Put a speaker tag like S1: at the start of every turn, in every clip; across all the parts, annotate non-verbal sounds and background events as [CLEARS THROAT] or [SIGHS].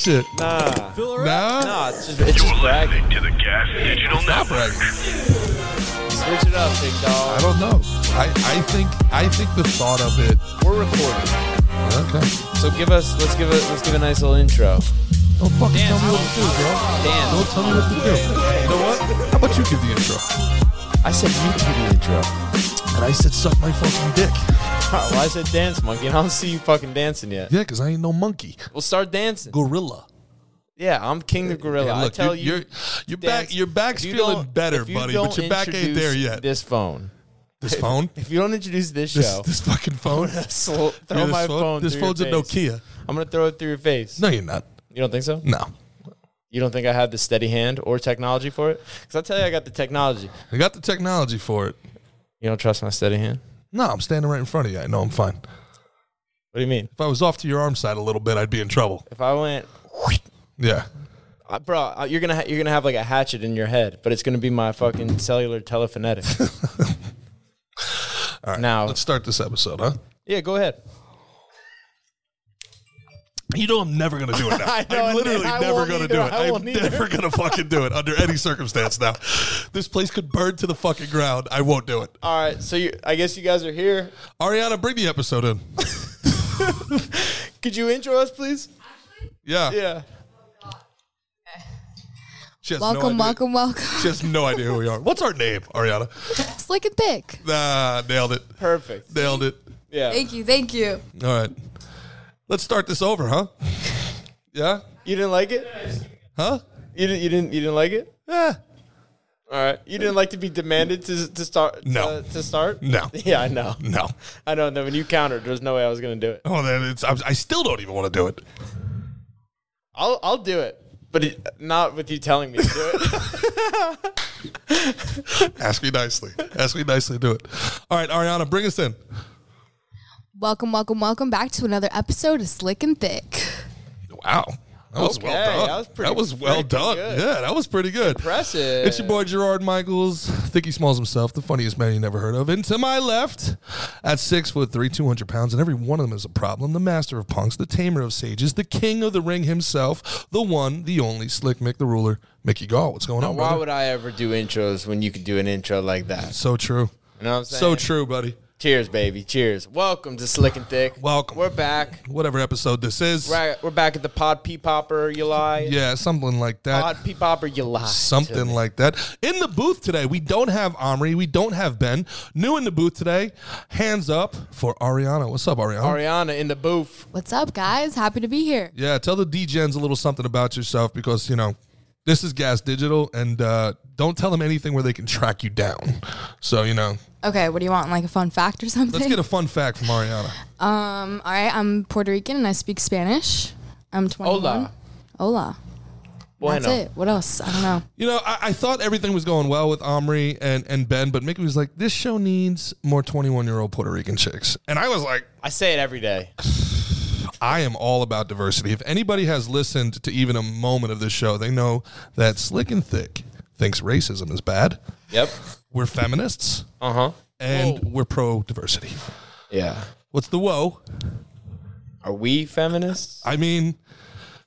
S1: shit.
S2: Nah.
S1: Nah.
S2: Nah, it's just, it's just bragging.
S3: to the Gas Digital
S1: Stop
S3: Network.
S1: bragging.
S2: Switch it up, big
S1: I
S2: dog.
S1: don't know. I, I think I think the thought of it.
S2: We're recording.
S1: Okay.
S2: So give us, let's give a, let's give a nice little intro.
S1: Don't fucking
S2: Dance.
S1: tell me what to do, bro.
S2: Dance.
S1: Don't tell me what to do.
S2: You know what?
S1: How about you give the intro?
S2: I said you do the intro. [LAUGHS]
S1: And I said, suck my fucking dick.
S2: Well, I said dance, monkey, and I don't see you fucking dancing yet.
S1: Yeah, because I ain't no monkey.
S2: We'll start dancing.
S1: Gorilla.
S2: Yeah, I'm king the gorilla.
S1: Yeah,
S2: I tell you,
S1: you're, you're, your back,
S2: dance.
S1: your back's
S2: If you
S1: feeling
S2: don't-
S1: better,
S2: if you
S1: buddy,
S2: don't
S1: but your back ain't
S2: introduce
S1: there yet.
S2: This phone.
S1: This phone,
S2: If you don't introduce this,
S1: this, [LAUGHS]
S2: [LAUGHS] show, [LAUGHS]
S1: this fucking phone.
S2: sl- throw
S1: Yeah, this
S2: my phone.
S1: This
S2: through
S1: phone's a
S2: your face.
S1: Nokia.
S2: I'm gonna throw it through your face.
S1: No, you're not.
S2: You don't think so?
S1: No,
S2: You don't think I have the steady hand or technology for it? Because I tell you, I got the technology.
S1: I got the technology for it.
S2: You don't trust my steady hand?
S1: No, I'm standing right in front of you. I know I'm fine.
S2: What do you mean?
S1: If I was off to your arm side a little bit, I'd be in trouble.
S2: If I went,
S1: Yeah.
S2: I, bro, I- you're gonna ha- you're gonna have like a hatchet in your head, but it's gonna be my fucking
S1: [LAUGHS]
S2: cellular telephonetic.
S1: All right.
S2: Now-
S1: let's start this episode, huh?
S2: yeah, go ahead.
S1: You know I'm never gonna do [LAUGHS] it now.
S2: I know,
S1: I'm
S2: and
S1: literally
S2: I
S1: never
S2: won't
S1: gonna
S2: either.
S1: do it.
S2: I
S1: I'm
S2: won't either.
S1: never gonna fucking do it under any circumstance now. This place could burn to the fucking ground. I won't do it.
S2: All right, so you, I guess you guys are here.
S1: Ariana, bring the episode in.
S2: Could you intro us, please?
S1: Yeah.
S2: Yeah.
S1: She has no
S4: Welcome,
S1: idea-
S4: welcome, welcome. [LAUGHS]
S1: She has no idea who we are. What's our name, Ariana?
S4: Slick and thick.
S1: Ah, nailed it.
S2: Perfect.
S1: Nailed it.
S2: Yeah.
S4: Thank you, thank you.
S1: All right. Let's start this over, huh? Yeah?
S2: You didn't like it?
S1: Huh?
S2: You didn't. You didn't. You didn't like it.
S1: Yeah.
S2: All right. You didn't like to be demanded to to start.
S1: No.
S2: To, to start.
S1: No.
S2: [LAUGHS] Yeah, I know.
S1: No.
S2: I know. And then when you countered, there's no way I was gonna do it.
S1: Oh, then it's, I, I still don't even want to do it.
S2: I'll I'll do it, but it, not with you telling me to do [LAUGHS] it.
S1: Ask me nicely. Ask me nicely to do it. All right, Ariana, bring us in.
S4: Welcome, welcome, welcome back to another episode of Slick and Thick.
S1: Wow. That was well
S2: Okay,
S1: done.
S2: that was pretty-
S1: That was well
S2: pretty
S1: done.
S2: good.
S1: Yeah, that was pretty good.
S2: Impressive.
S1: It's your boy Gerard Michaels. Think he smalls himself, the funniest man you never heard of. And to my left, at six foot three, two hundred pounds, and every one of them is a problem. The master of punks, the tamer of sages, the king of the ring himself, the one, the only Slick Mick the ruler, Mickey Gall. What's going on,
S2: Why
S1: brother?
S2: would I ever do intros when you could do an intro like that?
S1: so true.
S2: You know what I'm saying?
S1: So true, buddy.
S2: Cheers, baby. Cheers. Welcome to Slick and Thick.
S1: Welcome.
S2: We're back.
S1: Whatever episode this is.
S2: Right. We're back at the Pod Pee Popper. You lie.
S1: Yeah, something like that.
S2: Pod Pee Popper. You lie.
S1: Something like that. In the booth today, we don't have Omri. We don't have Ben. New in the booth today. Hands up for Ariana. What's up, Ariana?
S2: Ariana in the booth.
S4: What's up, guys? Happy to be here.
S1: yeah, tell the DGens a little something about yourself because, you know, this is Gas Digital and uh, don't tell them anything where they can track you down. So, you know,
S4: Okay, what do you want? Like a fun fact or something?
S1: let's get a fun fact from Ariana.
S4: [LAUGHS] um, all right, I'm Puerto Rican and I speak Spanish. I'm 21.
S2: Hola.
S4: Hola. That's
S2: Bueno.
S4: it. What else? I don't know.
S1: You know, I, I thought everything was going well with Omri and, and Ben, but Mickey was like, this show needs more 21 year old Puerto Rican chicks. And I was like,
S2: I say it every day.
S1: I am all about diversity. If anybody has listened to even a moment of this show, they know that Slick and Thick thinks racism is bad.
S2: Yep.
S1: We're feminists
S2: Uh huh.
S1: and
S2: Whoa.
S1: we're pro diversity.
S2: Yeah.
S1: What's the woe?
S2: Are we feminists?
S1: I mean,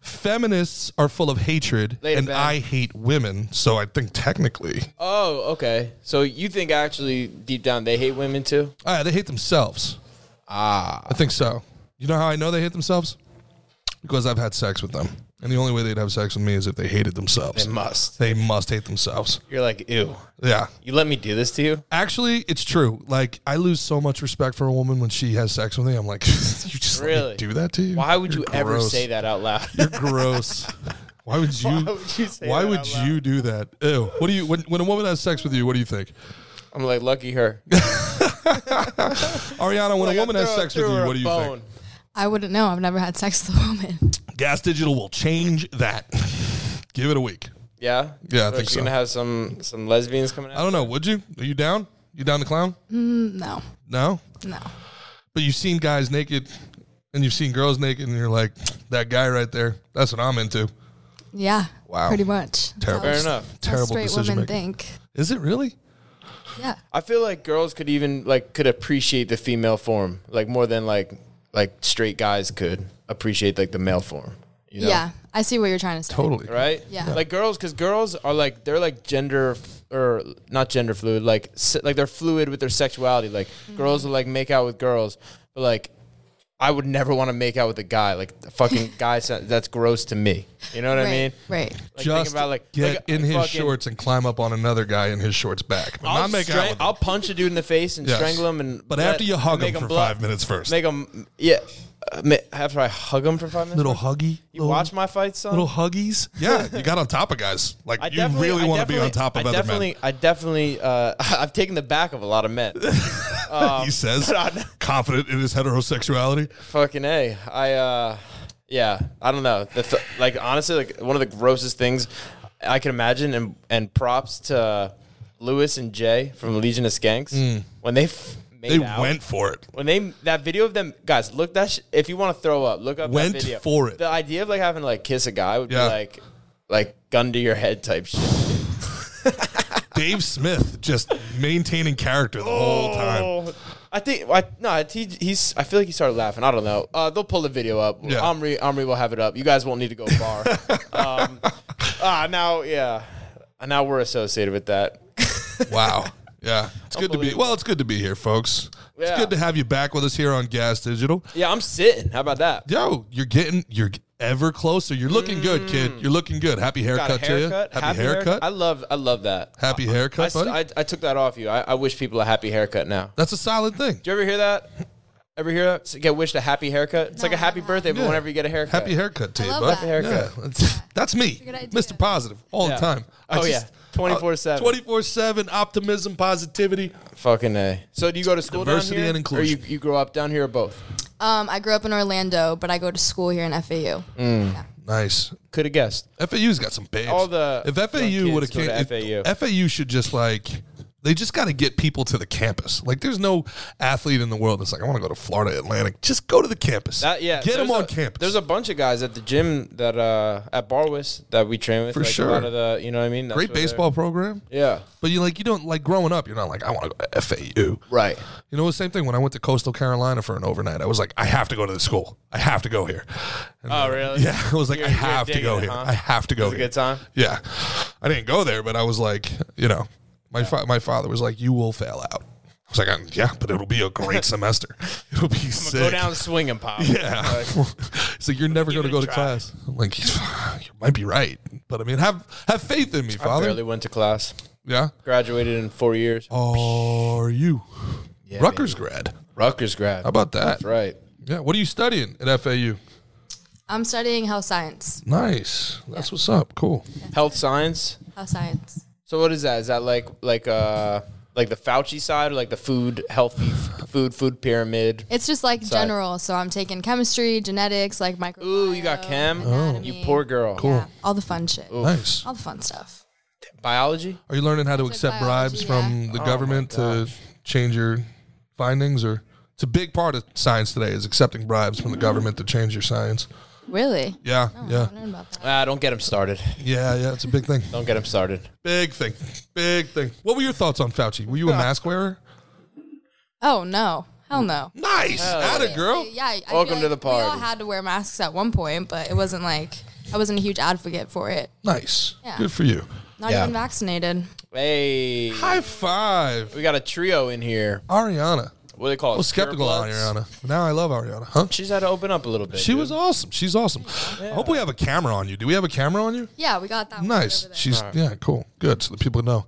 S1: feminists are full of hatred,
S2: Later,
S1: and
S2: Ben.
S1: I hate women, so I think technically,
S2: Oh, okay. So you think actually deep down they hate women too?
S1: Ah, they hate themselves. Ah, I think so. You know how I know they hate themselves? Because I've had sex with them, and the only way they'd have sex with me is if they hated themselves.
S2: must.
S1: They must hate themselves.
S2: You're like, ew.
S1: Yeah.
S2: You let me do this to you?
S1: Actually, it's true. Like I lose so much respect for a woman when she has sex with me. I'm like, [LAUGHS] you just let me
S2: Really?
S1: do that to you?
S2: Why would
S1: You're
S2: you ever
S1: gross.
S2: say that out loud? [LAUGHS]
S1: You're gross. Why would you? Why would you,
S2: say that out loud?
S1: do that? Ew. What do you? When, when a woman has sex with you, what do you think?
S2: I'm like, lucky her.
S1: Ariana, when
S2: Like,
S1: a woman
S2: I
S1: has
S2: throw-
S1: sex
S2: threw
S1: with you,
S2: her a
S1: what do you
S2: bone.
S4: I wouldn't know. I've never had sex with a woman. [LAUGHS]
S1: think? Gas Digital will change that. [LAUGHS] Give it a week.
S2: Yeah.
S1: Yeah, I
S2: Or
S1: think
S2: she
S1: so.
S2: gonna have some some lesbians coming
S1: I
S2: out.
S1: don't know. Would you? Are you down? You down to clown?
S4: No,
S1: No.
S4: no.
S1: But you've seen guys naked, and you've seen girls naked, and you're like, that guy right there. That's what I'm into.
S4: Yeah.
S1: Wow.
S4: Pretty much. That's
S1: Terrible.
S4: how-
S2: Fair enough.
S4: how
S1: Terrible
S4: straight
S1: decision
S4: women
S1: making.
S4: think.
S1: Is it really?
S4: Yeah.
S2: I feel like girls could even like could appreciate the female form like more than like like straight guys could appreciate like the male form. You You know?
S4: Yeah, I see what you're trying to say.
S1: Totally.
S2: Right?
S4: Yeah.
S2: Like girls, because girls are like they're like gender f- or not gender fluid, like se- like they're fluid with their sexuality. Like
S4: Mm-hmm.
S2: girls will like make out with girls, but like I would never want to make out with a guy. Like the fucking guy, sound- that's gross to me. You know what
S4: right,
S2: I mean?
S4: Right.
S2: Like, think
S1: Just
S2: about, like-
S1: get
S2: like,
S1: in his
S2: fucking-
S1: shorts and climb up on another guy in his shorts back. But
S2: I'll,
S1: not make
S2: stra-
S1: out with him.
S2: I'll punch a dude in the face and
S1: Yes.
S2: strangle him, and
S1: But
S2: let-
S1: after you hug
S2: make
S1: him for
S2: blood-
S1: five minutes first.
S2: make him yeah. uh, ma- After I hug him for five minutes,
S1: little huggy.
S2: you
S1: little,
S2: watch my fights, son.
S1: little
S2: [LAUGHS]
S1: huggies. Yeah, you got on top of guys. Like
S2: I
S1: you
S2: definitely-
S1: really
S2: I
S1: want to be on
S2: definitely-
S1: top of
S2: I
S1: other
S2: definitely,
S1: [LAUGHS]
S2: I definitely, uh, [LAUGHS] I've taken the back of a lot of men.
S1: men.
S2: um,
S1: he
S2: [LAUGHS]
S1: says,
S2: I-
S1: confident in his heterosexuality.
S2: Fucking a, I, uh, yeah, I don't know. The th- like honestly, like one of the grossest things I can imagine, and and props to Lewis and Jay from Legion of Skanks when they f- made
S1: Mm. They
S2: out.
S1: went for it.
S2: When they that video of them guys look that sh- if you want to throw up look up
S1: Went
S2: that video.
S1: for it.
S2: The idea of like having to like kiss a guy would
S1: Yeah.
S2: be like like gun to your head type shit.
S1: Dave Smith just maintaining character the whole time.
S2: Oh, I think I, no. He, he's. I feel like he started laughing. I don't know. Uh, they'll pull the video up.
S1: Yeah.
S2: Omri Omri will have it up. You guys won't need to go far.
S1: [LAUGHS]
S2: um, ah, now yeah. Uh, Now we're associated with that.
S1: Wow. Yeah, it's good to be. Well, it's good to be here, folks. It's
S2: Yeah.
S1: good to have you back with us here on Gas Digital.
S2: yeah, I'm sitting. How about that?
S1: Yo, you're getting you're ever closer. You're looking good, kid. You're looking good. Happy
S2: Mm. Got a
S1: haircut,
S2: haircut.
S1: to you. Happy haircut.
S2: I love. I love that.
S1: happy
S2: I,
S1: haircut,
S2: s-
S1: buddy.
S2: I- I took that off you. I, I wish people a happy haircut now.
S1: That's a solid thing.
S2: Do you ever hear that? Ever hear that? So Get wished a happy haircut. It's
S4: No,
S2: like a happy
S4: I haven't.
S2: birthday, but
S1: Yeah.
S2: whenever you get a haircut,
S1: Happy haircut to
S4: I
S1: you,
S4: love
S1: bud.
S4: that. Happy
S2: haircut.
S1: Yeah, that's, that's me,
S4: a good idea.
S1: Mr. Positive, all
S2: Yeah.
S1: the time.
S2: Oh, yeah. 24/7.
S1: Twenty four seven optimism, positivity.
S2: Fucking a. So do you go to school
S1: Diversity
S2: down here,
S1: and
S2: or
S1: inclusion.
S2: you, you grow up down here, or both?
S4: Um, I grew up in Orlando, but I go to school here in FAU.
S2: Mm.
S1: Nice.
S2: Could have guessed.
S1: FAU's got some babes.
S2: All the
S1: if
S2: young
S1: FAU
S2: kids
S1: would have
S2: go
S1: came,
S2: to
S1: if-
S2: FAU.
S1: FAU should just like they just got to get people to the campus. Like there's no athlete in the world that's like I want to go to Florida Atlantic. Just go to the campus.
S2: That, Uh, yeah,
S1: get them
S2: there's
S1: on
S2: a-
S1: campus.
S2: There's a bunch of guys at the gym that uh at Barwis that we train with.
S1: For
S2: like,
S1: sure.
S2: a lot of the you know what I mean. That's
S1: great
S2: where they're-
S1: baseball program.
S2: Yeah,
S1: But you like you don't like growing up. You're not like I want to go to FAU.
S2: right.
S1: You know the same thing when I went to Coastal Carolina for an overnight. I was like, I have to go to the school. I have to go here. And
S2: Oh,
S1: they're like, [LAUGHS]
S2: really?
S1: Yeah. I was like,
S2: You're-
S1: I
S2: you're
S1: have to
S2: digging
S1: go
S2: it,
S1: here.
S2: huh?
S1: I have to go.
S2: It was a
S1: here."
S2: good time.
S1: Yeah, I didn't go there, but I was like, you know, my fa- my father was like, you will fail out. I was like, "Um, yeah, but it'll be a great
S2: [LAUGHS]
S1: semester. It'll be sick.
S2: Go down swinging, pop.
S1: [LAUGHS] Yeah. [LAUGHS] so you're never going to
S2: it
S1: go
S2: a
S1: to
S2: try.
S1: class. I'm like, you [LAUGHS] might be right, but I mean, have have faith in me,
S2: I
S1: father.
S2: barely went to class.
S1: Yeah.
S2: Graduated in four years.
S1: Are you
S2: Yeah,
S1: Rutgers grad?
S2: Rutgers grad.
S1: How about that?
S2: Right.
S1: Yeah. What are you studying at FAU?
S4: I'm studying health science.
S1: Nice. That's what's up. Cool.
S2: Health science.
S4: Health science.
S2: So what is that? Is that like like uh like the Fauci side or like the food healthy f- food food pyramid?
S4: It's just like
S2: Side.
S4: general. So I'm taking chemistry, genetics, like micro.
S2: Ooh, you got chem.
S1: Oh.
S2: You poor girl.
S4: Yeah, all the fun shit.
S1: Nice.
S4: All the fun stuff.
S2: Biology.
S1: Are you learning how to accept
S4: biology,
S1: bribes from
S4: Oh
S1: the government to change your findings or it's a big part of science today is accepting bribes from the government to change your science.
S4: Really?
S1: Yeah, yeah.
S4: I learned about that.
S2: Ah, don't get him started.
S1: Yeah, yeah, it's a
S4: [LAUGHS]
S1: big thing.
S2: Don't get him started.
S1: Big thing. Big thing. What were your thoughts on Fauci? Were you a
S4: [LAUGHS]
S1: mask wearer?
S4: Oh no. Hell no.
S1: Nice. Atta girl.
S4: Yeah. I feel
S2: Welcome to the
S4: We all
S2: party.
S4: had to wear masks at one point, but it wasn't like I wasn't a huge advocate for it.
S1: Nice.
S4: Yeah.
S1: Good for you.
S4: Not
S2: Yeah.
S4: even vaccinated.
S2: Hey,
S1: High five.
S2: we got a trio in here.
S1: Ariana.
S2: What do they call it?
S1: I was skeptical on Ariana. but Now I love Ariana. Huh?
S2: She's had to open up a little bit.
S1: She
S2: dude. [LAUGHS]
S1: was awesome. She's awesome. I hope we have a camera on you. Do we have a camera on you?
S4: Yeah, we got that. one right
S1: Nice.
S4: over there.
S1: She's yeah, cool. Good. So the people know.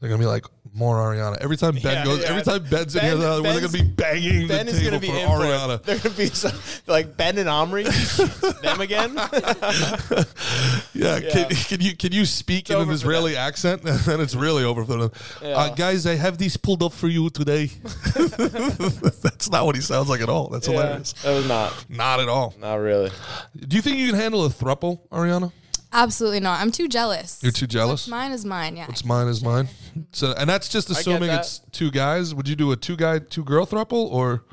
S1: They're gonna be like more Ariana. Every time Ben
S2: Yeah,
S1: goes,
S2: yeah.
S1: every time Ben's in here,
S2: Ben-
S1: they're, they're gonna
S2: Ben's-
S1: be banging
S2: Ben
S1: the
S2: is
S1: table
S2: gonna be
S1: for
S2: in for it.
S1: Ariana.
S2: They're gonna be so, like Ben
S1: [LAUGHS]
S2: and Omri, them again.
S1: Yeah. Can,
S2: Yeah.
S1: can you can you speak in
S2: over
S1: an
S2: for
S1: Israeli accent? [LAUGHS] And then it's really over for them. Uh, guys, I have these pulled up for you today. [LAUGHS] That's not what he sounds like at all. That's hilarious.
S2: That was not,
S1: Not at all.
S2: not really.
S1: Do you think you can handle a thruple, Ariana?
S4: Absolutely not. I'm too jealous.
S1: You're too jealous.
S4: Mine is mine. Yeah.
S1: It's mine is mine. So, and that's just assuming
S2: that.
S1: it's two guys. Would you do a two guy, two girl thruple, or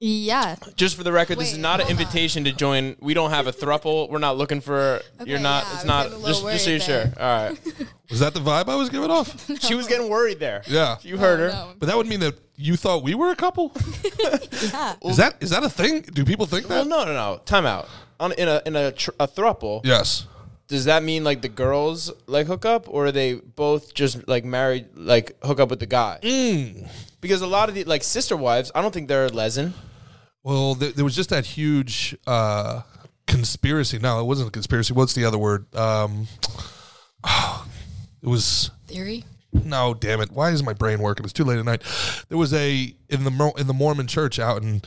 S4: Yeah.
S2: Just for the record, this is
S4: Wait,
S2: not an
S4: hold on.
S2: invitation to join. We don't have a thruple. We're not looking for. you're
S4: Okay,
S2: not.
S4: yeah, I
S2: it's
S4: was
S2: not.
S4: getting a little
S2: Just, just so you're
S4: worried
S2: sure. All right.
S4: [LAUGHS]
S1: Was that the vibe I was giving
S2: [LAUGHS]
S1: off?
S2: She was getting worried there.
S1: Yeah.
S2: You heard her.
S4: Oh, No.
S1: But that would mean that you thought we were a
S2: [LAUGHS]
S1: couple.
S4: Yeah.
S1: Is that is that a thing? Do people think
S2: Well,
S1: that?
S2: no, no, no. Time out. On in a in a tr- a thruple.
S1: Yes.
S2: Does that mean like the girls like hook up, or are they both just like married, like hook up with the guy?
S1: Mm.
S2: Because a lot of the like sister wives, I don't think they're lesin.
S1: Well, th- there was just that huge uh, conspiracy. No, it wasn't a conspiracy. What's the other word? Um, [SIGHS] it was
S4: Theory.
S1: no. Damn it! Why is my brain working? It's too late at night. There was a in the Mo- in the Mormon church out in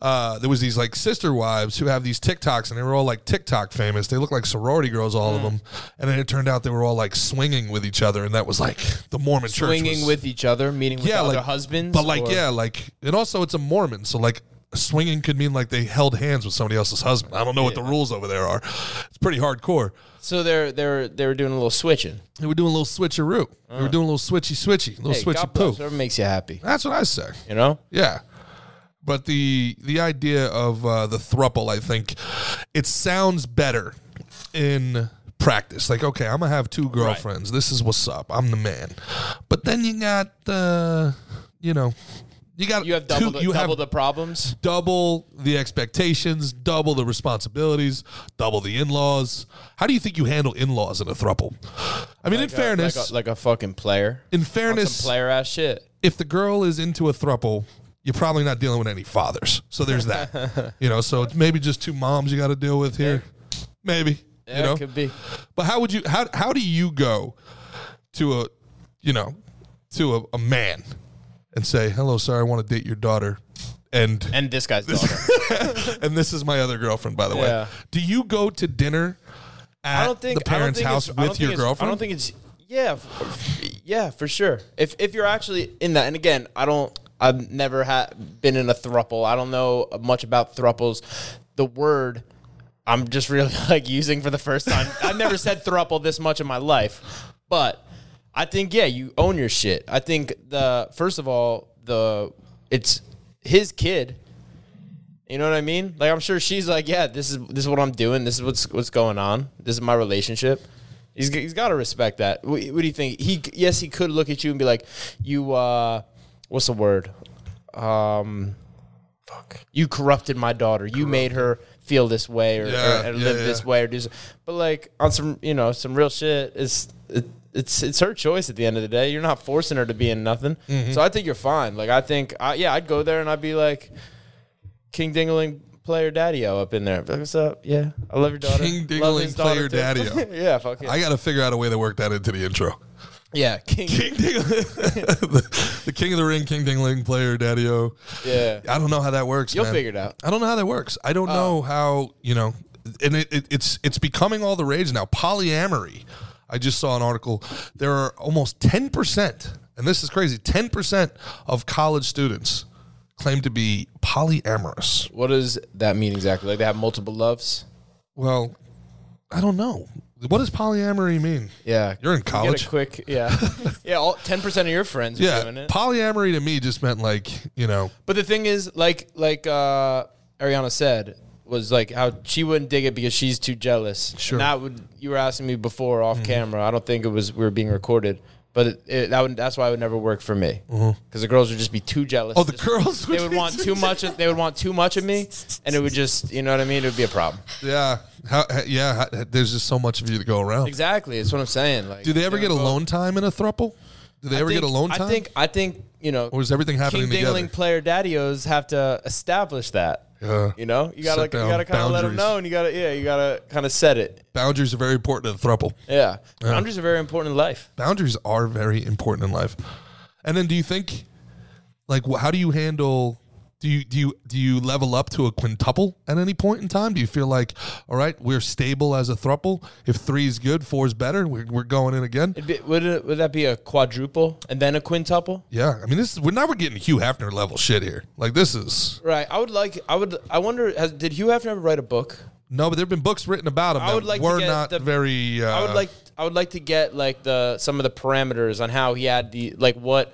S1: uh, there was these like sister wives who have these TikToks and they were all like TikTok famous. They look like sorority girls, all
S2: Hmm.
S1: of them. And then it turned out they were all like swinging with each other, and that was like the Mormon church
S2: Swinging
S1: was-
S2: with each other, meaning with
S1: yeah,
S2: other
S1: like
S2: husbands.
S1: But like,
S2: or-
S1: yeah, like, and also it's a Mormon, so like, swinging could mean like they held hands with somebody else's husband. I don't know what the rules over there are. It's pretty hardcore.
S2: So they're they're they were doing a little switching.
S1: They were doing a little switcheroo. They were doing a little switchy switchy, a little
S2: Hey,
S1: switchy
S2: God bless.
S1: poo.
S2: Whatever makes you happy,
S1: That's what I say.
S2: you know.
S1: Yeah. But the the idea of uh, the thruple, I think, it sounds better in practice. Like, okay, I'm gonna have two girlfriends. This is what's up. I'm the man. But then you got, uh, you know, you got
S2: You have double
S1: two,
S2: the,
S1: you
S2: double
S1: have
S2: the problems.
S1: double the expectations, double the responsibilities, double the in-laws. How do you think you handle in-laws in a thruple? I mean, in fairness,
S2: like a, like a fucking player.
S1: in
S2: On
S1: fairness,
S2: some player ass shit.
S1: if the girl is into a thruple, you're probably not dealing with any fathers. So there's
S2: [LAUGHS]
S1: that. you know, so it's maybe just two moms you got to deal with here. Maybe.
S2: Yeah,
S1: you know.
S2: it could be.
S1: But how would you how how do you go to a you know to a, a man and say, "Hello, sir, I want to date your daughter." And
S2: And this guy's daughter.
S1: and this is my other girlfriend, by the
S2: Yeah.
S1: way. Do you go to dinner at
S2: I don't think
S1: the parents'
S2: I don't think
S1: house
S2: it's- I don't
S1: with
S2: think
S1: your
S2: it's-
S1: girlfriend?
S2: I don't think it's yeah, f- yeah for sure. If if you're actually in that, and again, I don't. I've never ha- been in a thruple. I don't know much about thruples. The word I'm just really [LAUGHS] like using for the first time. I've never said thruple this much in my life, but I think yeah, you own your shit. I think the first of all the it's his kid. You know what I mean? Like I'm sure she's like, yeah, this is this is what I'm doing. This is what's what's going on. This is my relationship. He's g- he's got to respect that. What, what do you think? He yes, he could look at you and be like, you uh, what's the word? Um, fuck. You corrupted my daughter. You made her feel this way or, or-
S1: Yeah,
S2: or
S1: yeah,
S2: live
S1: yeah.
S2: this way or do. So. But like on some you know some real shit, it's it, it's it's her choice at the end of the day. You're not forcing her to be in nothing.
S1: Mm-hmm.
S2: So I think you're fine. Like I think I, yeah, I'd go there and I'd be like. King Dingling player daddy o up in there. Be like, What's up? Yeah. I love your daughter.
S1: King
S2: Love
S1: Dingling
S2: his daughter,
S1: player
S2: too."
S1: daddy-o.
S2: [LAUGHS] yeah, fuck it.
S1: I got to figure out a way to work that into the intro. [LAUGHS]
S2: yeah, King.
S1: King Ding- the, the King of the Ring, King Dingling player, Daddy O.
S2: Yeah.
S1: I don't know how that works.
S2: You'll
S1: man.
S2: figure it out. Oh.
S1: I don't know how that works. I don't know how you know, and it, it, it's it's becoming all the rage now. Polyamory. I just saw an article. There are almost ten percent, and this is crazy. Ten percent of college students claim to be polyamorous.
S2: What does that mean exactly? Like they have multiple loves?
S1: Well, I don't know. What does polyamory mean?
S2: Yeah.
S1: You're in
S2: You
S1: college?
S2: Get a quick,
S1: [LAUGHS]
S2: yeah. yeah, all, 10% of your friends are doing
S1: Yeah,
S2: it.
S1: polyamory to me just meant like you know
S2: But the thing is, like like uh, Ariana said, was like how she wouldn't dig it because she's too jealous.
S1: Sure. Mm-hmm.
S2: And that would you were asking me before off camera. I don't think it was we were being recorded, but it, it, that would that's why it would never work for me because the girls would just be too jealous.
S1: Mm-hmm. Oh, the
S2: Just-
S1: girls would
S2: they would
S1: be
S2: want
S1: too
S2: too much. Of, they would want too much of me, and it would just you know what I mean. It would be a problem.
S1: Yeah, how, how- yeah. How, there's just so much of you to go around.
S2: Exactly, that's what I'm saying. Like,
S1: Do they ever get
S2: would go-
S1: alone time in a thruple? Do they ever
S2: think-
S1: get alone time?
S2: I think I think you know.
S1: or is everything happening
S2: King
S1: together?
S2: Dingling player daddios have to establish that.
S1: Yeah.
S2: You know, you
S1: Set
S2: gotta like, you
S1: down
S2: gotta kind of let them
S1: boundaries.
S2: know, and you gotta yeah, you gotta kind of set it.
S1: Boundaries are very important in a thruple.
S2: Yeah. boundaries are very important in life.
S1: Boundaries are very important in life. And then, do you think, like, wh- how do you handle? Do you do you do you level up to a quintuple at any point in time? Do you feel like, all right, we're stable as a thruple. If three is good, four is better. We're, we're going in again.
S2: It'd be, would it, would that be a quadruple and then a quintuple?
S1: yeah, I mean, this is, we're now we're getting Hugh Hefner level shit here. Like this is
S2: Right. I would like. I would. I wonder. Has, did Hugh Hefner ever write a book?
S1: no, but there've been books written about him.
S2: I
S1: that
S2: would like to
S1: were
S2: get
S1: not
S2: the-
S1: very. Uh,
S2: I would like. I would like to get like the some of the parameters on how he had the like what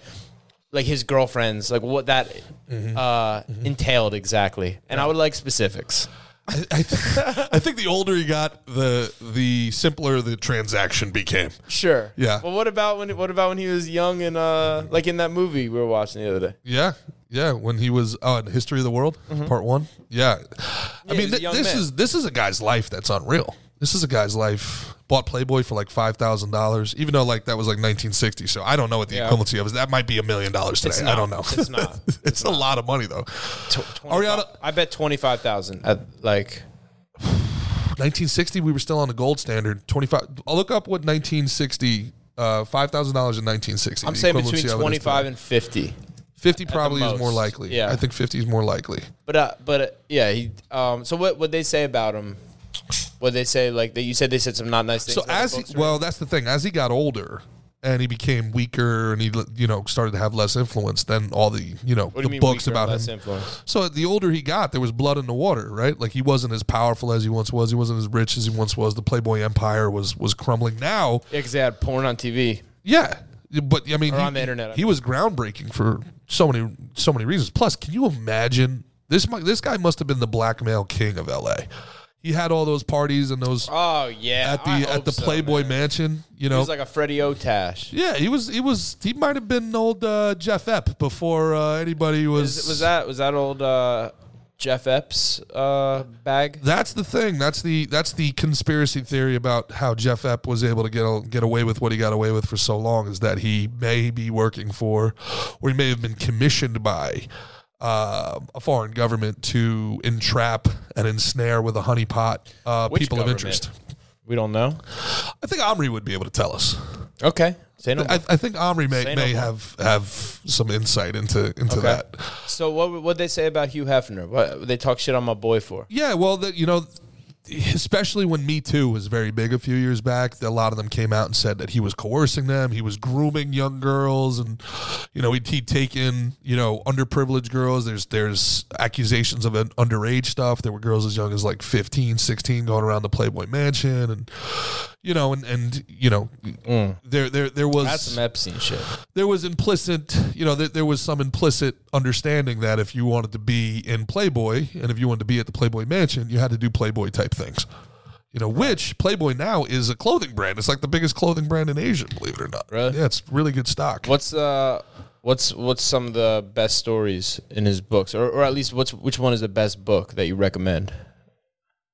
S2: like his girlfriends, like what that
S1: Mm-hmm.
S2: uh, entailed exactly. And I would like specifics.
S1: I, [LAUGHS] I, th- I think the older he got, the the simpler the transaction became.
S2: Sure.
S1: Yeah.
S2: Well, what about when? What about when he was young and uh, like in that movie we were watching the other day?
S1: Yeah, yeah. When he was oh, in History of the World, Part One. Mm-hmm. Yeah, I
S2: he
S1: mean,
S2: was a
S1: th-
S2: young
S1: this
S2: man.
S1: is this is a guy's life that's unreal. This is a guy's life. Bought Playboy for like five thousand dollars, even though like that was like nineteen sixty. So I don't know what the
S2: Yeah.
S1: equivalency of is. That might be a million dollars today.
S2: It's
S1: I
S2: not.
S1: don't know.
S2: It's not.
S1: [LAUGHS] it's a lot of money though.
S2: Tw- 25
S1: Ariana-
S2: I bet twenty five thousand. Like
S1: Nineteen sixty, we were still on the gold standard. Twenty five. I'll look up what nineteen sixty. Uh, five thousand dollars in nineteen sixty.
S2: I'm saying, between twenty five and fifty.
S1: fifty probably is more
S2: most.
S1: likely.
S2: Yeah.
S1: I think fifty is more likely.
S2: But uh, but uh, yeah, he. Um, so what? What they say about him? What they say? Like that? You said they said some not nice things.
S1: so
S2: about the
S1: as he,
S2: books, right?
S1: well that's the thing as he got older and he became weaker and he you know started to have less influence then all the you know
S2: what do
S1: the
S2: you mean
S1: books
S2: weaker,
S1: about
S2: less
S1: him
S2: influence?
S1: so the older he got there was blood in the water right like he wasn't as powerful as he once was he wasn't as rich as he once was the playboy empire was was crumbling now
S2: Yeah, because they had porn on TV.
S1: yeah but i mean
S2: Or
S1: he,
S2: on the internet, I
S1: he was groundbreaking for so many so many reasons plus can you imagine this mu- this guy must have been the blackmail king of la he had all those parties and those
S2: Oh yeah,
S1: at the
S2: I
S1: at
S2: hope
S1: the
S2: so,
S1: Playboy
S2: man.
S1: Mansion, you
S2: He
S1: know,
S2: was like a Freddie Otash.
S1: Yeah, he was. He was. He might have been old uh, Jeff Epp before uh, anybody was.
S2: Was, was that was that old uh, Jeff Epps uh, bag?
S1: That's the thing. That's the that's the conspiracy theory about how Jeff Epp was able to get get away with what he got away with for so long is that he may be working for, or he may have been commissioned by. Uh, a foreign government to entrap and ensnare with a honeypot uh,
S2: Which
S1: people
S2: government?
S1: of interest.
S2: We don't know.
S1: I think Omri would be able to tell us.
S2: Okay, say no.
S1: I, I think Omri may,
S2: Say no
S1: may
S2: more.
S1: have have some insight into into
S2: Okay.
S1: that.
S2: so what what they say about Hugh Hefner? What they talk shit on my boy for?
S1: Yeah, well, that you know, especially when Me Too was very big a few years back, a lot of them came out and said that he was coercing them, he was grooming young girls, and you know, he'd, he'd take in you know underprivileged girls. There's there's accusations of an underage stuff. There were girls as young as like 15, 16 going around the Playboy Mansion, and you know, and and you know, there there there was
S2: That's some Epstein shit.
S1: there was implicit, you know, there, there was some implicit understanding that if you wanted to be in Playboy and if you wanted to be at the Playboy Mansion, you had to do Playboy type things. You know, which Playboy now is a clothing brand. It's like the biggest clothing brand in Asia, believe it or not.
S2: Really?
S1: Yeah, it's really good stock.
S2: What's uh what's what's some of the best stories in his books, or, or at least what's which one is the best book that you recommend?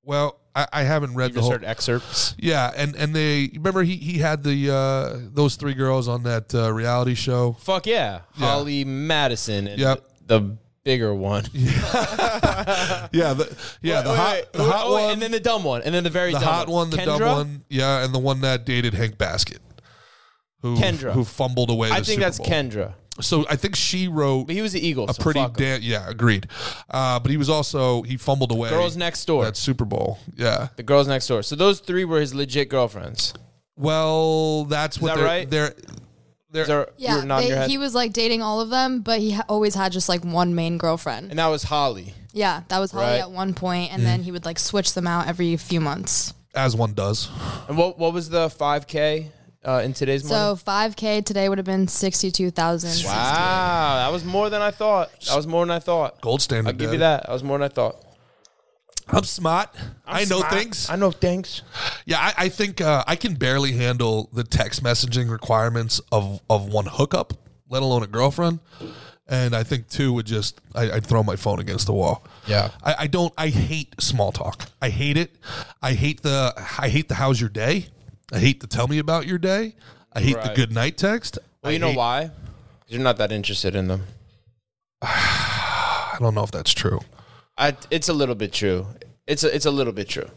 S1: Well, I, I haven't read
S2: You
S1: the
S2: just
S1: whole.
S2: heard excerpts.
S1: Yeah, and and they remember he he had the uh, those three girls on that uh, reality show.
S2: Fuck yeah, Holly Madison. And
S1: Yep.
S2: The bigger one.
S1: Yeah, the, yeah, the
S2: Wait,
S1: hot,
S2: wait,
S1: the
S2: wait,
S1: hot
S2: oh, wait,
S1: one,
S2: and then the dumb one, and then the very
S1: the
S2: dumb
S1: hot one, the
S2: Kendra?
S1: dumb one, yeah, and the one that dated Hank Basket, who
S2: Kendra.
S1: who fumbled away.
S2: I
S1: the
S2: think
S1: Super
S2: that's
S1: Bowl.
S2: Kendra,
S1: So I think she wrote
S2: but he was the Eagle.
S1: a pretty damn. Yeah, agreed. Uh, but he was also he fumbled away.
S2: girls next door.
S1: that Super Bowl. Yeah.
S2: the girls next door. So those three were his legit girlfriends.
S1: Well, that's what
S2: that
S1: they're,
S2: right?
S1: they're
S2: Is there- you were
S4: Yeah,
S2: nodding your
S4: they,
S2: head?
S4: he was like dating all of them, but he ha- always had just like one main girlfriend.
S2: and that was Holly.
S4: Yeah, that was Holly
S2: Right. Mm.
S4: at one point, and then he would like switch them out every few months.
S1: as one does.
S2: And what what was the five k uh, in today's money?
S4: So 5K today would have been 62,000.
S2: Wow, that was more than I thought. That was more than I thought.
S1: Gold standard.
S2: I'll give
S1: dad.
S2: you that. That was more than I thought.
S1: I'm smart. i know things.
S2: I know things.
S1: yeah, I, I think uh, I can barely handle the text messaging requirements of of one hookup, let alone a girlfriend. And I think two would just I, I'd throw my phone against the wall.
S2: Yeah.
S1: I, I don't. I hate small talk. I hate it. I hate the. I hate the. How's your day? I hate the. Tell me about your day. I hate the
S2: Right.
S1: good night text.
S2: Well,
S1: I
S2: you know
S1: hate-
S2: why? 'Cause you're not that interested in them.
S1: I don't know if that's true.
S2: I, it's a little bit true. It's a, it's a little bit true.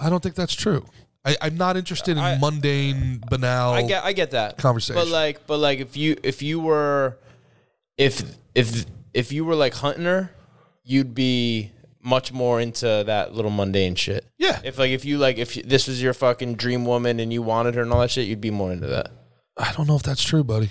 S1: I don't think that's true. I, I'm not interested in
S2: I-
S1: mundane, banal.
S2: I get I get that
S1: Conversation.
S2: But like but like if you if you were if if if you were like hunting her, you'd be much more into that little mundane shit.
S1: Yeah.
S2: If like if you like if this was your fucking dream woman and you wanted her and all that shit, you'd be more into that.
S1: I don't know if that's true, buddy.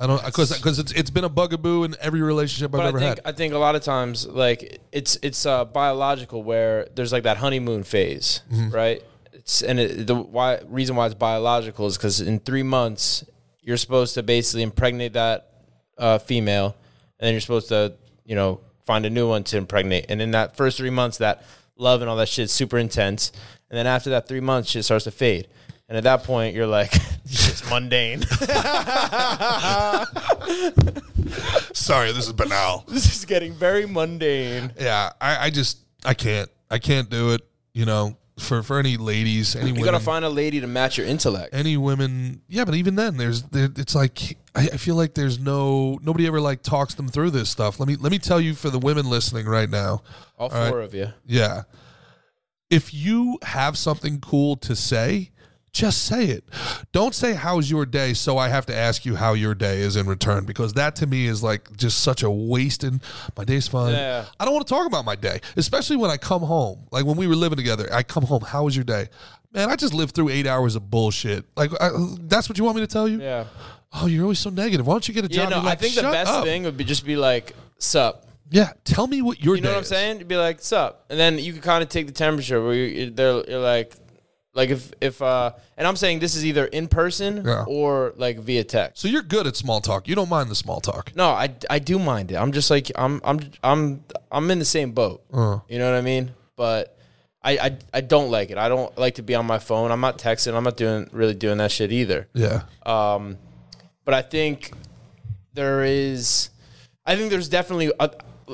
S1: I don't because because it's it's been a bugaboo in every relationship I've
S2: But I
S1: ever
S2: think
S1: had.
S2: I think a lot of times like it's it's uh, biological where there's like that honeymoon phase, right? It's and it, the why reason why it's biological is because in three months you're supposed to basically impregnate that uh, female, and then you're supposed to, you know, find a new one to impregnate. And in that first three months, that love and all that shit's super intense. And then after that three months, shit starts to fade. And at that point, you're like, [LAUGHS] shit's mundane.
S1: Sorry, this is banal.
S2: this is getting very mundane.
S1: Yeah, I, I just I can't I can't do it. You know, for for any ladies, any
S2: You
S1: women,
S2: gotta find a lady to match your intellect.
S1: any women. Yeah, but even then, there's there, it's like I, I feel like there's no nobody ever like talks them through this stuff. Let me let me tell you for the women listening right now. All
S2: All
S1: right.
S2: four of you.
S1: Yeah. If you have something cool to say, just say it. Don't say how's your day so I have to ask you how your day is in return because that to me is like just such a wasting my day's fine.
S2: Yeah.
S1: I don't want to talk about my day, especially when I come home. Like when we were living together, I come home, how was your day? Man, I just lived through 8 hours of bullshit. Like I, that's what you want me to tell you?
S2: Yeah.
S1: Oh, you're always so negative. Why don't you get a
S2: You
S1: job?
S2: know,
S1: You're like,
S2: I think the
S1: "Shut
S2: best
S1: up."
S2: thing would be just be like, sup.
S1: Yeah, tell me what your
S2: You know
S1: day
S2: what I'm
S1: is.
S2: saying? You'd be like, sup. And then you could kind of take the temperature where you, you- they're, you're like, like if, if, uh, and I'm saying this is either in person
S1: Yeah.
S2: or like via text.
S1: So you're good at small talk. You don't mind the small talk.
S2: No, I, I do mind it. I'm just like, I'm, I'm, I'm, I'm in the same boat.
S1: Uh-huh.
S2: You know what I mean? But I, I, I don't like it. I don't like to be on my phone. I'm not texting. I'm not doing, really doing that shit either.
S1: Yeah.
S2: Um, but I think there is, I think there's definitely, a,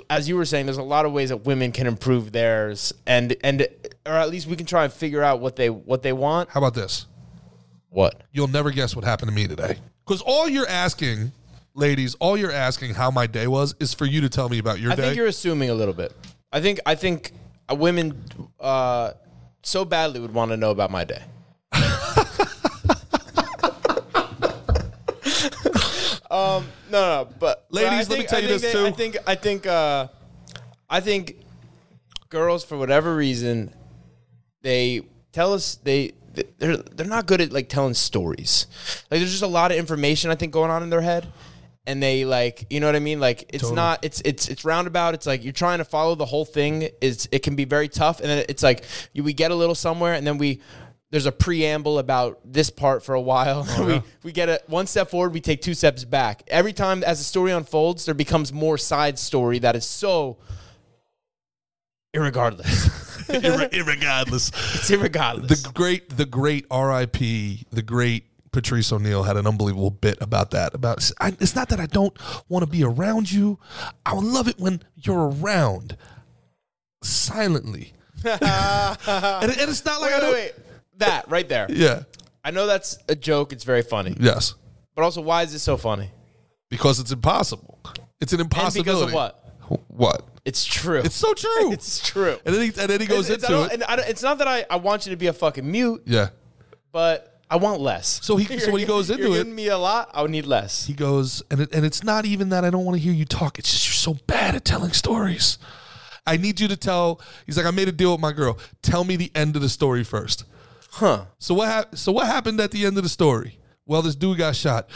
S2: as you were saying, there's a lot of ways that women can improve theirs, and and or at least we can try and figure out what they what they want.
S1: How about this?
S2: What?
S1: You'll never guess what happened to me today. Because all you're asking, ladies, all you're asking how my day was is for you to tell me about your
S2: I
S1: day.
S2: think you're assuming a little bit. I think I think uh, women uh, so badly would want to know about my day. [LAUGHS] um, no, no, but but
S1: Ladies, let
S2: I
S1: me
S2: think-
S1: tell
S2: I
S1: you
S2: think
S1: this
S2: they- I
S1: too.
S2: think I think uh, I think girls, for whatever reason, they tell us they they're they're not good at like telling stories. Like there's just a lot of information I think going on in their head. And they like, you know what I mean? Like it's not, it's it's it's roundabout. It's like you're trying to follow the whole thing. It's it can be very tough. And then it's like you, we get a little somewhere, and then we there's a preamble about this part for a while.
S1: Oh,
S2: [LAUGHS] we we get a one step forward, we take two steps back. Every time as the story unfolds, there becomes more side story that is so
S1: [LAUGHS]
S2: irregardless.
S1: Irregardless.
S2: [LAUGHS] it's irregardless.
S1: The great, the great R.I.P. The great Patrice O'Neill had an unbelievable bit about that. About I, it's not that I don't want to be around you. I would love it when you're around
S2: [LAUGHS]
S1: silently. and, and it's not like I
S2: wait,
S1: don't.
S2: wait, wait. That right there.
S1: Yeah.
S2: I know that's a joke. It's very funny.
S1: Yes.
S2: But also, why is it so funny?
S1: Because it's impossible. It's an
S2: And
S1: impossibility.
S2: because of what?
S1: What?
S2: It's true.
S1: It's so true.
S2: [LAUGHS] It's true.
S1: And then he, and then he goes
S2: It's- I
S1: into it.
S2: don't- and I don't- it's not that I, I want you to be a fucking mute,
S1: Yeah.
S2: but I want less.
S1: So he- so
S2: [LAUGHS] You're-
S1: when he goes
S2: you're
S1: into it-
S2: giving me a lot. I would need less.
S1: He goes, and it, and it's not even that I don't want to hear you talk. It's just you're so bad at telling stories. I need you to tell. He's like, I made a deal with my girl. Tell me the end of the story first.
S2: huh?
S1: So what? hap so what happened at the end of the story? Well, this dude got shot.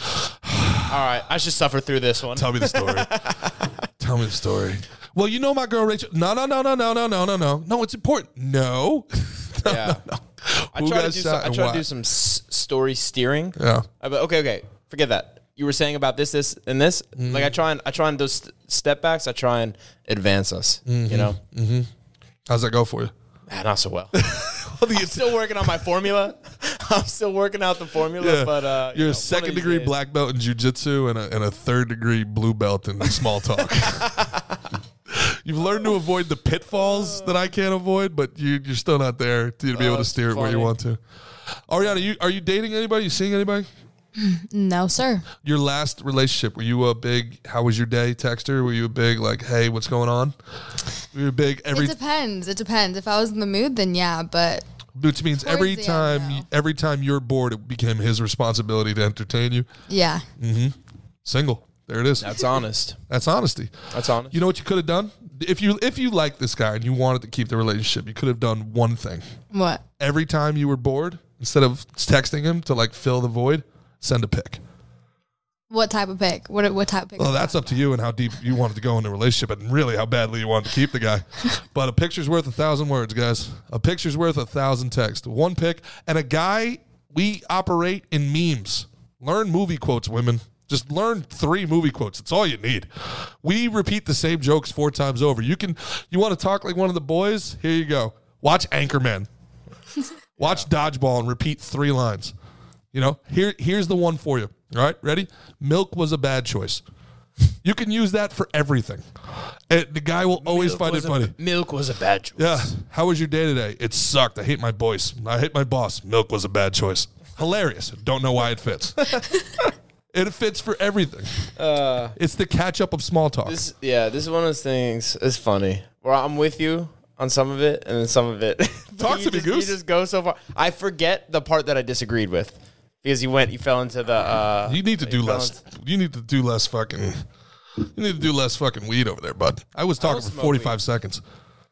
S2: All right. I should suffer through this one.
S1: Tell me the story. [LAUGHS] Tell me the story. Well, you know my girl Rachel. No, no, no, no, no, no, no, no, no. No, it's important. No. [LAUGHS] no,
S2: Yeah.
S1: no, no.
S2: I
S1: Who
S2: try to
S1: got
S2: do
S1: shot
S2: some, I
S1: and
S2: try
S1: why?
S2: to do some s- story steering.
S1: Yeah.
S2: I be- okay, okay. Forget that. You were saying about this, this, and this. Like
S1: Mm.
S2: I try and I try and those st- step backs. I try and advance us.
S1: Mm-hmm.
S2: You know,
S1: How's that go for you?
S2: Ah, not
S1: [LAUGHS]
S2: so well. I'm still working on my formula. [LAUGHS] I'm still working out the formula,
S1: Yeah.
S2: but uh, you
S1: you're
S2: know, one
S1: a
S2: of
S1: second
S2: these
S1: degree
S2: days.
S1: black belt in jujitsu and a, and a third degree blue belt in small
S2: [LAUGHS]
S1: talk. You've learned to avoid the pitfalls that I can't avoid, but you, you're still not there to be able to
S2: that's
S1: steer it where you
S2: funny.
S1: want to. Ariana, you, are you dating anybody? You seeing anybody?
S4: No, sir.
S1: Your last relationship, were you a big, how was your day texter? Were you a big, like, hey, what's going on? Were you a big, every,
S4: It depends. It depends. If I was in the mood, then yeah. But
S1: which means every
S4: the end,
S1: time,
S4: no.
S1: every time you're bored, it became his responsibility to entertain you.
S4: yeah,
S1: Single. There it is.
S2: That's honest.
S1: That's honesty.
S2: That's honest.
S1: You know what you could have done? If you if you liked this guy and you wanted to keep the relationship, you could have done one thing.
S4: what?
S1: Every time you were bored, instead of texting him to like fill the void, send a pic.
S4: What type of pick? What what type of pick?
S1: Well, that's up to you and how deep you wanted to go in the relationship and really how badly you wanted to keep the guy. But a picture's worth a thousand words, guys. A picture's worth a thousand texts. One pic and a guy we operate in memes. Learn movie quotes, women. Just learn three movie quotes. It's all you need. We repeat the same jokes four times over. You can you want to talk like one of the boys? Here you go. Watch Anchorman. Watch Dodgeball and repeat three lines. You know, here here's the one for you. All right, ready? Milk was a bad choice. You can use that for everything. And the guy will always
S2: Milk
S1: find it
S2: was a-
S1: funny.
S2: milk was a bad choice.
S1: Yeah. How was your day today? It sucked. I hate my voice. I hate my boss. Milk was a bad choice. Hilarious. Don't know why it fits.
S2: [LAUGHS]
S1: it fits for everything. it's the catch up of small talk.
S2: Uh, This, yeah, this is one of those things. It's funny. Where I'm with you on some of it, and then some of it. [LAUGHS] But
S1: Talk
S2: you
S1: to me,
S2: just,
S1: Goose.
S2: You just go so far. I forget the part that I disagreed with because you went, you fell into the. Uh,
S1: you need to do less. You need to do less fucking. You need to do less fucking weed over there, bud. I was talking for
S2: smoke
S1: 45 seconds.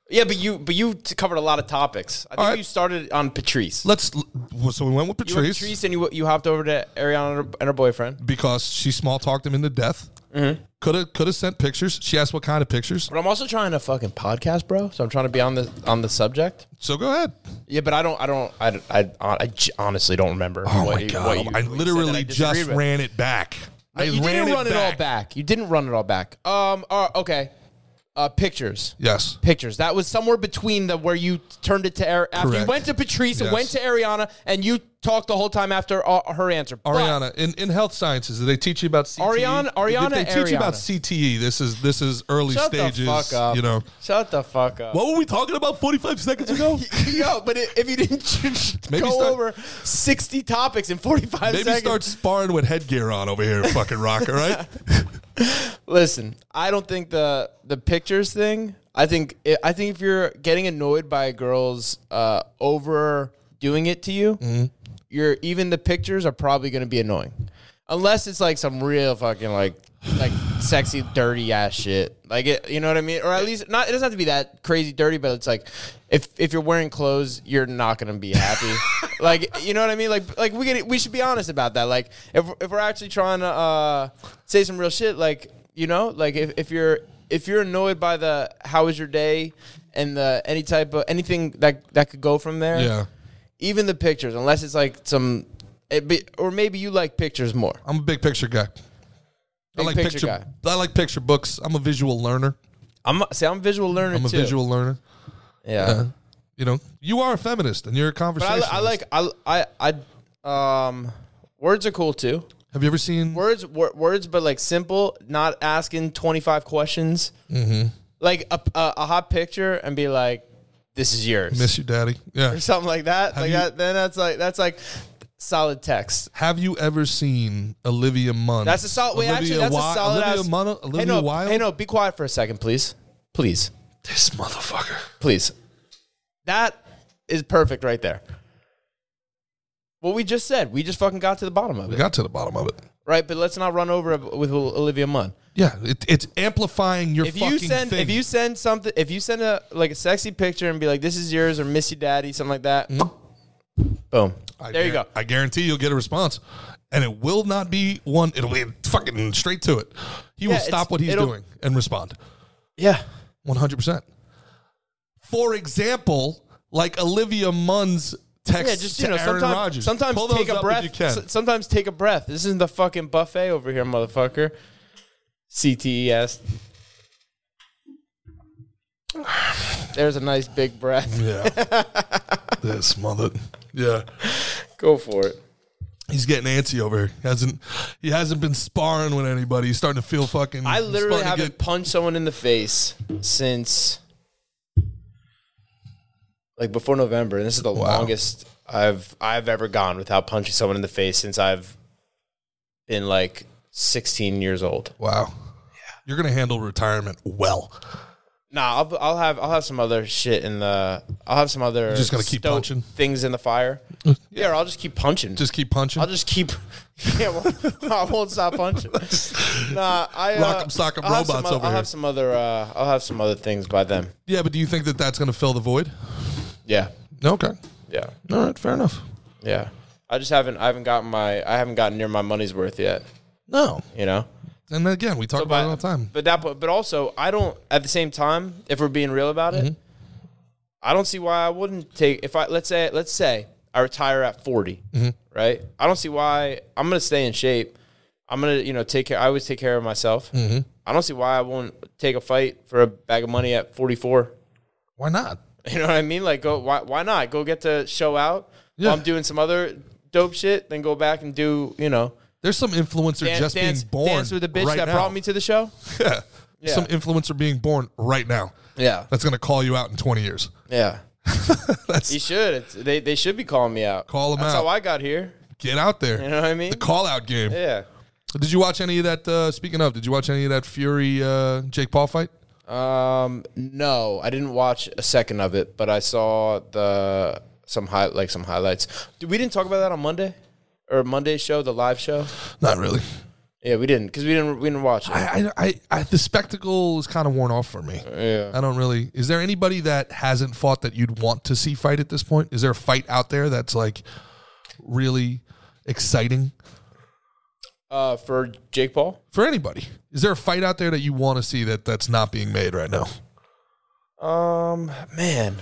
S2: yeah, but you but you t- covered a lot of topics. I think
S1: right.
S2: you started on Patrice.
S1: Let's. So we went with
S2: you went
S1: Patrice,
S2: Patrice, and you you hopped over to Ariana and her, and her boyfriend.
S1: because she small talked him into death.
S2: Mm-hmm.
S1: Could have could have sent pictures. She asked what kind of pictures.
S2: But I'm also trying to fucking podcast, bro. So I'm trying to be on the on the subject.
S1: So go ahead.
S2: Yeah, but I don't, I don't, I, I, I, j- honestly don't remember.
S1: Oh
S2: what
S1: my
S2: you-
S1: god!
S2: what you-
S1: I
S2: what you said that I
S1: literally
S2: disagreed
S1: just
S2: with.
S1: ran it back. I
S2: you
S1: ran
S2: didn't
S1: it
S2: run
S1: back.
S2: it all back. You didn't run it all back. Um. Uh, okay. Uh, pictures.
S1: Yes.
S2: Pictures. That was somewhere between the where you turned it to Ari- after
S1: Correct.
S2: you went to Patrice and
S1: Yes.
S2: went to Ariana and you talked the whole time after uh, her answer. But
S1: Ariana, in, in health sciences, do they teach you about CTE?
S2: Ariana-
S1: if
S2: Ariana,
S1: they teach you about
S2: Ariana.
S1: CTE, this is this is early
S2: shut
S1: stages.
S2: the fuck up.
S1: You know,
S2: Shut the fuck up.
S1: what were we talking about 45 seconds
S2: [LAUGHS]
S1: ago?
S2: Yo, but i- if you didn't [LAUGHS]
S1: Maybe
S2: go
S1: start-
S2: over sixty topics in forty-five
S1: Maybe
S2: seconds,
S1: start sparring with headgear on over here, fucking rock. All
S2: [LAUGHS]
S1: right,
S2: Listen, I don't think the the pictures thing. I think I think if you're getting annoyed by a girl's uh, over doing it to you, you're even the pictures are probably going to be annoying, unless it's like some real fucking like like sexy dirty ass shit. Like it, you know what I mean? Or at least not. It doesn't have to be that crazy dirty, but it's like if if you're wearing clothes, you're not going to be happy. like you know what I mean? Like like we get, we should be honest about that. Like if if we're actually trying to uh, say some real shit, like you know like if, if you're if you're annoyed by the how was your day and the any type of anything that that could go from there
S1: Yeah.
S2: even the pictures unless it's like some it be, or maybe you like pictures more
S1: I'm a big picture guy. I
S2: Big
S1: like
S2: picture
S1: picture.
S2: guy.
S1: I like picture books. I'm a visual learner.
S2: i'm a- see i'm a visual learner
S1: I'm a
S2: too.
S1: visual learner.
S2: yeah
S1: Uh, you know, you are a feminist, and you're a
S2: but I,
S1: conversationalist.
S2: li- I like i i i um words are cool too
S1: Have you ever seen?
S2: words wor- words but like simple not asking 25 questions mm-hmm. like a, a, a hot picture and be like this is yours
S1: Miss you, daddy. Yeah.
S2: or something like that. like
S1: you-
S2: that, then that's like that's like solid text.
S1: Have you ever seen Olivia Munn?
S2: That's a solid. Wait,
S1: Olivia
S2: actually, that's
S1: Wi-
S2: a solid.
S1: Olivia
S2: ass,
S1: Munn, Olivia
S2: hey, no,
S1: Wilde.
S2: Hey, no, be quiet for a second, please, please,
S1: This motherfucker.
S2: please. That is perfect right there. What we just said, we just fucking got to the bottom of
S1: We
S2: it,
S1: got to the bottom of it.
S2: right? But let's not run over it with Olivia Munn.
S1: Yeah, it, it's amplifying your
S2: If
S1: fucking
S2: you send,
S1: thing.
S2: if you send something, if you send a like a sexy picture and be like, "This is yours," or "Missy Daddy," something like that. Boom.
S1: Mm-hmm. I
S2: there you
S1: guar-
S2: go.
S1: I guarantee you'll get a response, and it will not be one. It'll be fucking straight to it. He will
S2: it's-
S1: stop what he's
S2: it'll-
S1: doing and respond.
S2: Yeah.
S1: One hundred percent. For example, like Olivia Munn's text
S2: Yeah, just
S1: to
S2: you know,
S1: Aaron
S2: sometimes
S1: Rodgers.
S2: sometimes
S1: Pull
S2: take
S1: those
S2: a
S1: up
S2: breath.
S1: If you can.
S2: S- sometimes take a breath. This isn't the fucking buffet over here, motherfucker. E CTES. [SIGHS] There's a nice big breath.
S1: [LAUGHS]
S2: [LAUGHS]
S1: yeah. this mother. Yeah.
S2: Go for it.
S1: He's getting antsy over here. He hasn't he hasn't been sparring with anybody. He's starting to feel fucking.
S2: I
S1: he's
S2: literally
S1: starting to
S2: haven't punched someone in the face since like before November, and this is the
S1: Wow.
S2: longest I've I've ever gone without punching someone in the face since I've been like 16 years old.
S1: Wow. You're gonna handle retirement well.
S2: Nah, I'll, I'll have I'll have some other shit in the. I'll have some other.
S1: just gotta keep
S2: stoked
S1: punching?
S2: things in the fire. yeah, or I'll just keep punching.
S1: Just keep punching.
S2: I'll just keep. [LAUGHS] Yeah, well, I won't
S1: [LAUGHS]
S2: stop punching. Nah, I. Uh,
S1: Rock 'em, sock 'em
S2: I'll have some
S1: robots
S2: oth-
S1: over
S2: I'll
S1: here.
S2: have some other. Uh, I'll have some other things by then.
S1: yeah, but do you think that that's gonna fill the void?
S2: Yeah,
S1: Okay.
S2: yeah,
S1: All right. Fair enough.
S2: yeah. I just haven't. I haven't gotten my. I haven't gotten near my money's worth yet.
S1: No.
S2: You know.
S1: And again, we talk about it all the time.
S2: But that, but also, I don't. At the same time, if we're being real about
S1: Mm-hmm.
S2: it, I don't see why I wouldn't take. If I let's say, let's
S1: Mm-hmm.
S2: say I retire at 40 right? I don't see why I'm gonna stay in shape. I'm gonna, you know, take care. I always take care of myself.
S1: Mm-hmm.
S2: I don't see why I won't take a fight for a bag of money at 44.
S1: Why not?
S2: [LAUGHS] You know what I mean? Like, go why why not go get to show out
S1: Yeah.
S2: while I'm doing some other dope shit, then go back and do you know
S1: There's some influencer
S2: dan-
S1: just
S2: dance
S1: being born
S2: dance with the bitch
S1: right
S2: that
S1: now.
S2: brought me to the show.
S1: [LAUGHS] Yeah.
S2: Yeah.
S1: Some influencer being born right now.
S2: Yeah,
S1: That's gonna call you out in 20 years.
S2: yeah.
S1: [LAUGHS] That's
S2: You should. It's, they they should be calling me out.
S1: Call 'em
S2: That's
S1: out.
S2: how I got here.
S1: get out there.
S2: You know what I mean?
S1: The call out game.
S2: Yeah.
S1: Did you watch any of that? Uh, speaking of, did you watch any of that Fury uh, Jake Paul fight?
S2: Um, no, I didn't watch a second of it, but I saw the some high like some highlights. Did, we didn't talk about that on Monday or Monday's show, the live show.
S1: Not really.
S2: Yeah, we didn't because we didn't we didn't watch it.
S1: I, I, I, I the spectacle is kind of worn off for me.
S2: Yeah.
S1: I don't really. Is there anybody that hasn't fought that you'd want to see fight at this point? Is there a fight out there that's like really exciting
S2: Uh, for Jake Paul.
S1: for anybody? Is there a fight out there that you want to see that that's not being made right now?
S2: Um, man,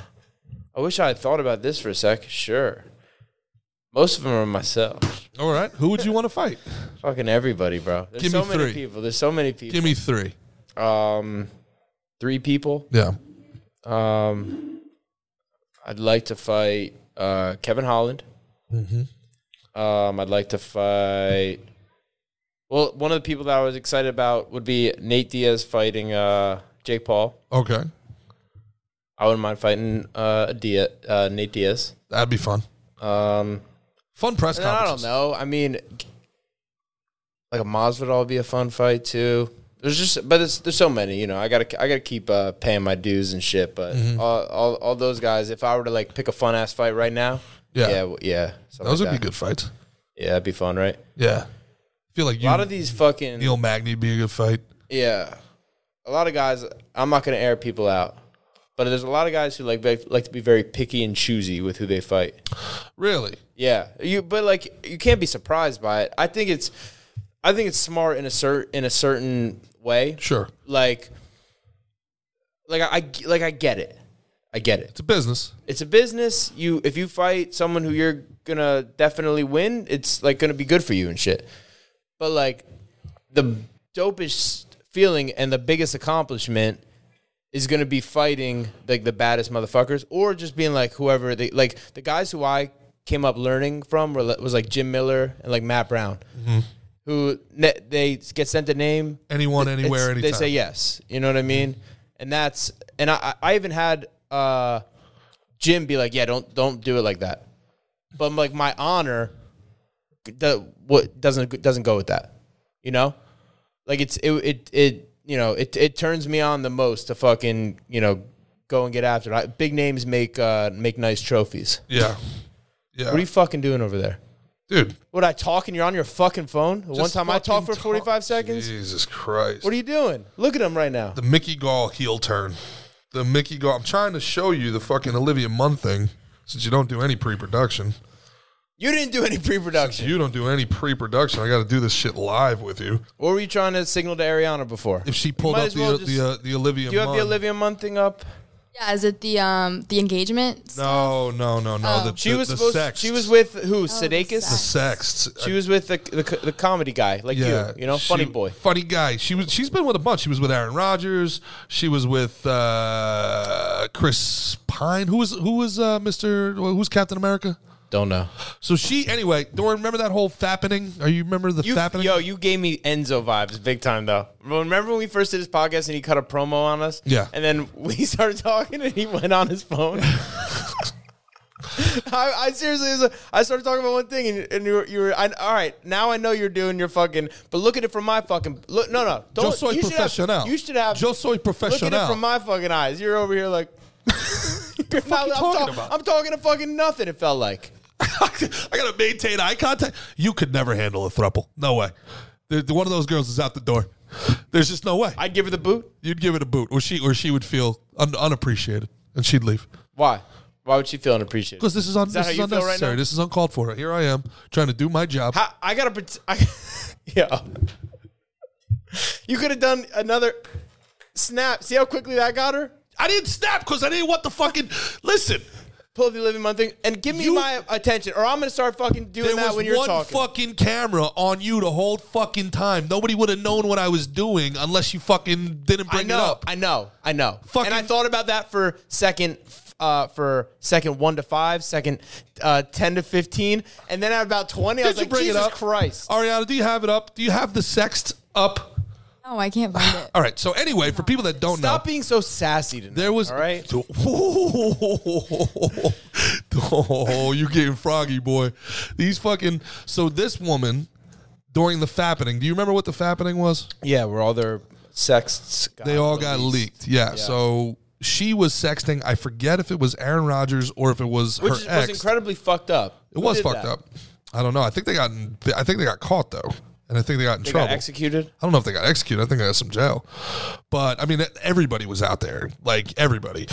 S2: I wish I had thought about this for a sec. Sure. Most of them are myself.
S1: All right, who would you want to fight?
S2: Fucking everybody, bro. There's
S1: Give me
S2: so many
S1: three.
S2: people. There's so many people.
S1: Give me three.
S2: um, three people.
S1: Yeah.
S2: Um, I'd like to fight uh, Kevin Holland. Um, I'd like to fight. Well, one of the people that I was excited about would be Nate Diaz fighting uh, Jake Paul.
S1: Okay,
S2: I wouldn't mind fighting uh, Dia, uh, Nate Diaz.
S1: that'd be fun.
S2: Um,
S1: Fun press
S2: and I don't
S1: conference.
S2: know. I mean, like a Masvidal would be a fun fight too. There's just, but it's, there's so many. You know, I gotta I gotta keep uh, paying my dues and shit. But
S1: Mm-hmm.
S2: all, all all those guys, if I were to like pick a fun ass fight right now,
S1: Yeah.
S2: yeah, w- yeah, something
S1: Those
S2: like
S1: would be
S2: that.
S1: good fights.
S2: Yeah, that'd be fun, right?
S1: Yeah. I feel like you,
S2: A lot of these fucking
S1: Neil Magny would be a good fight.
S2: yeah, a lot of guys. I'm not gonna air people out, but there's a lot of guys who like ve- like to be very picky and choosy with who they fight.
S1: Really?
S2: Yeah, you but like you can't be surprised by it. I think it's, I think it's smart in a cer- in a certain way.
S1: Sure.
S2: Like, like I, I g- like I get it. I get it.
S1: It's a business.
S2: It's a business. You if you fight someone who you're gonna definitely win, it's like gonna be good for you and shit. But like the dopest feeling and the biggest accomplishment is going to be fighting like the baddest motherfuckers or just being like whoever they like the guys who I came up learning from were, li- was like Jim Miller and like Matt Brown who ne- they get sent a name
S1: Anyone, anywhere,
S2: it's-
S1: anytime.
S2: they say yes you know what I mean and that's and I I I even had uh Jim be like yeah don't don't do it like that but like my honor the, what doesn't doesn't go with that you know like it's it it, it you know it it turns me on the most to fucking you know go and get after it. I, big names make uh make nice trophies.
S1: Yeah. Yeah.
S2: What are you fucking doing over there?
S1: Dude.
S2: What I talking? You're on your fucking phone. One
S1: just
S2: time I
S1: fucking
S2: talked for
S1: talk-
S2: 45 seconds.
S1: Jesus Christ.
S2: What are you doing? Look at him right now.
S1: the Mickey Gall heel turn. The Mickey Gall. I'm trying to show you the fucking Olivia Munn thing since you don't do any pre production.
S2: You didn't do any pre-production.
S1: You don't do any pre production. I got to do this shit live with you.
S2: What were you trying to signal to Ariana before?
S1: If she pulled
S2: Might
S1: up
S2: as
S1: the,
S2: well
S1: uh,
S2: just-
S1: the, uh, the Olivia
S2: Do you have
S1: Munn.
S2: the Olivia Munn thing up?
S4: Yeah, is it the um the engagement?
S1: No, no, no, no. The,
S2: Oh, She
S1: the-
S2: was
S1: the
S2: supposed.
S1: sex.
S2: She was with who?
S4: Oh, the
S2: Sudeikis.
S4: sex.
S1: Sexts.
S2: She was with the, the the comedy guy like you. You know,
S1: she-
S2: funny boy.
S1: funny guy. She was. She's been with a bunch. She was with Aaron Rodgers. She was with uh, Chris Pine. Who was who was uh, Mister? Who's Captain America?
S2: Don't know.
S1: So she anyway. Doran, remember that whole fappening? Are you remember the
S2: You,
S1: fappening?
S2: yo, you gave me Enzo vibes big time though. Remember when we first did this podcast and he cut a promo on us?
S1: Yeah.
S2: And then [LAUGHS] we started talking and he went on his phone. [LAUGHS] I, I seriously, was like- I started talking about one thing and, and you were, you were I, all right. Now I know you're doing your fucking, but look at it from my fucking look. No, no,
S1: Yo
S2: don't.
S1: soy
S2: you should have-
S1: profesional.
S2: you should have.
S1: Yo soy
S2: look at
S1: profesional.
S2: it from my fucking eyes. You're over
S1: [LAUGHS]
S2: here like. you're not-
S1: you
S2: I'm
S1: talking
S2: ta-
S1: about?
S2: I'm talking to fucking nothing. It felt like.
S1: [LAUGHS] I gotta maintain eye contact. You could never handle a thruple. No way. The, the- one of those girls is out the door. There's just no way.
S2: I'd give her the boot.
S1: You'd give it a boot, or she, or she would feel un, unappreciated, and she'd leave.
S2: Why? Why would she feel unappreciated?
S1: Because this is, un-
S2: that
S1: this
S2: how
S1: is
S2: you feel right
S1: unnecessary.
S2: now?
S1: this is uncalled for. Here I am trying to do my job.
S2: I, I gotta pret I, [LAUGHS] yeah. You could have done another snap. See how quickly that got her?
S1: I didn't snap because I didn't want the fucking. Listen,
S2: pull up the living room thing and give me
S1: You-
S2: my attention, or I'm gonna start fucking doing
S1: there
S2: that
S1: was
S2: when you're
S1: one
S2: talking.
S1: fucking camera on you the whole fucking time. Nobody would have known what I was doing unless you fucking didn't
S2: I
S1: bring
S2: know,
S1: it up.
S2: I know, I know.
S1: Fucking-
S2: and I thought about that for second, uh, for second one to five, second uh, ten to fifteen, and then at about twenty, I was
S1: Did you
S2: like,
S1: bring
S2: Jesus
S1: it up? Oh,
S2: Christ!
S1: Ariana, do you have it up? Do you have the sext up?
S4: Oh, I can't
S2: [LAUGHS]
S4: find it.
S1: All right. So anyway, for people that don't
S2: Stop
S1: know,
S2: being so sassy tonight.
S1: there was
S2: all right.
S1: [LAUGHS] Oh, you getting froggy, boy? These fucking. So this woman during the fappening. Do you remember what the fappening was?
S2: Yeah, where all their sexts got
S1: They all got leaked. Yeah. So she was sexting. I forget if it was Aaron Rodgers or if it was
S2: which
S1: her
S2: is-
S1: ex.
S2: was incredibly fucked up.
S1: It was fucked up. I don't know. I think they got. In, I think they got caught though, and I think they got in
S2: They
S1: trouble.
S2: got executed.
S1: I don't know if they got executed. I think they got some jail. But I mean, everybody was out there. Like everybody,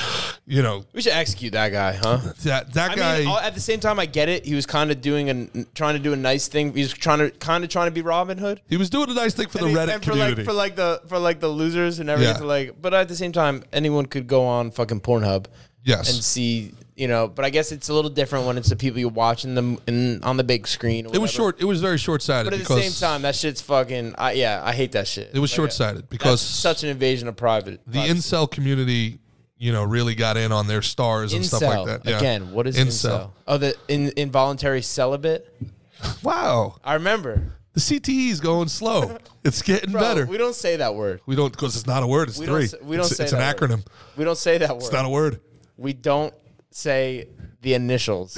S1: you know
S2: We should execute that guy, huh?
S1: that that
S2: I
S1: guy.
S2: mean, all, at the same time, I get it. He was kind of doing and trying to do a nice thing. He was trying to kind of trying to be Robin Hood.
S1: he was doing a nice thing for the
S2: And he-
S1: Reddit
S2: and for
S1: community.
S2: like for like the for like the losers and everything.
S1: Yeah.
S2: for Like, but at the same time, anyone could go on fucking Pornhub
S1: yes.
S2: and see, you know. But I guess it's a little different when it's the people you're watching them in on the big screen. Or
S1: it was
S2: whatever.
S1: short. It was very short sighted.
S2: but at the
S1: because
S2: same time, that shit's fucking. I, yeah, I hate that shit.
S1: it was
S2: Like,
S1: short sighted
S2: that's
S1: because
S2: such an invasion of private.
S1: the incel community, you know, really got in on their stars and stuff like that. Yeah.
S2: again. What is incel? Oh, the in, involuntary celibate.
S1: Wow,
S2: I remember.
S1: the CTE is going
S2: [LAUGHS]
S1: slow. it's getting
S2: Bro,
S1: better.
S2: We don't say that word.
S1: We don't because it's not a word. It's
S2: We
S1: three.
S2: don't. Say, we don't
S1: it's,
S2: say
S1: it's an
S2: that word.
S1: acronym.
S2: We don't say that word.
S1: It's not a word. [LAUGHS]
S2: we don't say the initials.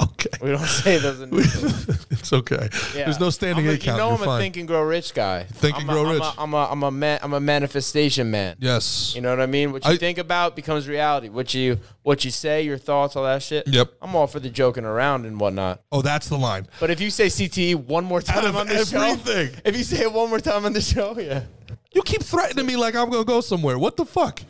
S1: Okay,
S2: we don't [LAUGHS] say those initials.
S1: [LAUGHS] it's okay.
S2: Yeah.
S1: There's no standing
S2: I'm a-
S1: eight count.
S2: You know,
S1: You're
S2: I'm
S1: fine.
S2: a think and grow rich guy.
S1: Think and
S2: I'm a-
S1: grow
S2: I'm a-
S1: rich.
S2: I'm a I'm a man. I'm a manifestation man.
S1: yes.
S2: You know what I mean? What you
S1: I-
S2: think about becomes reality. What you what you say, your thoughts, all that shit.
S1: Yep.
S2: I'm all for the joking around and whatnot.
S1: oh, that's the line.
S2: But if you say CTE one more time
S1: of
S2: on this
S1: everything.
S2: show, if you say it one more time on the show, [LAUGHS] yeah.
S1: You keep threatening me like I'm gonna go somewhere. What the fuck?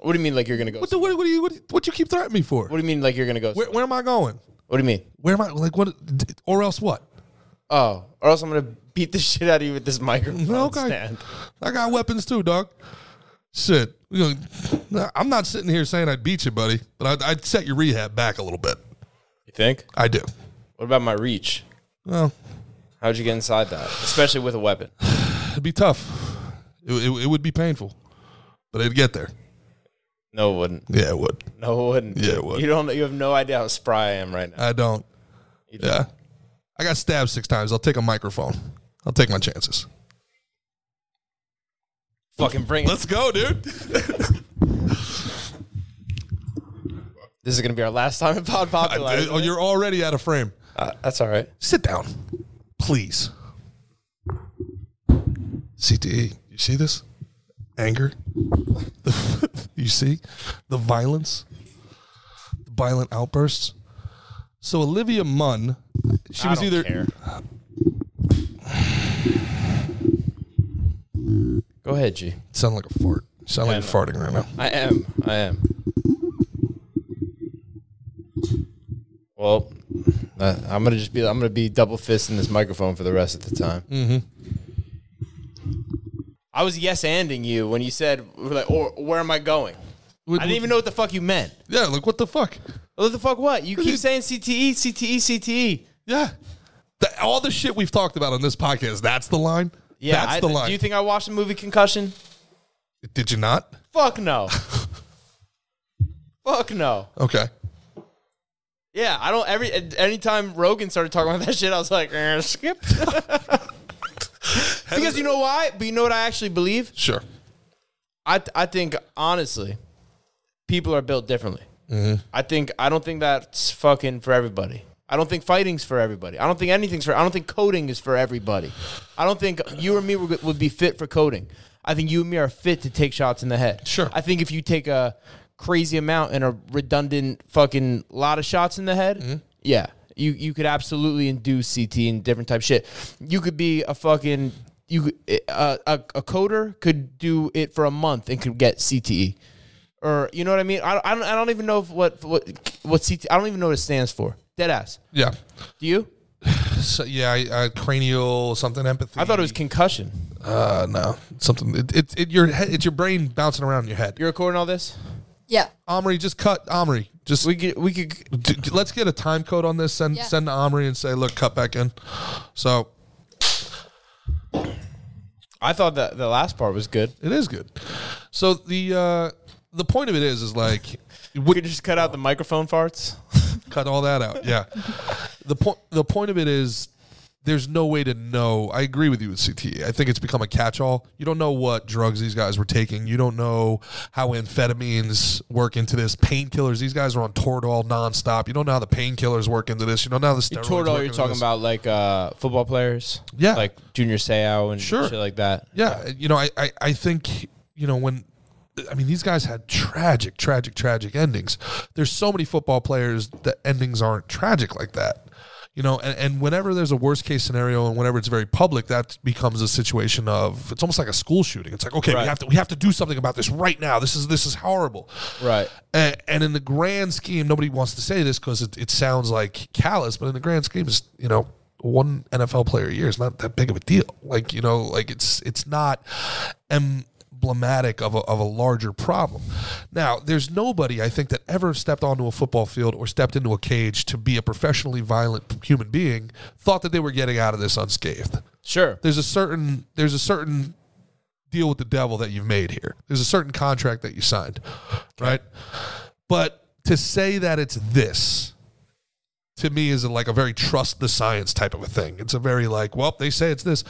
S2: What do you mean like you're gonna go?
S1: What the, what, what do you what, do you- what you keep threatening me for?
S2: what do you mean like you're gonna go?
S1: Where, where am I going?
S2: what do you mean?
S1: Where am I like what? d- Or else what?
S2: Oh, or else I'm gonna beat the [LAUGHS] shit out of you with this microphone
S1: Okay.
S2: stand.
S1: I got weapons too, dog. Shit. You know, nah, I'm not sitting here saying I'd beat you, buddy, but I'd, I'd set your rehab back a little bit.
S2: You think?
S1: I do.
S2: What about my reach?
S1: Well,
S2: How'd you get inside that? Especially with a weapon.
S1: it'd be tough. It, it, it would be painful, but it'd get there.
S2: No, it wouldn't.
S1: Yeah, it would.
S2: No, it wouldn't.
S1: Yeah, it would.
S2: You don't. You have no idea how spry I am right now.
S1: I don't.
S2: You don't.
S1: Yeah. I got stabbed six times. I'll take a microphone. I'll take my chances.
S2: Fucking bring it.
S1: Let's go, dude.
S2: This is gonna be our last time in Pod Popular.
S1: oh, you're already out of frame.
S2: Uh, that's all right.
S1: Sit down, please. CTE, E, you see this? Anger. [LAUGHS] you see the violence, the violent outbursts. So Olivia Munn, she
S2: I
S1: was
S2: don't
S1: either
S2: care. Go ahead, G.
S1: sound like a fart. Sound like
S2: Yeah,
S1: you're farting right now.
S2: I am. I am. Well, uh, I'm gonna just be. I'm gonna be double fisting this microphone for the rest of the time. Mm-hmm. I was yes anding you when you said, like, "Or where am I going?" I didn't even know what the fuck you meant.
S1: Yeah, like what the fuck?
S2: What the fuck? What you keep
S1: it-
S2: saying? E, CTE, CTE, CTE.
S1: Yeah. The- all the shit we've talked about on this podcast, that's the line.
S2: Yeah,
S1: that's
S2: I-
S1: the line.
S2: Do you think I watched the movie Concussion?
S1: Did you not? [LAUGHS]
S2: Fuck no. fuck no.
S1: Okay.
S2: Yeah, I don't. Every anytime Rogan started talking about that shit, I was like, eh, skip. [LAUGHS] because you know why? But you know what I actually believe?
S1: Sure.
S2: I I think honestly, people are built differently. I think I don't think that's fucking for everybody. I don't think fighting's for everybody. I don't think anything's for. I don't think coding is for everybody. I don't think you or me would would be fit for coding. I think you and me are fit to take shots in the head.
S1: Sure.
S2: I think if you take a crazy amount and a redundant fucking lot of shots in the head, yeah, you you could absolutely induce CT and different type shit. You could be a fucking you could- eh, uh, a, a a coder could do it for a month and could get E. CTE or you know what I mean? I, I don't I don't even know if what what what CT I don't even know what it stands for. Dead ass.
S1: Yeah.
S2: Do you?
S1: So, yeah, I, I, cranial something empathy.
S2: I thought it was concussion.
S1: Uh, no, something. It, it, it your head, it's your brain bouncing around in your head.
S2: You're recording all this?
S4: Yeah.
S1: Omri, just cut Omri. Just
S2: We could, we could,
S1: d- d- let's get a time code on this. Send
S4: Yeah.
S1: send to Omri and say, look, cut back in. So
S2: I thought that the last part was good.
S1: it is good. So the uh, the point of it is is like
S2: We could just cut out the microphone farts.
S1: cut all that out. Yeah. the point the point of it is there's no way to know. I agree with you with CTE. I think it's become a catch-all. You don't know what drugs these guys were taking. You don't know how amphetamines work into this. Painkillers. These guys are on Toradol nonstop. You don't know how the painkillers work into this. You don't know how the steroids.
S2: Total,
S1: work
S2: you're
S1: into
S2: talking
S1: this.
S2: about like uh, football players,
S1: Yeah.
S2: like Junior Seau and
S1: Sure.
S2: shit like that.
S1: Yeah, you know, I, I, I think, you know, when I mean these guys had tragic, tragic, tragic endings. There's so many football players that endings aren't tragic like that. You know, and, and whenever there's a worst case scenario and whenever it's very public, that becomes a situation of it's almost like a school shooting. It's like, okay, we
S2: Right.
S1: have to we have to do something about this right now. This is this is horrible.
S2: Right.
S1: And, and in the grand scheme, nobody wants to say this because it, it sounds like callous, but in the grand scheme, is you know one NFL player a year is not that big of a deal. Like you know, like it's it's not emblematic of a, of a larger problem. Now, there's nobody I think that ever stepped onto a football field or stepped into a cage to be a professionally violent human being thought that they were getting out of this unscathed
S2: Sure.
S1: there's a certain there's a certain deal with the devil that you've made here. There's a certain contract that you signed, right? But to say that it's this to me is like a very trust the science type of a thing. It's a very like, well, they say it's this,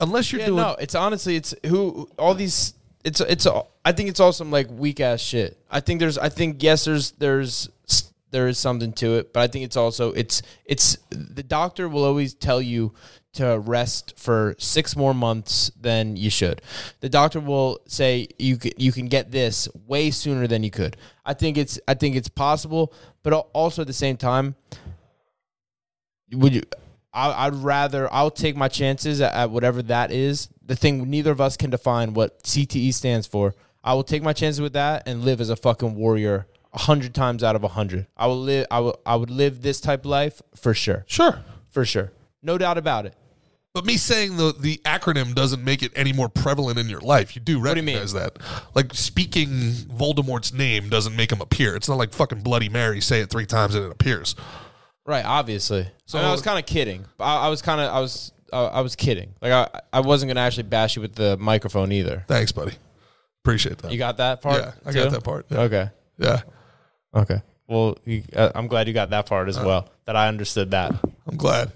S1: unless you're
S2: Yeah,
S1: doing
S2: no, it's honestly, it's who all these. It's it's. all- I think it's all some like weak ass shit. I think there's. I think yes, there's there's s- there is something to it, but I think it's also it's it's the doctor will always tell you to rest for six more months than you should. The doctor will say you c- you can get this way sooner than you could. I think it's I think it's possible, but al- also at the same time, would you I, i'd rather i'll take my chances at, at whatever that is the thing neither of us can define what cte stands for i will take my chances with that and live as a fucking warrior a hundred times out of a hundred i will live i will i would live this type of life for sure
S1: sure.
S2: for sure no doubt about it
S1: But me saying the the acronym doesn't make it any more prevalent in your life. You do
S2: do you mean?
S1: recognize that. Like speaking Voldemort's name doesn't make him appear. It's not like fucking Bloody Mary. Say it three times and it appears.
S2: right obviously
S1: So-
S2: so i, was kind of kidding I, I was kind of i was I, I was kidding like i i wasn't gonna actually bash you with the microphone either
S1: Thanks, buddy. Appreciate that.
S2: you got that part
S1: yeah, I got
S2: too?
S1: that part. Yeah.
S2: okay
S1: Yeah.
S2: okay well you, uh, i'm glad you got that part as well that i understood that
S1: I'm glad.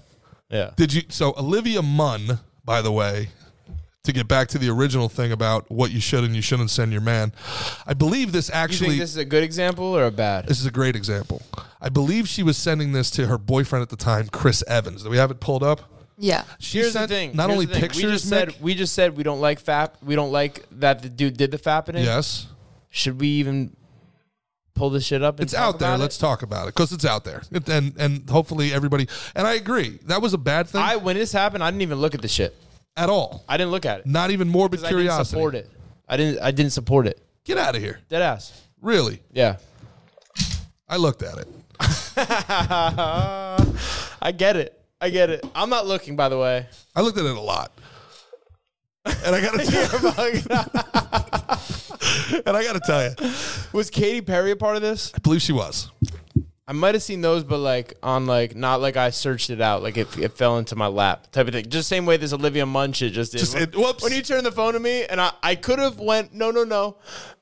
S2: Yeah.
S1: Did you? So Olivia Munn, by the way, to get back to the original thing about what you should and you shouldn't send your man, I believe this
S2: You
S1: actually.
S2: think this is a good example or a bad?
S1: This is a great example. I believe she was sending this to her boyfriend at the time, Chris Evans. Do we have it pulled up?
S4: Yeah.
S1: She
S2: Here's the
S1: sent
S2: thing.
S1: Not
S2: here's
S1: only
S2: the thing.
S1: pictures.
S2: We just said
S1: Mick-
S2: we just said we don't like fap. We don't like that the dude did the fapping.
S1: yes,
S2: Should we even pull this shit up? And
S1: it's
S2: talk
S1: out there.
S2: about it?
S1: Let's talk about it because it's out there, It- and and hopefully everybody. And I agree that was a bad thing
S2: I when this happened, I didn't even look at the shit.
S1: at all.
S2: I didn't look at it.
S1: Not even morbid
S2: 'Cause I didn't
S1: curiosity.
S2: support it. I didn't. I didn't support it.
S1: Get out of here.
S2: Dead ass.
S1: Really,
S2: [LAUGHS] Yeah.
S1: I looked at it.
S2: I get it. I get it. I'm not looking, by the [LAUGHS] way.
S1: I looked at it a lot. And I gotta
S2: [LAUGHS]
S1: tell, and I gotta tell you,
S2: Was Katy Perry a part of this?
S1: I believe she was.
S2: I might have seen those, but like on like not like I searched it out, like it, it fell into my lap type of thing. Just same way this Olivia Munn shit just did.
S1: Just
S2: When-
S1: it- whoops.
S2: When you turned the phone to me, and I I could have went no no no,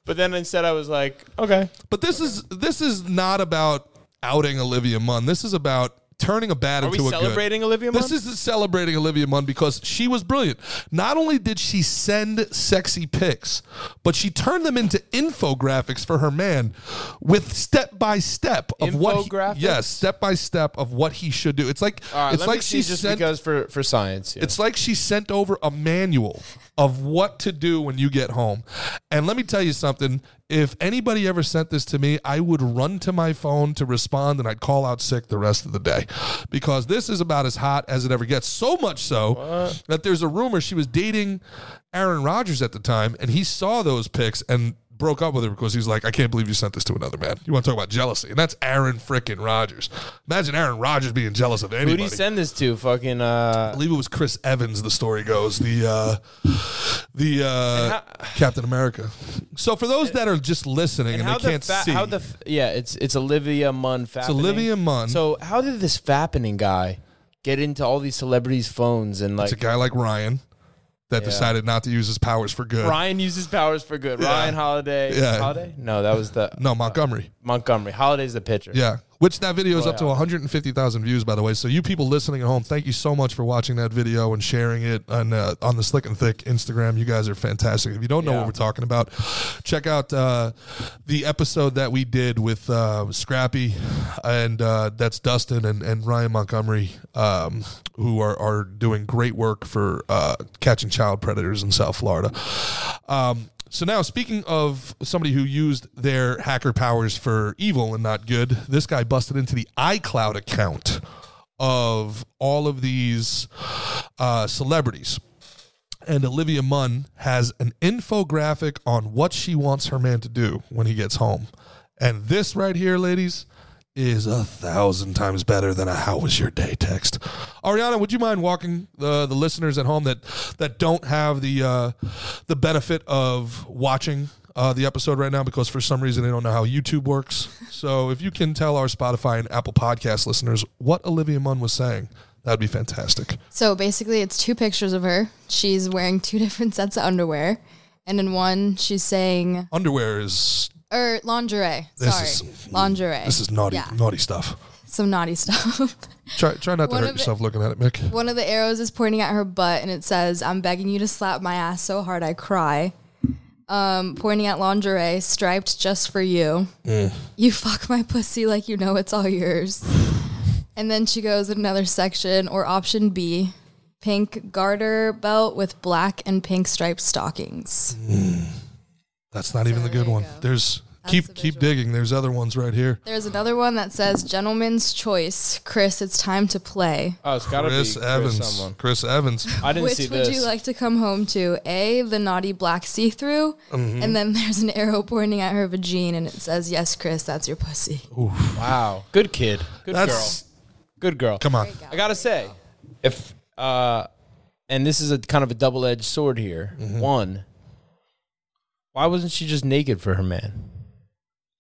S2: but then instead I was like okay
S1: But this is this is not about outing Olivia Munn. This is about turning a bad
S2: we
S1: into a good.
S2: celebrating Olivia
S1: This
S2: Munn?
S1: is celebrating Olivia Munn because she was brilliant. Not only did she send sexy pics, but she turned them into infographics for her man with step by step of what
S2: Infographics?
S1: he, yes, step by step of what he should do. It's like
S2: all right.
S1: it's
S2: let
S1: like
S2: me
S1: she
S2: see just
S1: sent
S2: because for for science. yeah.
S1: It's like she sent over a manual of what to do when you get home. And let me tell you something. If anybody ever sent this to me, I would run to my phone to respond and I'd call out sick the rest of the day because this is about as hot as it ever gets. So much so that there's a rumor she was dating Aaron Rodgers at the time and he saw those pics and broke up with her because he's like, I can't believe you sent this to another man. You want to talk about jealousy? And that's Aaron frickin' Rodgers. Imagine Aaron Rodgers being jealous of
S2: Who
S1: anybody.
S2: do you send this to? Fucking uh,
S1: I believe it was Chris Evans. The story goes the uh, the uh, Captain America. So for those that are just listening and,
S2: how
S1: they can't
S2: the fa-
S1: see,
S2: How the f- yeah, it's it's Olivia Munn. Fappening.
S1: Olivia Munn.
S2: So how did this Fappening guy get into all these celebrities' phones and
S1: it's a
S2: like
S1: guy like Ryan that
S2: Yeah.
S1: decided not to use his powers for good.
S2: Ryan uses powers for good.
S1: Yeah.
S2: Ryan Holiday.
S1: Yeah.
S2: Holiday? No, that was the
S1: No, Montgomery.
S2: Montgomery. Holiday's the pitcher.
S1: Yeah. Which that video is up to
S2: Wow.
S1: 150,000 views, by the way. So you people listening at home, thank you so much for watching that video and sharing it on uh, on the Slick and Thick Instagram. You guys are fantastic. If you don't know
S2: Yeah.
S1: what we're talking about, check out uh, the episode that we did with uh, Scrappy, and uh, that's Dustin and, and Ryan Montgomery, um, who are, are doing great work for uh, catching child predators in South Florida. Um, so now, speaking of somebody who used their hacker powers for evil and not good, this guy busted into the iCloud account of all of these uh, celebrities. And Olivia Munn has an infographic on what she wants her man to do when he gets home. And this right here, ladies, is a thousand times better than a "How was your day?" text. Ariana, would you mind walking the the listeners at home that that don't have the uh, the benefit of watching uh, the episode right now because for some reason they don't know how YouTube works. So if you can tell our Spotify and Apple Podcast listeners what Olivia Munn was saying, that'd be fantastic.
S4: So basically, it's two pictures of her. She's wearing two [LAUGHS] different sets of underwear. And in one, she's saying,
S1: Underwear is
S4: or lingerie.
S1: This
S4: sorry.
S1: is some-
S4: lingerie.
S1: This is naughty,
S4: Yeah.
S1: naughty stuff.
S4: Some naughty [LAUGHS] stuff.
S1: Try, try not to
S4: One
S1: hurt
S4: of it-
S1: yourself looking at it, Mick.
S4: one of the arrows is pointing at her butt and it says, I'm begging you to slap my ass so hard I cry. Um, pointing at lingerie, striped just for you.
S1: Mm.
S4: You fuck my pussy like you know it's all yours. and then she goes in another section or option B pink garter belt with black and pink striped stockings.
S1: That's not even the good
S4: there you
S1: one.
S4: go.
S1: There's
S4: That's
S1: keep
S4: the
S1: keep
S4: visual.
S1: digging. There's other ones right here.
S4: There's another one that says, Gentleman's choice. Chris, it's time to play.
S2: Oh, it's gotta
S1: Chris
S2: be
S1: Evans.
S2: Chris someone.
S1: Chris Evans.
S2: I didn't
S4: Which
S2: see
S4: would
S2: this.
S4: you like to come home to? A, the naughty black see through,
S1: Mm-hmm.
S4: and then there's an arrow pointing at her vagine, and it says, "Yes, Chris, that's your pussy."
S2: wow. Good kid. Good
S1: That's
S2: girl. Good girl.
S1: come on.
S2: I gotta say, if uh, and this is a kind of a double-edged sword here.
S1: Mm-hmm.
S2: One, why wasn't she just naked for her man?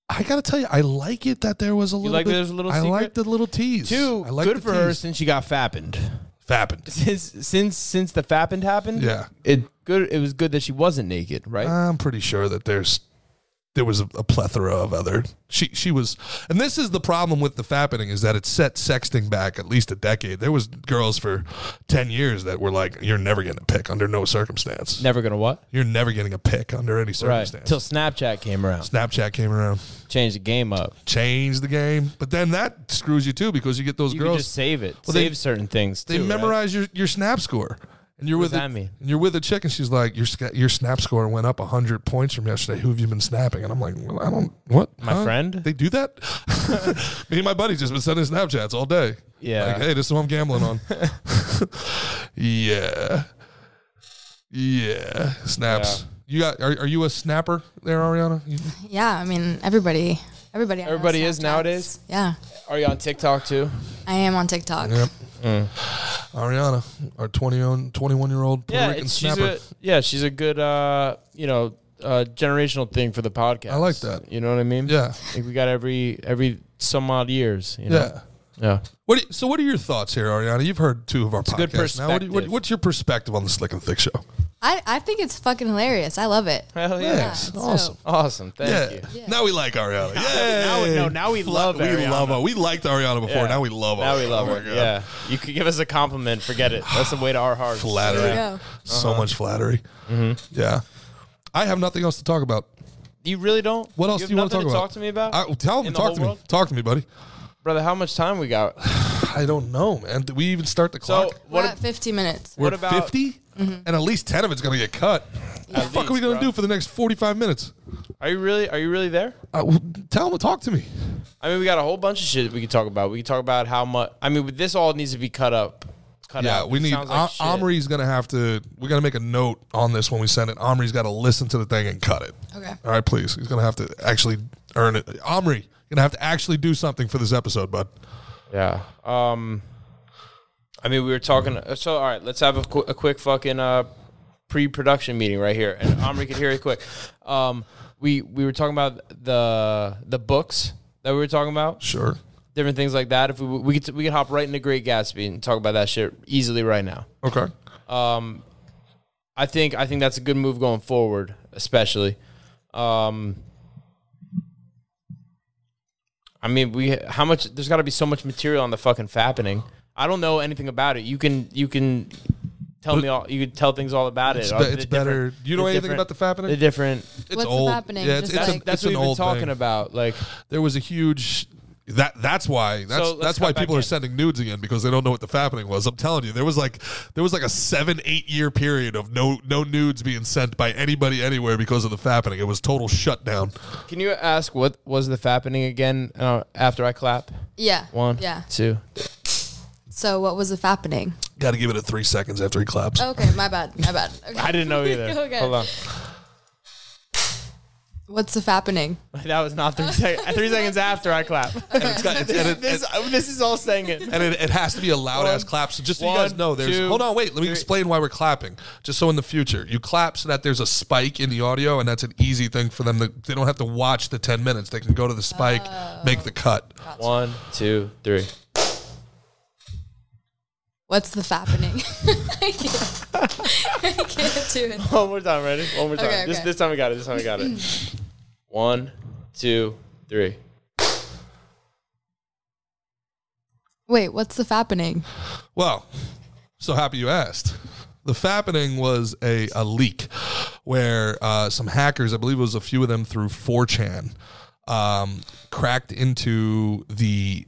S1: I gotta tell you, I like it that there was a little.
S2: like
S1: bit,
S2: there's a little
S1: I like
S2: secret?
S1: the little tease.
S2: Two,
S1: I like
S2: good
S1: the
S2: for her
S1: tease.
S2: since she got fappined. [LAUGHS]
S1: Fapping.
S2: Since since since the fappined happened,
S1: Yeah. Uh,
S2: it good. It was good that she wasn't naked, right?
S1: I'm pretty sure that there's there was a, a plethora of other. She she was, and this is the problem with the fappening is that it set sexting back at least a decade. There was girls for ten years that were like, "You're never getting a pick under no circumstance.
S2: Never gonna what?
S1: You're never getting a pick under any
S2: Right.
S1: circumstance."
S2: Till Snapchat came around,
S1: Snapchat came around,
S2: changed the game up.
S1: changed the game, but then that screws you too because you get those
S2: You can
S1: girls.
S2: just save it.
S1: Well, they-
S2: save certain things.
S1: they
S2: too, right?
S1: memorize your, your snap score. And you're with
S2: What does
S1: a,
S2: that mean?
S1: And you're with a chick, and she's like, "Your sca- your snap score went up hundred points from yesterday. Who have you been snapping?" And I'm like, "Well, I don't what
S2: My friend?
S1: They do that. [LAUGHS] Me and my buddy just been sending Snapchats all day.
S2: Yeah.
S1: like, hey, this is what I'm gambling
S2: [LAUGHS]
S1: on. yeah, yeah, snaps.
S2: Yeah.
S1: You got? Are, are you a snapper there, Ariana? You-
S4: Yeah, I mean, everybody, everybody, I know
S2: Everybody is
S4: Snapchats.
S2: nowadays?
S4: Yeah,
S2: Are you on TikTok too?
S4: I am on TikTok.
S1: Yep. Ariana, our 20 21 year old Puerto Rican
S2: it's-
S1: snapper.
S2: She's a, yeah, she's a good uh, you know, uh, generational thing for the podcast.
S1: I like that.
S2: You know what I mean?
S1: yeah,
S2: Like we got every every some odd years, you know.
S1: yeah.
S2: Yeah.
S1: What do you- so what are your thoughts here, Ariana? You've heard two of our podcasts
S2: a good
S1: now. What do you- what-
S2: perspective.
S1: what's your perspective on the Slick and Thick show?
S4: I, I think it's fucking hilarious. I love it.
S2: Hell yeah.
S1: Thanks.
S4: it's
S1: awesome.
S2: Awesome. Thank
S1: Yeah.
S2: you.
S4: Yeah.
S1: Now we like Ariana. Yeah.
S2: Now we- no, now we love
S1: We
S2: Ariana.
S1: love her. Oh We liked Ariana before.
S2: Yeah.
S1: Now we love her.
S2: Now we love her. Yeah. You could give us a compliment, forget it. That's the way to our hearts.
S1: Flattering.
S4: There you go.
S2: Uh-huh.
S1: So much flattery.
S2: Mm-hmm.
S1: Yeah. I have nothing else to talk about.
S2: You really don't?
S1: What else
S2: have
S1: do you want to
S2: nothing
S1: talk about?
S2: Talk to me about?
S1: I, tell me.
S2: In the
S1: Talk
S2: whole
S1: to me.
S2: world?
S1: Talk to me, buddy.
S2: Brother, how much time we got?
S1: I don't know, man. Did we even start the
S2: So,
S1: clock?
S4: We're
S2: what
S4: at 50 minutes.
S1: We're
S2: what about-
S1: 50?
S4: Mm-hmm.
S1: And at least 10 of it's going to get cut. What the fuck are we
S2: least,
S1: going to
S2: bro.
S1: do for the next 45 minutes?
S2: are you really are you really there?
S1: Uh, well, tell him to talk to me.
S2: I mean, we got a whole bunch of shit we could talk about. We could talk about how much I mean, but this all needs to be cut up. cut
S1: yeah,
S2: out.
S1: we
S2: It
S1: need
S2: sounds like
S1: Am-
S2: shit.
S1: Omri's gonna have to. We're gonna make a note on this when we send it. Omri's got to listen to the thing and cut it.
S4: Okay.
S1: All right, please. He's gonna have to actually earn it. Omri, you're gonna have to actually do something for this episode, bud.
S2: Yeah. Um. I mean, we were talking. uh, So, all right, let's have a, qu- a quick fucking uh, pre-production meeting right here, and Omri could hear it quick. Um, we we were talking about the the books that we were talking about,
S1: Sure.
S2: different things like that. If we we could we could hop right into Great Gatsby and talk about that shit easily right now.
S1: Okay.
S2: Um, I think I think that's a good move going forward, especially. Um, I mean, we how much? There's got to be so much material on the fucking fappening. I don't know anything about it. You can you can tell me all. You can tell things all about
S1: It's,
S2: it.
S1: be- it's better. You know
S2: the
S1: anything about the
S2: different- the
S1: fappening?
S2: different.
S1: It's
S4: What's the
S1: old.
S4: fappening?
S1: Yeah, it's,
S4: Just
S1: it's,
S4: like-
S1: an, it's
S2: That's what
S1: an
S2: we've been
S1: old
S2: talking
S1: thing.
S2: about. Like
S1: There was a huge. That that's why that's
S2: let's
S1: that's why
S2: cut back
S1: people are
S2: in.
S1: sending nudes again because they don't know what the fappening was. I'm telling you, there was like there was like a seven eight year period of no no nudes being sent by anybody anywhere because of the fappening. It was total shutdown.
S2: Can you ask what was the fappening again uh, after I clap?
S4: Yeah.
S2: One,
S4: Yeah.
S2: two.
S4: So what was the fappening?
S1: Got to give it a three seconds after he claps.
S4: Okay, my bad.
S2: [LAUGHS]
S4: My bad. Okay.
S2: I didn't
S4: [LAUGHS]
S2: know either.
S4: Okay.
S2: Hold on.
S4: What's the fappening?
S2: That was not three seconds. Three seconds after I [LAUGHS] clap.
S1: And it's got- it's- and it-
S2: this, this is all saying it.
S1: and it, it has to be a loud ass clap. So just so you
S2: one,
S1: guys know, there's
S2: two,
S1: hold on, wait, let me
S2: three.
S1: explain why we're clapping. Just so in the future, you clap so that there's a spike in the audio, and that's an easy thing for them. To, they don't have to watch the ten minutes. They can go to the spike, make the cut.
S2: One, two, three.
S4: What's the fappening? [LAUGHS] I, can't, I can't do
S2: [LAUGHS]
S4: it.
S2: One more time, ready? One more time.
S4: Okay,
S2: This,
S4: okay.
S2: this time we got it. This time we got it. [CLEARS THROAT] One, two, three.
S4: Wait, what's the fappening?
S1: Well, so happy you asked. The fappening was a, a leak where uh, some hackers, I believe it was a few of them through 4chan, um, cracked into the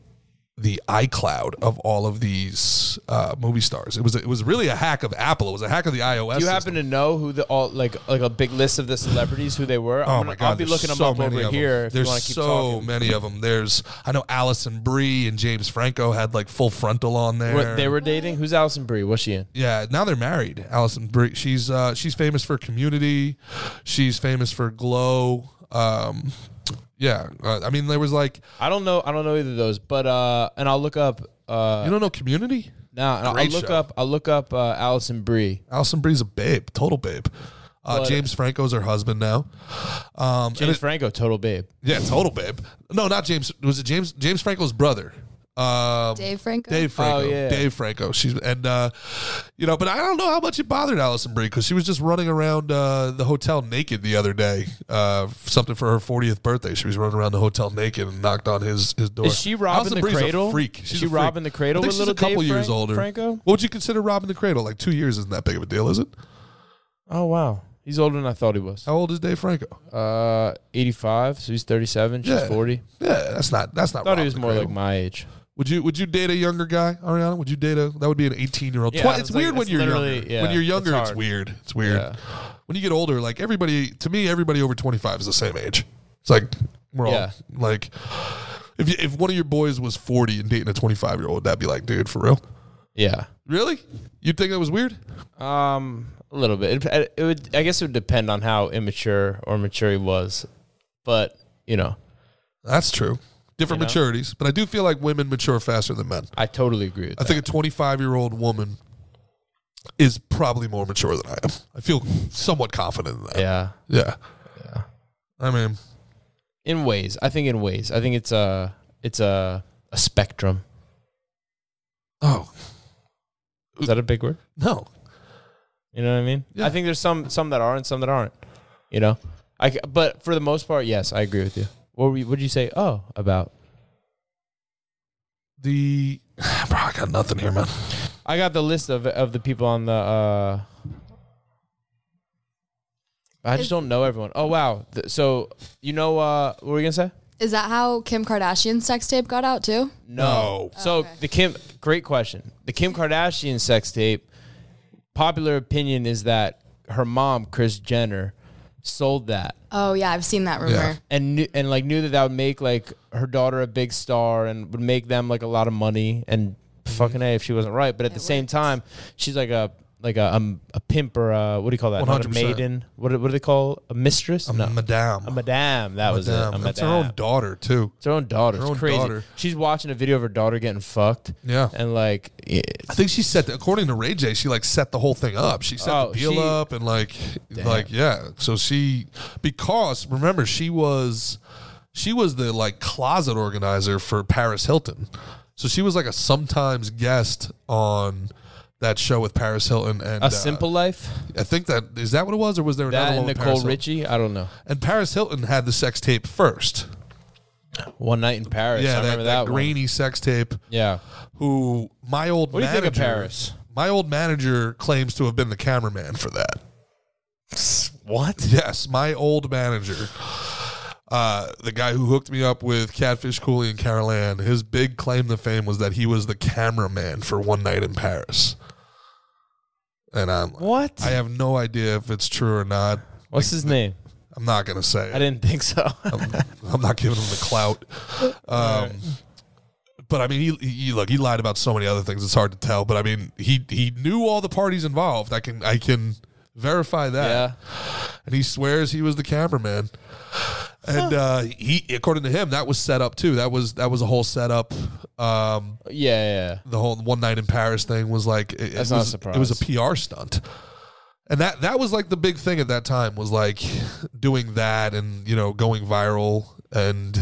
S1: the iCloud of all of these uh, movie stars. It was it was really a hack of Apple. It was a hack of the iOS.
S2: Do you
S1: system.
S2: happen to know who the all like like a big list of the celebrities who they were?
S1: Oh
S2: I'm
S1: my
S2: gonna-
S1: god!
S2: I'll be
S1: there's
S2: looking them
S1: so
S2: up
S1: many
S2: over
S1: of 'em.
S2: here if
S1: there's
S2: you want to keep
S1: so
S2: talking.
S1: many of them. There's I know Allison Brie and James Franco had like full frontal on there.
S2: Were- they were dating. Who's Allison Brie? What's she in?
S1: Yeah, now they're married. Allison Brie. She's uh, she's famous for Community. She's famous for Glow. Um, yeah, uh, I mean there was like
S2: I don't know. I don't know either of those. But uh, and I'll look up. Uh,
S1: you don't know Community.
S2: now I'll
S1: Great
S2: look
S1: show.
S2: up. I'll look up uh, Allison Brie.
S1: Allison Brie's a babe, total babe. Uh,
S2: But-
S1: James Franco's her husband now. Um, and
S2: James
S1: it-
S2: Franco, total babe.
S1: yeah, total babe. No, not James. Was it James? James Franco's brother. Um,
S4: Dave Franco?
S1: Dave Franco.
S2: Oh, yeah.
S1: Dave Franco. She's and uh, you know, but I don't know how much it bothered Allison Brie because she was just running around uh, the hotel naked the other day. Uh, something for her 40th birthday. She was running around the hotel naked and knocked on his his door.
S2: Is she robbing
S1: Alison
S2: the
S1: Brie's
S2: cradle?
S1: A freak.
S2: Is
S1: She's
S2: she
S1: a freak.
S2: robbing the
S1: I
S2: cradle
S1: think
S2: with
S1: she's
S2: little
S1: a couple
S2: Dave
S1: years
S2: Frank-
S1: older.
S2: Franco?
S1: What would you consider robbing the cradle? Like two years isn't that big of a deal, is it?
S2: Oh wow, he's older than I thought he was.
S1: How old is Dave Franco?
S2: Uh, eighty-five. So he's thirty-seven. She's
S1: Oh. Yeah.
S2: forty.
S1: Yeah, that's not that's not.
S2: Thought he
S1: robbing
S2: was
S1: the
S2: more
S1: cradle.
S2: like my age.
S1: Would you would you date a younger guy, Ariana? Would you date a that would be an eighteen year old?
S2: Yeah,
S1: Twi- it's
S2: it's like-
S1: weird when
S2: it's
S1: you're
S2: literally-
S1: younger.
S2: yeah,
S1: when you're younger,
S2: it's
S1: it's,
S2: hard.
S1: weird. It's weird.
S2: Yeah.
S1: When you get older, like everybody to me, everybody over twenty five is the same age. It's like we're all
S2: Yeah.
S1: like if you, if one of your boys was forty and dating a twenty five year old, that'd be like, dude, for real?
S2: Yeah.
S1: Really? You'd think that was weird?
S2: Um, a little bit. It, it would. I guess it would depend on how immature or mature he was, but you know,
S1: That's true. Different
S2: You know?
S1: maturities, but I do feel like women mature faster than men.
S2: I totally agree with
S1: I
S2: that.
S1: think a 25 year old woman is probably more mature than I am. I feel somewhat confident in that.
S2: yeah.
S1: Yeah.
S2: Yeah.
S1: I mean,
S2: In ways, I think in ways, I think it's a it's a a spectrum.
S1: oh
S2: Is that a big word?
S1: no,
S2: You know what I mean?
S1: Yeah.
S2: I think there's some some that are and some that aren't. You know, I c- but for the most part, yes, I agree with you. What were you, what did you say? Oh, about
S1: the [SIGHS] bro, I got nothing here, man.
S2: I got the list of of the people on the. uh I just don't know everyone. Oh wow! Th- So you know uh, what were you gonna say?
S4: Is that how Kim Kardashian's sex tape got out too?
S1: No.
S2: So
S4: Okay.
S2: the Kim, great question. The Kim Kardashian sex tape. Popular opinion is that her mom, Kris Jenner, sold that
S4: Oh yeah, I've seen that rumor.
S1: Yeah.
S2: and knew, and like knew that that would make like her daughter a big star and would make them like a lot of money and fucking a if she wasn't right. But at
S4: It
S2: the same
S4: worked.
S2: time, she's like a like a um, a pimp or a, what do you call that? Not a
S1: 100%.
S2: maiden. What do- what do they call a mistress?
S1: A
S2: no,
S1: madame.
S2: a madame. That was it. A
S1: That's her own
S2: madame.
S1: daughter too.
S2: It's her own daughter.
S1: Her
S2: It's
S1: own
S2: crazy.
S1: daughter.
S2: She's watching a video of her daughter getting fucked,
S1: Yeah.
S2: and like, it-
S1: I think she set, the, according to Ray J, she like set the whole thing up. She set
S2: Oh,
S1: the deal
S2: she-
S1: up and like,
S2: Damn.
S1: like yeah. So she, because remember she was, she was the like closet organizer for Paris Hilton, so she was like a sometimes guest on that show with Paris Hilton and
S2: a
S1: uh,
S2: simple life.
S1: I think that is that what it was, or was there
S2: That
S1: another
S2: and
S1: one? with
S2: Nicole
S1: Paris Hilton?
S2: Richie. I don't know.
S1: And Paris Hilton had the sex tape first.
S2: One night in Paris. I
S1: yeah, that,
S2: remember
S1: that,
S2: that, one.
S1: grainy sex tape.
S2: Yeah.
S1: Who my old
S2: What do you
S1: manager,
S2: think of Paris?
S1: My old manager claims to have been the cameraman for that.
S2: What?
S1: Yes, my old manager, uh, the guy who hooked me up with Catfish Cooley and Carol Ann, his big claim to fame was that he was the cameraman for One Night in Paris. And I'm,
S2: What?
S1: I have no idea if it's true or not.
S2: What's his name?
S1: I'm not gonna say.
S2: I
S1: It.
S2: didn't think
S1: [LAUGHS]
S2: so.
S1: I'm, I'm not giving him the clout. Um, But I mean, he, he look he lied about so many other things. It's hard to tell. But I mean, he he knew all the parties involved. I can I can verify that.
S2: yeah.
S1: and he swears he was the cameraman. And uh, he, according to him, that was set up too. That was that was a whole setup. Um,
S2: Yeah. Yeah.
S1: the whole one night in Paris thing was like it, it
S2: That's
S1: was
S2: not a
S1: it was a
S2: surprise.
S1: PR stunt. And that that was like the big thing at that time was like doing that and you know going viral and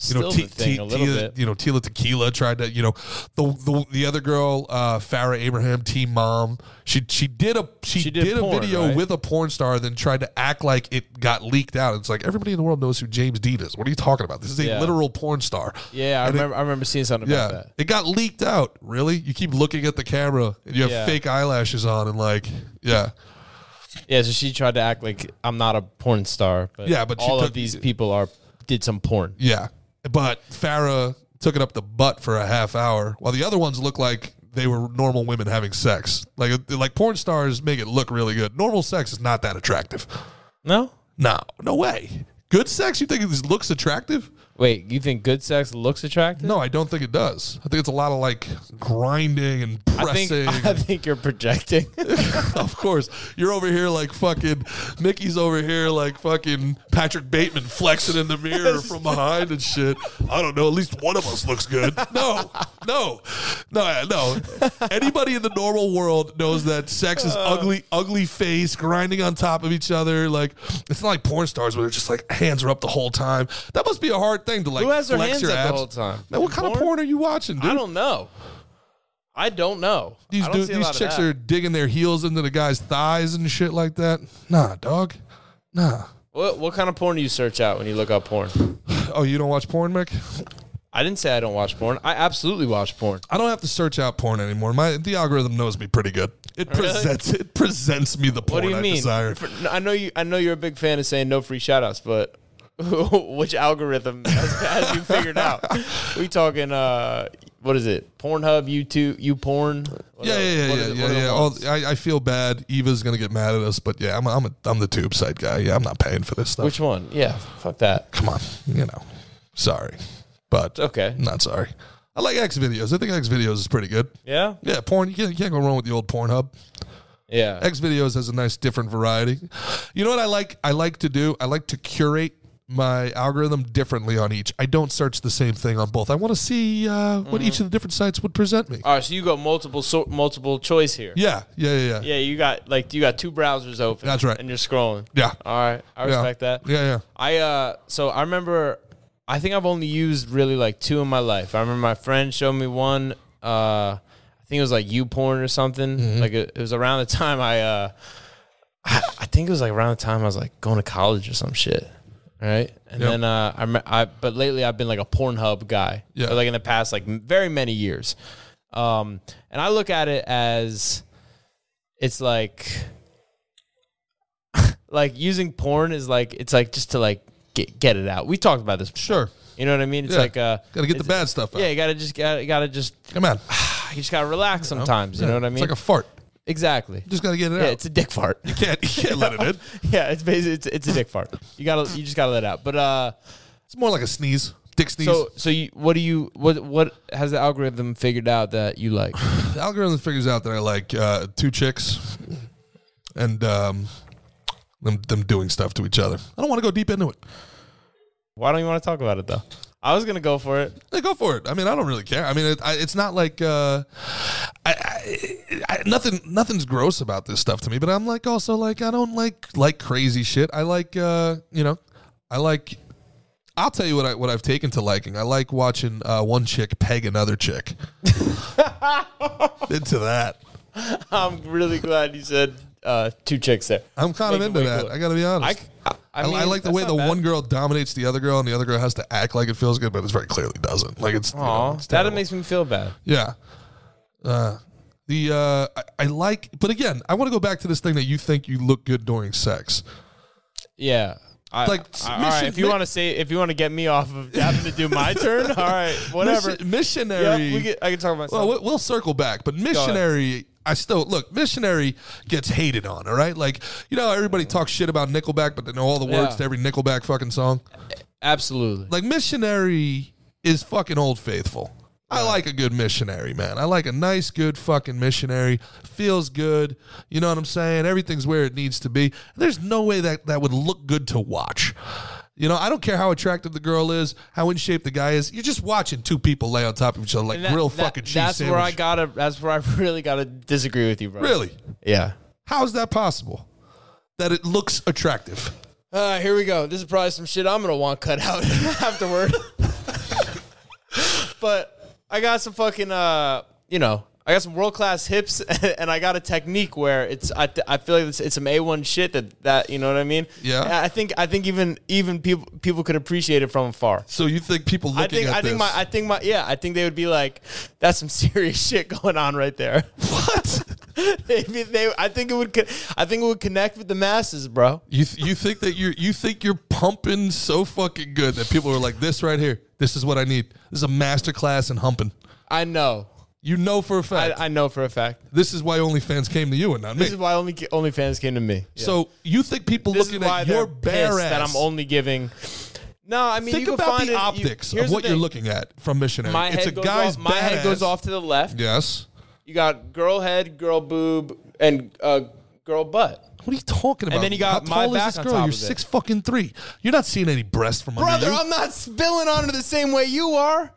S1: you know
S2: Still
S1: Te-
S2: the thing
S1: Te-
S2: a little
S1: Tila-
S2: bit.
S1: you know Tila Tequila tried to you know the the, the other girl uh, Farah Abraham Team Mom she she did a she,
S2: She
S1: did,
S2: did
S1: a
S2: porn,
S1: video
S2: right?
S1: with a porn star then tried to act like it got leaked out it's like everybody in the world knows who James Dean is what are you talking about this is a
S2: Yeah.
S1: literal porn star
S2: Yeah. I
S1: And it-
S2: remember. I remember seeing something
S1: yeah,
S2: about that.
S1: it got leaked out. Really, you keep looking at the camera and you have
S2: Yeah.
S1: fake eyelashes on, and like, yeah,
S2: Yeah, so she tried to act like I'm not a porn star, but
S1: Yeah, but she
S2: all
S1: took-
S2: of these people are did some porn.
S1: yeah. But Farah took it up the butt for a half hour, while the other ones look like they were normal women having sex. Like, like porn stars make it look really good. Normal sex is not that attractive.
S2: No,
S1: No, no way. Good sex? You think this looks attractive?
S2: wait, you think good sex looks attractive?
S1: No, I don't think it does. I think it's a lot of like grinding and pressing.
S2: I think [LAUGHS] I think
S1: [LAUGHS]
S2: you're projecting.
S1: of course. You're over here like fucking Mickey's over here like fucking Patrick Bateman flexing in the
S2: [LAUGHS]
S1: mirror from behind and shit. I don't know, at least one of us looks good. No. No. No, no. Anybody in the normal world knows that sex is
S2: Uh.
S1: ugly ugly face grinding on top of each other like it's not like porn stars where they're just like hands are up the whole time. That must be a hard thing to like
S2: Who has their
S1: flex
S2: hands
S1: your
S2: up the
S1: abs.
S2: whole time?
S1: Man, what kind of porn are you watching, dude?
S2: I don't know. I don't know.
S1: These
S2: I don't
S1: dude,
S2: see a
S1: these
S2: lot of
S1: chicks
S2: that.
S1: are digging their heels into the guy's thighs and shit like that. Nah, dog. Nah.
S2: What, what kind of porn do you search out when you look up porn?
S1: Oh, you don't watch porn, Mick?
S2: I didn't say I don't watch porn. I absolutely watch porn.
S1: I don't have to search out porn anymore. My the algorithm knows me pretty good. It presents it presents me the porn
S2: What do you
S1: I
S2: mean?
S1: desire.
S2: For- I know you. I know you're a big fan of saying no free shoutouts, but [LAUGHS] which algorithm has, has you figured
S1: [LAUGHS]
S2: out? We talking? Uh, what is it? Pornhub, YouTube, you porn?
S1: Yeah, yeah, yeah, yeah, yeah. yeah. All- I, I feel bad. Eva's gonna get mad at us, but yeah, I'm I'm, a, I'm the tube site guy. Yeah, I'm not paying for this stuff.
S2: Which one? Yeah, fuck that.
S1: Come on, you know, sorry, but
S2: Okay.
S1: not sorry. I like X videos. I think X videos is pretty good.
S2: Yeah,
S1: Yeah, porn. You can't, you can't go wrong with the old Pornhub.
S2: yeah.
S1: X videos has a nice different variety. You know what I like? I like to do. I like to curate my algorithm differently on each. I don't search the same thing on both. I want to see uh, what each of the different sites would present me.
S2: All right, so you got multiple so, multiple choice here.
S1: Yeah, yeah, yeah, yeah.
S2: Yeah, you got like you got two browsers open.
S1: That's right.
S2: And you're scrolling.
S1: Yeah.
S2: All right, I
S1: Yeah.
S2: respect that.
S1: Yeah, yeah.
S2: I uh so I remember I think I've only used really like two in my life. I remember my friend showed me one uh I think it was like you porn or something. Like it, it was around the time I uh I, I think it was like around the time I was like going to college or some shit. All right? And
S1: Yep.
S2: then uh I, rem- I but lately I've been like a Pornhub guy.
S1: Yeah.
S2: Or, like in the past like m- very many years. Um and I look at it as it's like [LAUGHS] like using porn is like it's like just to like get get it out. We talked about this.
S1: Sure.
S2: You know what I mean? It's
S1: Yeah.
S2: like uh
S1: Gotta get the
S2: it's-
S1: bad stuff out.
S2: Yeah, you gotta just gotta, gotta just
S1: Come
S2: [SIGHS]
S1: on.
S2: you just gotta relax sometimes. You know what I mean?
S1: It's like a fart.
S2: exactly.
S1: Just gotta get it
S2: Yeah,
S1: out.
S2: it's a dick fart.
S1: you [LAUGHS] can't. You can't let it
S2: [LAUGHS]
S1: in.
S2: yeah, it's basically it's, it's a dick fart. You gotta you just gotta let it out. But uh
S1: It's more like a sneeze. dick sneeze.
S2: So so you, what do you what what has the algorithm figured out that you like?
S1: the algorithm figures out that I like uh, two chicks and um, them them doing stuff to each other. I don't want to go deep into it.
S2: Why don't you want to talk about it though? I was gonna go for it. [LAUGHS]
S1: Hey, go for it. I mean, I don't really care. I mean, it, I, it's not like uh, I, I, I, nothing. Nothing's gross about this stuff to me. But I'm like also like I don't like like crazy shit. I like uh, you know, I like. I'll tell you what I what I've taken to liking. I like watching uh, one chick peg another chick. into that,
S2: I'm really glad you said uh, two chicks there.
S1: I'm kind of
S2: Make it
S1: into
S2: way
S1: that.
S2: cooler.
S1: I got to be honest.
S2: I, c- I- I
S1: I,
S2: mean,
S1: I like the
S2: that's
S1: way
S2: not
S1: the
S2: bad.
S1: one girl dominates the other girl, and the other girl has to act like it feels good, but it very clearly doesn't. Like it's, you know,
S2: Aw,
S1: it's
S2: that
S1: terrible.
S2: makes me feel bad.
S1: yeah. Uh, the uh, I, I like, but again, I want to go back to this thing that you think you look good during sex.
S2: Yeah. I,
S1: Like,
S2: I- all right,
S1: mission-
S2: if you want to say, if you want to get me off of having to do
S1: [LAUGHS]
S2: my turn, all right, whatever.
S1: Mission- missionary.
S2: Yeah, we get, I can talk about.
S1: Well, we- we'll circle back, but missionary. I still look. Missionary gets hated on. All right, like you know, everybody talks shit about Nickelback, but they know all the words
S2: Yeah.
S1: to every Nickelback fucking song.
S2: Absolutely.
S1: like missionary is fucking old faithful. I like a good missionary, man. I like a nice, good fucking missionary. Feels good. You know what I'm saying? Everything's where it needs to be. There's no way that that would look good to watch. You know, I don't care how attractive the girl is, how in shape the guy is. You're just watching two people lay on top of each other like
S2: That-
S1: real
S2: that-
S1: fucking cheese
S2: That's
S1: sandwich.
S2: where I gotta. That's where I [LAUGHS] really gotta disagree with you, bro.
S1: Really?
S2: Yeah.
S1: How is that possible? That it looks attractive.
S2: Uh, here we go. This is probably some shit I'm gonna want cut out [LAUGHS] afterward. but I got some fucking, uh, you know, I got some world class hips, [LAUGHS] and I got a technique where it's I, I feel like it's, it's some A1 shit that that you know what I mean.
S1: Yeah.
S2: And I think I think even even people people could appreciate it from afar.
S1: So you think people looking
S2: I think
S1: at
S2: I think
S1: this-
S2: my I think my yeah I think they would be like that's some [LAUGHS] serious shit going on right there. [LAUGHS]
S1: what?
S2: they, they I think it would co- I think it would connect with the masses, bro.
S1: You th- you think that you you think you're pumping so fucking good that people are like this right here. This is what I need. This is a master class in humping.
S2: I know.
S1: You know for a fact
S2: I, I know for a fact.
S1: this is why OnlyFans came to you and not me.
S2: This is why only OnlyFans came to me.
S1: So you think people
S2: this is
S1: looking
S2: why
S1: at
S2: they're
S1: your bare
S2: pissed
S1: ass
S2: that I'm only giving. No, I mean
S1: think
S2: you can
S1: about
S2: find
S1: the
S2: it- you-
S1: optics
S2: here's
S1: of
S2: the
S1: what you're
S2: thing.
S1: looking at from missionary.
S2: My
S1: it's
S2: head
S1: a
S2: goes
S1: guy's
S2: off. My head goes
S1: badass.
S2: off to the left.
S1: Yes.
S2: You got girl head, girl boob, and uh, girl butt.
S1: What are you talking about?
S2: then you got
S1: How
S2: my
S1: tall
S2: back
S1: is this
S2: on
S1: girl?
S2: top
S1: you're
S2: of it.
S1: six fucking three. You're not seeing any breasts from under
S2: Brother,
S1: you.
S2: I'm not spilling on her the same way you are.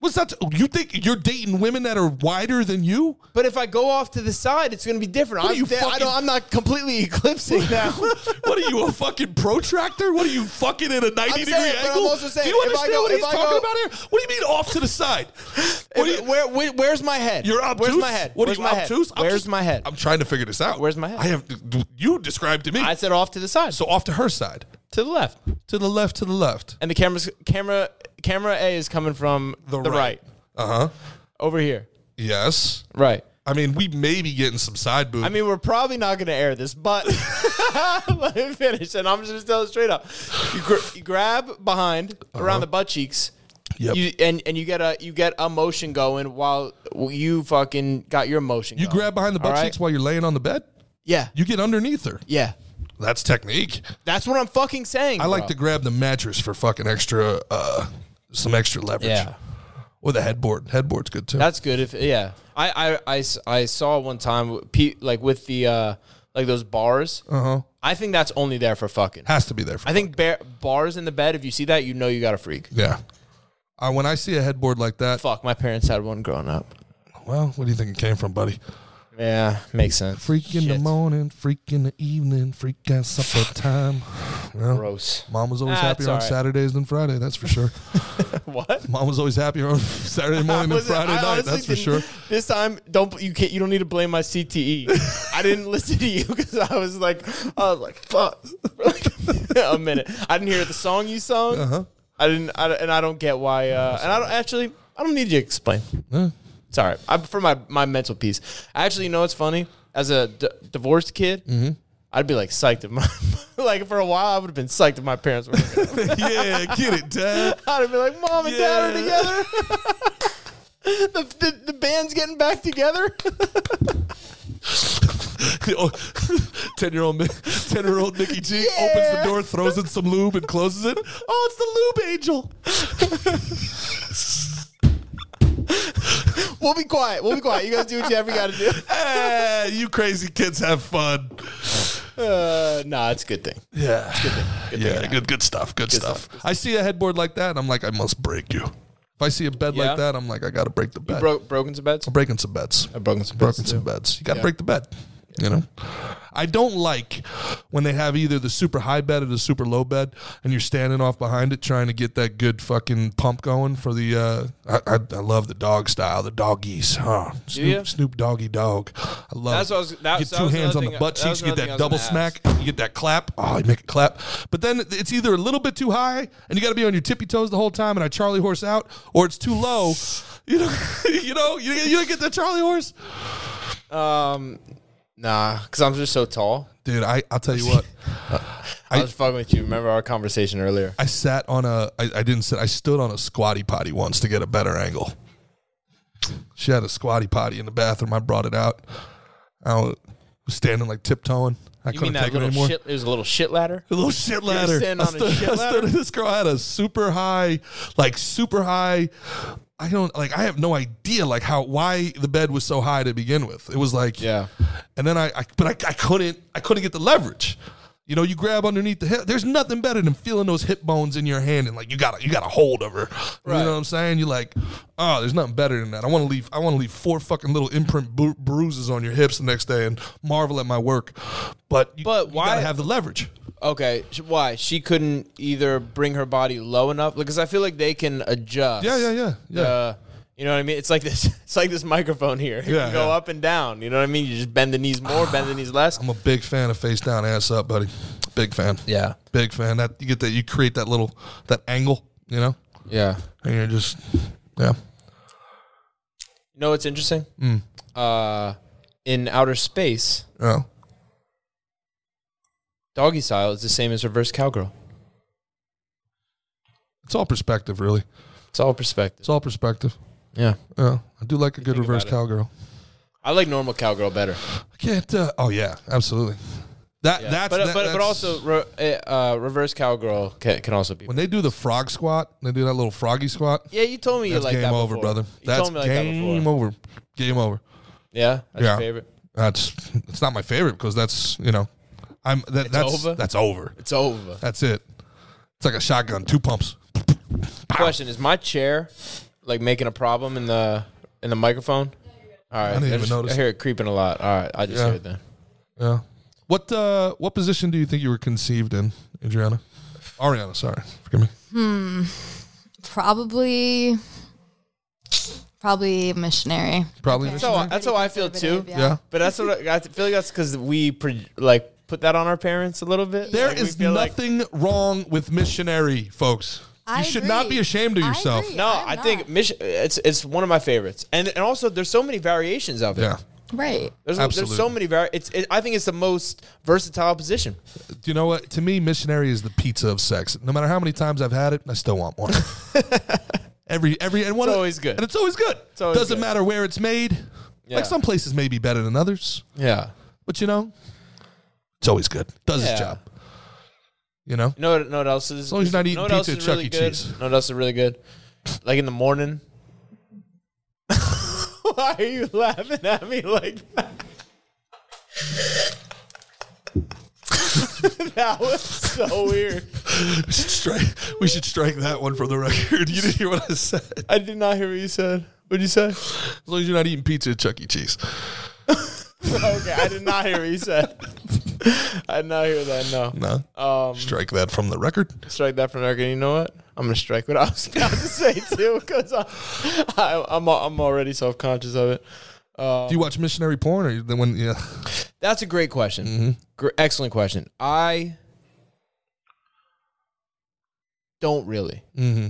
S1: What's that? you think you're dating women that are wider than you?
S2: But if I go off to the side, it's going to be different.
S1: What are
S2: I'm,
S1: you
S2: de- I
S1: fucking-
S2: don't, I'm not completely [LAUGHS] eclipsing now.
S1: [LAUGHS] What are you, a fucking protractor? What are you fucking in a 90
S2: I'm
S1: degree
S2: saying, but I'm
S1: angle?
S2: also saying,
S1: do you
S2: if I
S1: understand
S2: go-
S1: what
S2: if
S1: he's
S2: I
S1: talking
S2: go-
S1: about here? What do you mean off to the side? What do you,
S2: where, where, where's my head?
S1: you're obtuse?
S2: Where's my head?
S1: What
S2: where's
S1: are you,
S2: my
S1: obtuse?
S2: head?
S1: I'm
S2: Where's
S1: just-
S2: my head?
S1: I'm trying to figure this out.
S2: Where's my head?
S1: I have you described to me.
S2: I said off to the side,
S1: so off to her side.
S2: to the left,
S1: To the left, to the left.
S2: and the camera's camera camera A is coming from the, right.
S1: Uh-huh.
S2: over here.
S1: Yes.
S2: Right.
S1: I mean, we may be getting some side boob.
S2: I mean, we're probably not going to air this, but [LAUGHS] let me finish, and I'm just gonna tell it straight up. You, gr- you grab behind around the butt cheeks,
S1: Uh-huh. Yep.
S2: you, and and you get a you get a motion going while you fucking got your motion.
S1: you
S2: going.
S1: grab behind the butt
S2: All right?
S1: cheeks while you're laying on the bed.
S2: Yeah,
S1: You get underneath her.
S2: yeah.
S1: That's technique.
S2: That's what I'm fucking saying.
S1: I like
S2: bro.
S1: to grab the mattress for fucking extra, uh, some extra leverage.
S2: Yeah.
S1: Or the headboard. Headboard's good too.
S2: That's good. If yeah, I I, I s- I saw one time pe- like with the uh like those bars.
S1: uh huh.
S2: I think that's only there for fucking.
S1: Has to be there. For
S2: I think bar- bars in the bed. If you see that, you know you got a freak.
S1: Yeah. Uh, when I see a headboard like that,
S2: Fuck, my parents had one growing up.
S1: well, what do you think it came from, buddy?
S2: Yeah, makes sense.
S1: Freak in the
S2: Shit.
S1: morning, freak in the evening, freak at supper time. Well,
S2: Gross.
S1: Mom was always
S2: Ah, it's
S1: happier on
S2: all right.
S1: Saturdays than Friday, that's for sure.
S2: [LAUGHS] What?
S1: Mom was always happier on Saturday morning than Friday night, that's for sure.
S2: This time, don't you can't you don't need to blame my CTE. I didn't [LAUGHS] listen to you because I was like, I was like, fuck. [LAUGHS] a minute, I didn't hear the song you sung.
S1: Uh-huh.
S2: I didn't, I, don't- and I don't get why. Uh, and I don't actually, I don't need you to explain.
S1: Yeah.
S2: It's all right. I prefer my my mental peace. Actually, you know what's funny? As a d- divorced kid,
S1: Mm-hmm.
S2: I'd be like psyched if my [LAUGHS] like for a while I would have been psyched if my parents were. together.
S1: [LAUGHS] yeah, get it, Dad.
S2: I'd have been like, Mom and Dad [LAUGHS] are together. the, the the band's getting back together.
S1: oh, [LAUGHS] Ten year [LAUGHS] old, ten year old Nikki G opens the door, throws in some lube, and closes it. Oh, it's the lube angel.
S2: [LAUGHS] We'll be quiet. We'll be quiet. You guys do what you ever got to do.
S1: Hey, you crazy kids have fun.
S2: [LAUGHS] Uh, nah, it's a good thing.
S1: Yeah,
S2: Good thing
S1: yeah,
S2: it
S1: good, good stuff. Good, stuff.
S2: stuff,
S1: I see a headboard like that, and I'm like, I must break you. If I see a bed
S2: Yeah.
S1: like that, I'm like, I gotta break the bed.
S2: Broke, broken some beds.
S1: I'm breaking some beds.
S2: I've broken some
S1: broken
S2: beds.
S1: some
S2: too.
S1: beds. You got to
S2: Yeah.
S1: break the bed. You know, I don't like when they have either the super high bed or the super low bed, and you're standing off behind it trying to get that good fucking pump going for the. Uh, I, I, I love the dog style, the doggies. Huh?
S2: ya?
S1: Snoop, Snoop Doggy Dog. I love.
S2: That's
S1: it.
S2: what I was- that-
S1: get
S2: that
S1: two
S2: was
S1: hands
S2: another
S1: on the
S2: thing-
S1: butt
S2: that
S1: cheeks.
S2: was
S1: You get
S2: another thing I
S1: that
S2: was
S1: double
S2: gonna
S1: smack. You get that clap. Oh, you make a clap. But then it's either a little bit too high, and you got to be on your tippy toes the whole time, and I Charlie horse out, or it's too low. You know, [LAUGHS] you know, you, you don't get that Charlie horse.
S2: Um, nah, because I'm just so tall.
S1: dude I, i'll tell you what
S2: I,
S1: I-
S2: was fucking with you. Remember our conversation earlier?
S1: i sat on a I, I didn't sit i stood on a squatty potty once to get a better angle she had a squatty potty in the bathroom i brought it out i was standing like tiptoeing i
S2: You
S1: couldn't
S2: mean that
S1: take it
S2: little
S1: anymore
S2: shit? It was a little shit ladder.
S1: A little shit ladder.
S2: standing
S1: I
S2: on a
S1: stood-
S2: shit
S1: I stood-
S2: ladder?
S1: this girl had a super high, like super high. I don't like. I have no idea like how why the bed was so high to begin with. It was like
S2: Yeah.
S1: and then I, I but I, I couldn't I couldn't get the leverage. You know, you grab underneath the hip. There's nothing better than feeling those hip bones in your hand and like you got to you got a hold of her. You
S2: Right.
S1: know what I'm saying? You're like, oh, there's nothing better than that. I want to leave. I want to leave four fucking little imprint bru- bruises on your hips the next day and marvel at my work. But you,
S2: But
S1: you
S2: why-
S1: gotta have the leverage?
S2: Okay, sh- why she couldn't either bring her body low enough? Because I feel like they can adjust.
S1: Yeah, yeah, yeah, yeah.
S2: Uh, you know what I mean? It's like this. [LAUGHS] It's like this microphone here. You
S1: Yeah,
S2: can go
S1: yeah.
S2: up and down. You know what I mean? You just bend the knees more, bend the
S1: [SIGHS]
S2: knees less.
S1: I'm a big fan of face down, ass up, buddy. Big fan.
S2: Yeah.
S1: Big fan. That you get that you create that little that angle, you know,
S2: Yeah.
S1: and you're just yeah.
S2: You know what's interesting?
S1: Mm.
S2: Uh, in outer space,
S1: Oh,
S2: doggy style is the same as reverse cowgirl.
S1: it's all perspective, really.
S2: It's all perspective.
S1: It's all perspective.
S2: Yeah.
S1: Yeah, I do like a good
S2: think
S1: reverse
S2: about it.
S1: cowgirl.
S2: I like normal cowgirl better.
S1: I can't. Uh, oh yeah, absolutely. That
S2: Yeah.
S1: that's
S2: but
S1: that-
S2: but, but
S1: that's-
S2: also re- uh, reverse cowgirl can, can also be.
S1: when they do the frog squat, they do that little froggy squat.
S2: Yeah, you told me you
S1: That's
S2: like
S1: game
S2: that
S1: over,
S2: before.
S1: brother.
S2: You
S1: That's
S2: told me like that
S1: game
S2: before.
S1: over. Game over.
S2: Yeah, that's
S1: Yeah.
S2: your favorite.
S1: That's it's not my favorite because that's you know, I'm that, that's
S2: over?
S1: that's over.
S2: It's over.
S1: That's it. It's like a shotgun, two pumps.
S2: Question: Is my chair like making a problem in the in the microphone? All right, I,
S1: didn't even
S2: just-
S1: notice.
S2: I hear it creeping a lot. All right, I just
S1: Yeah.
S2: hear it then.
S1: Yeah. What uh, what position do you think you were conceived in, Adriana? Ariana, sorry, forgive me.
S4: Hmm. Probably, probably missionary.
S1: Probably.
S4: Okay.
S2: That's how, that's how I feel too.
S4: Conservative, yeah.
S1: Yeah.
S2: But that's what I, I feel like that's because we pre- like put that on our parents a little bit.
S1: There
S2: Like,
S1: is
S2: we feel like-
S1: nothing wrong with missionary, folks.
S4: I
S1: you should not
S4: agree.
S1: be ashamed of
S4: I
S1: yourself.
S4: agree.
S2: no,
S4: I'm
S2: I think
S4: not.
S2: mission. It's it's one of my favorites, and and also there's so many variations of it.
S1: Yeah.
S4: Right.
S2: There's,
S1: Absolutely.
S2: there's so many vari- it's it, I think it's the most versatile position.
S1: Do you know what? To me, missionary is the pizza of sex. No matter how many times I've had it, I still want
S4: [LAUGHS]
S1: one. every every and one
S2: It's always good.
S1: And it's always good. It's
S2: always
S1: Doesn't
S2: good.
S1: matter where it's made.
S2: Yeah.
S1: Like some places may be better than others,
S2: Yeah.
S1: but you know, it's always good. Does
S2: Yeah.
S1: its job. You know?
S2: You know what, know what else is?
S1: long as you're not eating
S2: know what else
S1: pizza at
S2: is
S1: Chuck
S2: really
S1: E.
S2: good?
S1: Cheese.
S2: You Know what else is really good? Like in the morning. [LAUGHS] Why are you laughing at me like that? [LAUGHS] that was so weird.
S1: We should strike [LAUGHS] we should strike that one from the record. [LAUGHS] You didn't hear what I said. As
S2: I did not hear what you said. What'd you say?
S1: long as you're not eating pizza at Chuck E. Cheese.
S2: [LAUGHS] Okay, I did not hear what you said. [LAUGHS] I did not hear that. No.
S1: No.
S2: Um,
S1: Strike that from the record.
S2: strike that from the record. You know what? I'm gonna strike what I was about to say too, because I, I, I'm I'm already self conscious of it.
S1: uh, Do you watch missionary porn or the one? Yeah,
S2: That's a great question.
S1: Mm-hmm.
S2: Gr- excellent question. I don't really.
S1: Mm-hmm.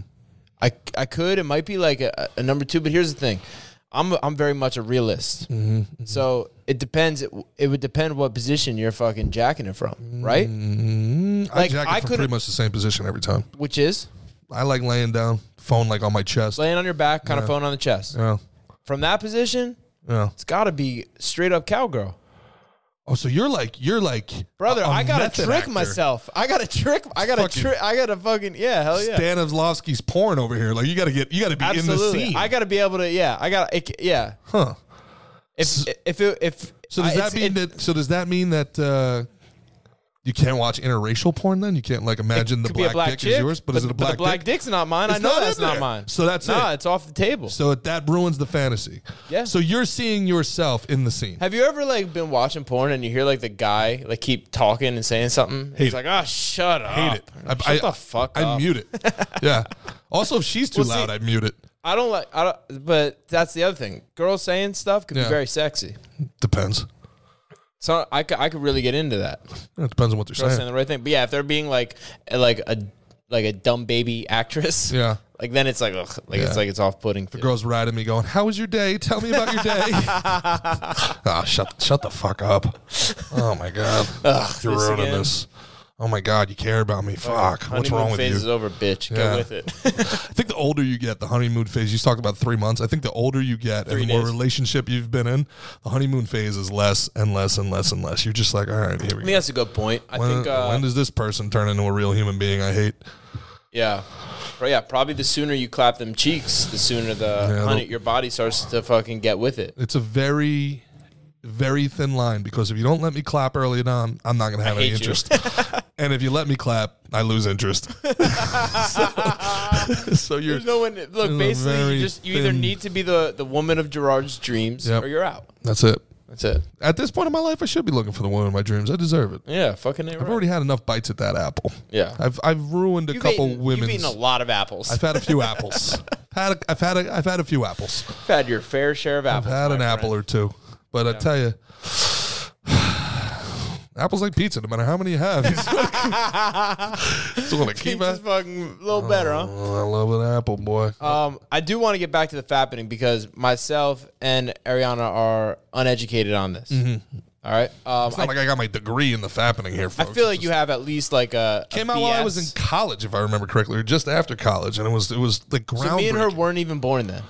S2: I I could. It might be like a, a number two, but here's the thing. I'm I'm very much a realist.
S1: Mm-hmm.
S2: So it depends. It, w- it would depend what position you're fucking jacking it from, right?
S1: I
S2: Like,
S1: jack it
S2: I
S1: from
S2: could've-
S1: pretty much the same position every time.
S2: Which is
S1: I like laying down, phone like on my chest.
S2: laying on your back, kind of phone on the chest.
S1: yeah,
S2: From that position,
S1: yeah.
S2: It's got to be straight up cowgirl.
S1: Oh, so you're like you're like
S2: Brother,
S1: I
S2: I gotta trick myself. I gotta trick. I gotta
S1: Fucking-
S2: trick. I gotta fucking yeah. Hell yeah.
S1: Stan Oslovsky's porn over here. Like you gotta get you gotta be in the
S2: Absolutely.
S1: scene.
S2: I gotta be able to. Yeah. I gotta. It, yeah.
S1: huh.
S2: If if it, if
S1: So does
S2: I-
S1: that
S2: it's-
S1: mean
S2: it-
S1: that? So does that mean that uh, you can't watch interracial porn? Then you can't like imagine the
S2: could
S1: black,
S2: be a black
S1: dick
S2: chick,
S1: is yours, but, is it a black,
S2: the black
S1: dick?
S2: dick's not mine.
S1: It's
S2: I know
S1: not in
S2: that's not
S1: there.
S2: mine.
S1: So that's
S2: nah,
S1: it.
S2: it's off the table.
S1: So that ruins the fantasy.
S2: Yeah.
S1: So you're seeing yourself in the scene.
S2: Have you ever like been watching porn and you hear like the guy like keep talking and saying something?
S1: Hate
S2: He's
S1: it.
S2: like, "Ah, shut up.
S1: Hate it.
S2: Shut the fuck
S1: I
S2: up."
S1: mute
S2: [LAUGHS]
S1: it. yeah. Also, if she's too
S2: Well, see-
S1: loud, I mute it.
S2: I don't like. I don't. But that's the other thing. Girls saying stuff could
S1: Yeah.
S2: be very sexy.
S1: Depends.
S2: So I could, I could really get into that.
S1: It depends on what they're
S2: Girls
S1: saying.
S2: saying the right thing. But yeah, if they're being like like a like a dumb baby actress,
S1: [LAUGHS] Yeah.
S2: like then it's like ugh, like
S1: Yeah.
S2: it's like it's off putting. The
S1: Girls riding me, going, "How was your day? Tell me about your
S2: [LAUGHS]
S1: day." Ah, shut, shut the fuck up. Oh my
S2: [LAUGHS]
S1: god, you're
S2: this
S1: ruining
S2: again.
S1: this. Oh my god, you care about me. Fuck, what's wrong with
S2: phase
S1: you?
S2: is over, bitch.
S1: Yeah.
S2: Go
S1: [LAUGHS]
S2: with it.
S1: I think the older you get, the honeymoon phase. You talked about three months. I think the older you get and the more
S2: days.
S1: relationship you've been in, the honeymoon phase is less and less and less and less. You're just like, all right, here we
S2: I think
S1: go.
S2: that's a good point. I
S1: When,
S2: think uh,
S1: when does this person turn into a real human being? I hate.
S2: Yeah. Pro- yeah, probably the sooner you clap them cheeks, the sooner the honey,
S1: they'll-
S2: your body starts to fucking get with it.
S1: It's a very, very thin line because if you don't let me clap early on, I'm not going to have any
S2: hate you.
S1: interest. [LAUGHS] and if you let me clap, I lose interest. [LAUGHS] so, so you're
S2: There's no one. Look,
S1: a
S2: basically,
S1: very
S2: you just you either
S1: thin-
S2: need to be the the woman of Gerard's dreams
S1: Yep.
S2: or you're out.
S1: that's it.
S2: That's it.
S1: At this point in my life, I should be looking for the woman of my dreams. I deserve it.
S2: Yeah, fucking.
S1: I've already had enough bites at that apple.
S2: Yeah.
S1: I've I've ruined a
S2: You've
S1: couple
S2: eaten,
S1: women's.
S2: You've eaten a lot of apples.
S1: I've
S2: I've
S1: had a few
S2: [LAUGHS]
S1: apples. had a, I've had a, I've had a few apples.
S2: had your fair share of
S1: I've
S2: apples.
S1: had
S2: my
S1: an
S2: friend.
S1: apple or two, but I tell you, [SIGHS] apples like pizza. No matter how many you
S2: [LAUGHS]
S1: have, you still want to keep
S2: Pizza's
S1: it.
S2: fucking a little better, huh?
S1: Oh, I love an apple, boy.
S2: Um, I do want to get back to the fappening because myself and Ariana are uneducated on this. All right. Um,
S1: Mm-hmm. it's
S2: I,
S1: not like I got my degree in the fapping here. Folks.
S2: I feel
S1: It's
S2: like you
S1: just-
S2: have at least like a a
S1: came out while I was
S2: BS.
S1: in college, if I remember correctly, or just after college, and it was it was the ground.
S2: So me and her weren't even
S1: [LAUGHS]
S2: born then.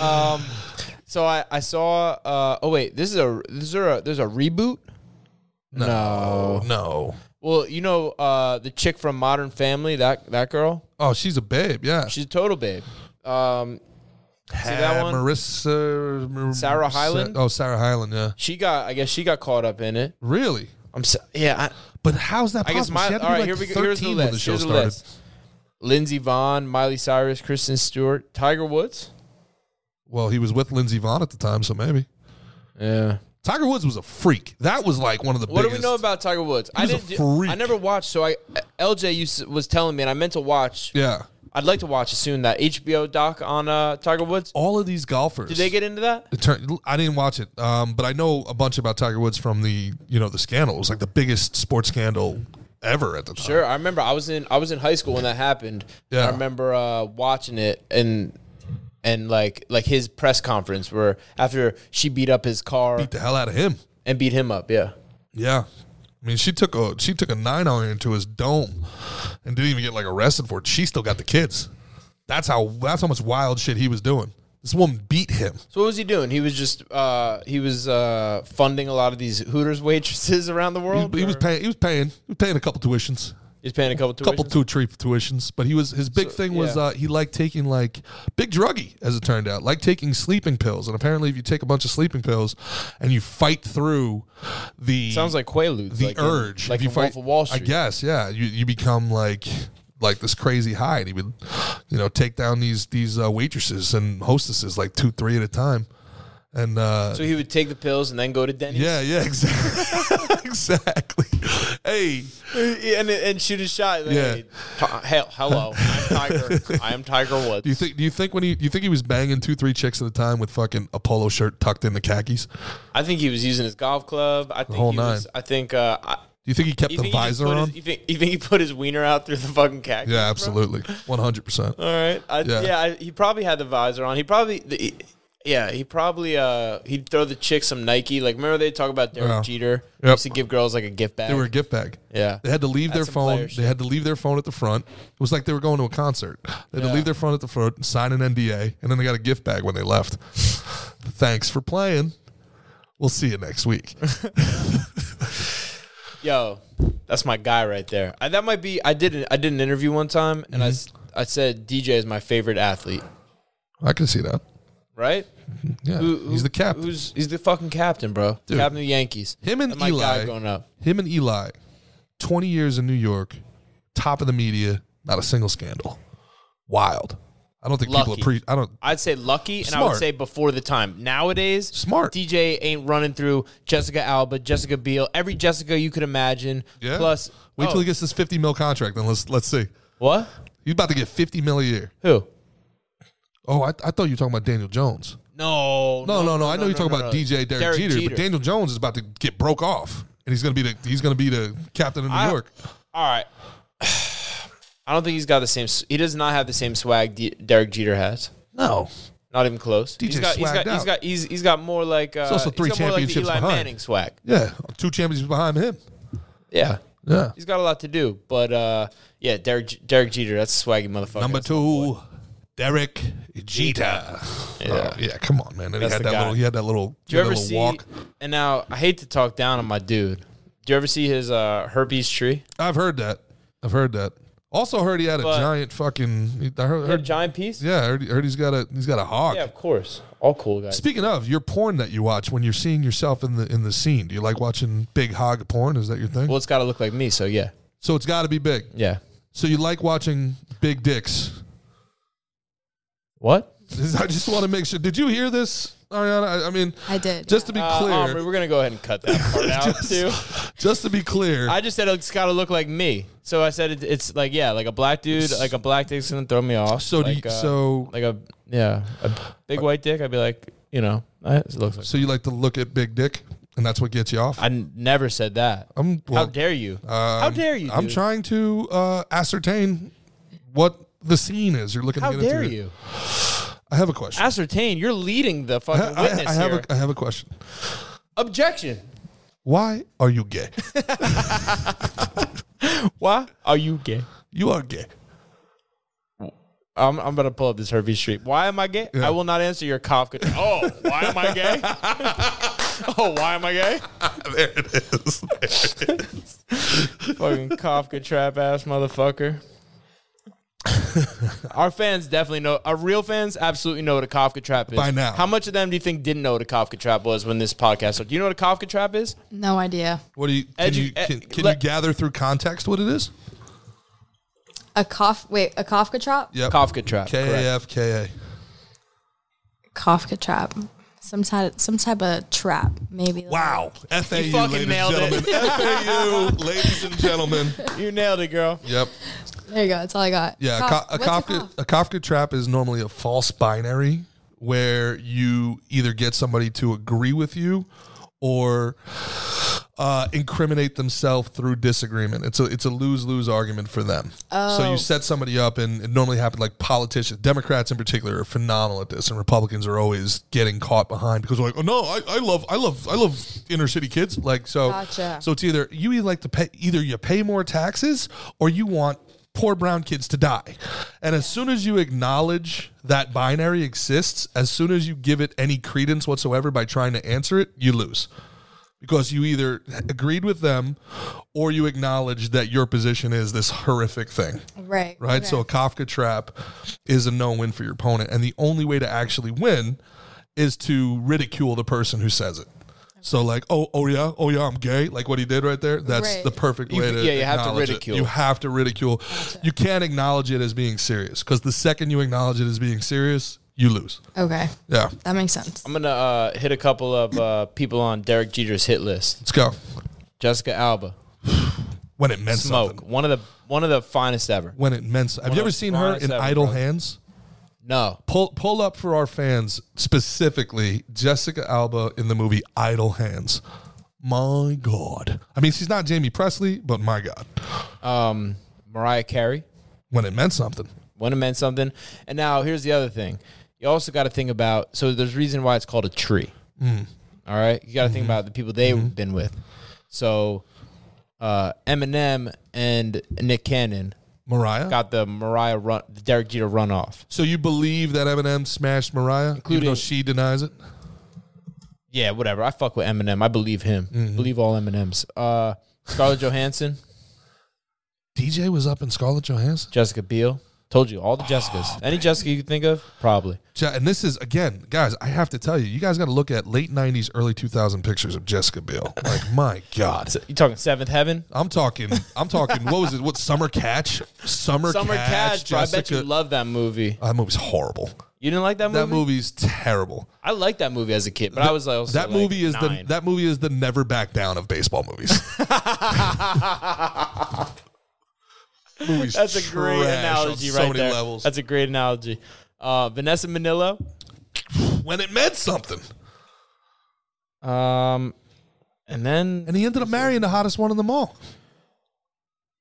S2: um, so I, I saw. Uh, oh wait, this is a this is a there's a reboot. No.
S1: no.
S2: Well, you know uh, the chick from Modern Family that that girl.
S1: Oh, she's a babe. Yeah.
S2: She's a total babe. Um, see that
S1: Uh,
S2: one?
S1: Marissa. Mar-
S2: Sarah
S1: Sa-
S2: Hyland?
S1: oh, Sarah Hyland. Yeah.
S2: she got. I guess she got caught up in it.
S1: Really?
S2: I'm. So, yeah. I,
S1: But how's that
S2: I
S1: possible?
S2: guess my
S1: She had
S2: all
S1: to be,
S2: right.
S1: like,
S2: here we go. Here's the
S1: 13
S2: list.
S1: when the show
S2: here's
S1: started.
S2: the list. Lindsey Vaughn, Miley Cyrus, Kristen Stewart, Tiger Woods.
S1: Well, he was with Lindsey Vaughn at the time, so maybe.
S2: Yeah.
S1: Tiger Woods was a freak. That was like one of the
S2: What do we
S1: biggest.
S2: know about Tiger Woods? I
S1: was a
S2: didn't. do-
S1: freak.
S2: I never watched, so I LJ used to- was telling me, and I meant to watch.
S1: Yeah.
S2: I'd like to watch it soon. That HBO doc on uh, Tiger Woods.
S1: All of these golfers.
S2: Did they get into that?
S1: It turned- I didn't watch it, um, but I know a bunch about Tiger Woods from the you know the scandal. It was like the biggest sports scandal ever at the time.
S2: Sure. I remember I was in I was in high school when that happened.
S1: Yeah.
S2: I remember uh, watching it and and like like his press conference where after she beat up his car
S1: Beat the hell out of him.
S2: and beat him up. Yeah.
S1: Yeah. I mean, she took a she took a nine iron into his dome, and didn't even get like arrested for it. She still got the kids. That's how that's how much wild shit he was doing. This woman beat him.
S2: So what was he doing? He was just uh, he was uh, funding a lot of these Hooters waitresses [LAUGHS] around the
S1: He,
S2: world.
S1: he was
S2: or-
S1: paying. He was paying. He was paying a couple tuitions,
S2: He's paying a couple
S1: a
S2: tuitions.
S1: couple two three tuitions. But he was his big thing was
S2: yeah.
S1: uh, he liked taking like big druggy, as it turned out, like taking sleeping pills. And apparently, if you take a bunch of sleeping pills and you fight through the
S2: Sounds like Quaaludes.
S1: the
S2: like in-
S1: urge.
S2: like
S1: if you
S2: in Wolf
S1: fight
S2: of Wall
S1: I
S2: Street.
S1: guess, yeah. You you become like like this crazy high. And he would, you know, take down these these uh, waitresses and hostesses like two, three at a time. And uh,
S2: So he would take the pills and then go to Denny's.
S1: yeah, yeah, [LAUGHS] exactly, exactly. Hey,
S2: [LAUGHS] and and shoot a shot. Like,
S1: Yeah.
S2: hey, t- hell, hello, I'm
S1: [LAUGHS]
S2: Tiger. I am Tiger Woods.
S1: do you think do you think when he you think he was banging two, three chicks at a time with fucking a polo shirt tucked in the khakis? Do
S2: I think he was using his golf club. I think
S1: whole
S2: he was,
S1: nine.
S2: I think. Uh, I,
S1: you think he kept
S2: you,
S1: the
S2: think he just
S1: visor
S2: put
S1: on?
S2: His, you think you think he put his wiener out through the fucking cactus?
S1: yeah,
S2: bro?
S1: absolutely, one hundred percent.
S2: All right. I,
S1: Yeah.
S2: yeah. I, he probably had the visor on. He probably. The, he- yeah, he probably uh he'd throw the chick some Nike. Like remember they talk about Derek
S1: Yeah.
S2: Jeter
S1: Yep.
S2: used to give girls like a gift bag.
S1: They were a gift bag.
S2: Yeah.
S1: They had to leave their
S2: some
S1: phone.
S2: player
S1: They had to leave their phone at the front. It was like they were going to a concert. They had to
S2: Yeah.
S1: leave their phone at the front, sign an NDA, and then they got a gift bag when they left. [LAUGHS] Thanks for playing. We'll see you next week.
S2: Yo, that's my guy right there. I, that might be. I did. an- I did an interview one time, and I s
S1: Mm-hmm.
S2: I I, said DJ is my favorite athlete.
S1: I can see that.
S2: Right?
S1: Yeah,
S2: Who- who-
S1: he's the captain.
S2: Who's he's the fucking captain, bro?
S1: Dude.
S2: Captain of the Yankees.
S1: Him and
S2: my
S1: Eli.
S2: guy going up.
S1: Him and Eli, 20 years in New York, top of the media, not a single scandal. Wild. I don't think people
S2: Lucky.
S1: appreciate. I don't.
S2: I'd say lucky, and I would
S1: Smart.
S2: say before the time. Nowadays,
S1: Smart.
S2: DJ ain't running through Jessica Alba, Jessica Biel, every Jessica you could imagine.
S1: Yeah.
S2: Plus,
S1: wait till
S2: oh,
S1: he gets this 50 mil contract. Then let's let's see.
S2: what?
S1: He's about to get 50 mil a year.
S2: Who?
S1: Oh, I, I thought you were talking about Daniel Jones.
S2: No,
S1: No, no, no. I know you're talking
S2: no,
S1: about
S2: no.
S1: DJ Derek, Jeter, but Daniel Jones is about to get broke off, and he's gonna be the he's gonna be the captain of New
S2: I-
S1: York.
S2: All right. [SIGHS] I don't think he's got the same. s- He does not have the same swag D- Derek Jeter has.
S1: No,
S2: Not even close.
S1: DJ's
S2: he's got, he's
S1: swagged
S2: got,
S1: out.
S2: he's got, he's, he's got more like. Uh,
S1: also three
S2: he's got more like the
S1: championships
S2: Eli
S1: behind.
S2: Manning swag.
S1: yeah, two championships behind him.
S2: Yeah,
S1: Yeah,
S2: he's got a lot to do, but uh, yeah, Derek J- Derek Jeter, that's a swaggy motherfucker.
S1: number
S2: That's-
S1: two, Derek Jeter. Yeah, yeah. Come on, man. And he
S2: That's
S1: had
S2: the
S1: that
S2: guy.
S1: little. He had that little.
S2: Do you
S1: he had
S2: ever
S1: that little
S2: see?
S1: walk.
S2: And now I hate to talk down on my dude. Do you ever see his uh, herpes tree?
S1: I've heard that. I've heard that. Also heard he had a
S2: But-
S1: giant fucking. I heard.
S2: That
S1: heard
S2: giant piece?
S1: yeah, I heard, heard he's got a he's got a hog.
S2: Yeah, of course. All cool guys.
S1: Speaking of your porn that you watch when you're seeing yourself in the in the scene, do you like watching big hog porn? Is that your thing?
S2: Well, it's got to look like me, so yeah,
S1: so it's got to be big.
S2: yeah.
S1: So you like watching big dicks? [LAUGHS]
S2: What?
S1: I just want to make sure. Did you hear this, Ariana? I, I mean,
S4: I did.
S1: just to be
S2: Uh, Omri,
S1: clear,
S2: we're gonna go ahead and cut
S1: [LAUGHS]
S2: that part out too.
S1: just to be clear,
S2: I just said it's got to look like me, so I said it, it's like yeah, like a black dude, like a black dick's gonna throw me off.
S1: So do you,
S2: Like, uh,
S1: so
S2: like a yeah, a big white dick. I'd be like, you know, I, it looks like
S1: so you like to look at big dick, and that's what gets you off.
S2: I n- never said that.
S1: am
S2: How dare you? How dare you?
S1: um, I'm
S2: dude?
S1: trying to uh, ascertain what the scene is. You're looking.
S2: How
S1: to get
S2: dare
S1: into.
S2: you?
S1: I have a question.
S2: Ascertain. You're leading the
S1: I,
S2: fucking
S1: I-
S2: witness
S1: I have
S2: here.
S1: a, I have a question.
S2: Objection.
S1: Why are you
S2: [LAUGHS]
S1: gay?
S2: Why are you gay?
S1: you are gay.
S2: I'm, I'm gonna pull up this Hervey Street. Why am I gay?
S1: Yeah.
S2: I will not answer your cough. [LAUGHS] Oh, why am I [LAUGHS] gay? oh, why am I gay?
S1: [LAUGHS] there it is. There it is.
S2: [LAUGHS] Fucking Kafka trap
S1: [LAUGHS]
S2: ass motherfucker. Our fans definitely know. Our real fans absolutely know what a Kafka trap is.
S1: By now.
S2: how much of them do you think didn't know what a Kafka trap was when this podcast? started? Do you know what a Kafka trap is?
S4: no idea.
S1: What do you can
S2: Edu-
S1: you can,
S2: eh,
S1: can
S2: let-
S1: you gather through context what it is?
S4: A cough. Wait, a Kafka trap.
S1: Yep.
S2: Kafka trap.
S1: K
S2: correct.
S1: A F K A.
S4: Kafka trap. Some type, some type of trap, maybe.
S1: Wow. FAU,
S2: You
S1: ladies
S2: fucking
S1: and
S2: nailed
S1: gentlemen.
S2: it.
S1: FAU,
S2: [LAUGHS]
S1: ladies and gentlemen.
S2: You nailed it, girl.
S1: Yep.
S4: There you go. That's all I got.
S1: Yeah.
S4: Cough-
S1: a,
S4: what's
S1: co- a, Kafka, a Kafka trap is normally a false binary where you either get somebody to agree with you or uh, incriminate themselves through disagreement. It's a it's a lose lose argument for them. So you set somebody up, and it normally happens like politicians, Democrats in particular, are phenomenal at this, and Republicans are always getting caught behind because they're like, oh no, I, I love I love I love inner city kids. Like so,
S4: Gotcha.
S1: so it's either you either like to pay either you pay more taxes or you want poor brown kids to die. And as soon as you acknowledge that binary exists, as soon as you give it any credence whatsoever by trying to answer it, you lose because you either agreed with them or you acknowledge that your position is this horrific thing
S4: Right.
S1: right
S4: okay.
S1: so a kafka trap is a no-win for your opponent and the only way to actually win is to ridicule the person who says it so like oh oh yeah oh yeah i'm gay like what he did right there that's
S4: Right.
S1: the perfect
S2: You-
S1: way to
S2: yeah, you have to
S1: acknowledge it.
S2: ridicule.
S1: you have to ridicule you can't acknowledge it as being serious because the second you acknowledge it as being serious you lose
S4: Okay,
S1: yeah
S4: that makes sense.
S2: I'm gonna uh, hit a couple of uh, people on Derek Jeter's hit list.
S1: let's go
S2: Jessica Alba,
S1: when it meant
S2: Smoke,
S1: something
S2: one of the one of the finest ever.
S1: when it meant so- have
S2: One
S1: you
S2: of
S1: ever
S2: the
S1: seen her
S2: finest
S1: in
S2: ever,
S1: idle
S2: bro.
S1: hands
S2: No,
S1: pull pull up for our fans specifically Jessica Alba in the movie Idle Hands. My God, I mean she's not Jamie Presley, but my God,
S2: um, Mariah Carey,
S1: when it meant something.
S2: when it meant something. And now here's the other thing: you also got to think about. So there's reason why it's called a tree. All right, you got to think about the people they've been with. So uh, Eminem and Nick Cannon
S1: Mariah.
S2: got the Mariah run, the Derek Jeter runoff.
S1: So you believe that Eminem smashed Mariah, even
S2: Including-
S1: though she denies it?
S2: Yeah, whatever. I fuck with Eminem. I believe him. Believe all Eminems. Uh, Scarlett Johansson,
S1: DJ was up in Scarlett Johansson.
S2: Jessica Biel. Told you all the Jessicas.
S1: Oh,
S2: Any Jessica you can think of, probably.
S1: Je- And this is again, guys. I have to tell you, you guys got to look at late '90s, early 2000 pictures of Jessica Biel. Like, [LAUGHS] my God,
S2: So, you talking Seventh Heaven?
S1: I'm talking, I'm talking. What was it? What summer catch? Summer,
S2: Summer Catch. bro, I bet
S1: Jessica.
S2: you love that movie.
S1: that movie's horrible.
S2: You didn't like that movie?
S1: That movie's terrible.
S2: I liked that movie as a kid, but I was like, also
S1: that
S2: like
S1: movie is
S2: nine.
S1: the that movie is the never back down of baseball movies. Movie's
S2: [LAUGHS] That's a great
S1: trash on
S2: analogy
S1: so
S2: right
S1: many
S2: there.
S1: levels.
S2: That's a great analogy. Uh, Vanessa Manillo.
S1: when it meant something.
S2: Um, and then
S1: And he ended up marrying the hottest one in them all.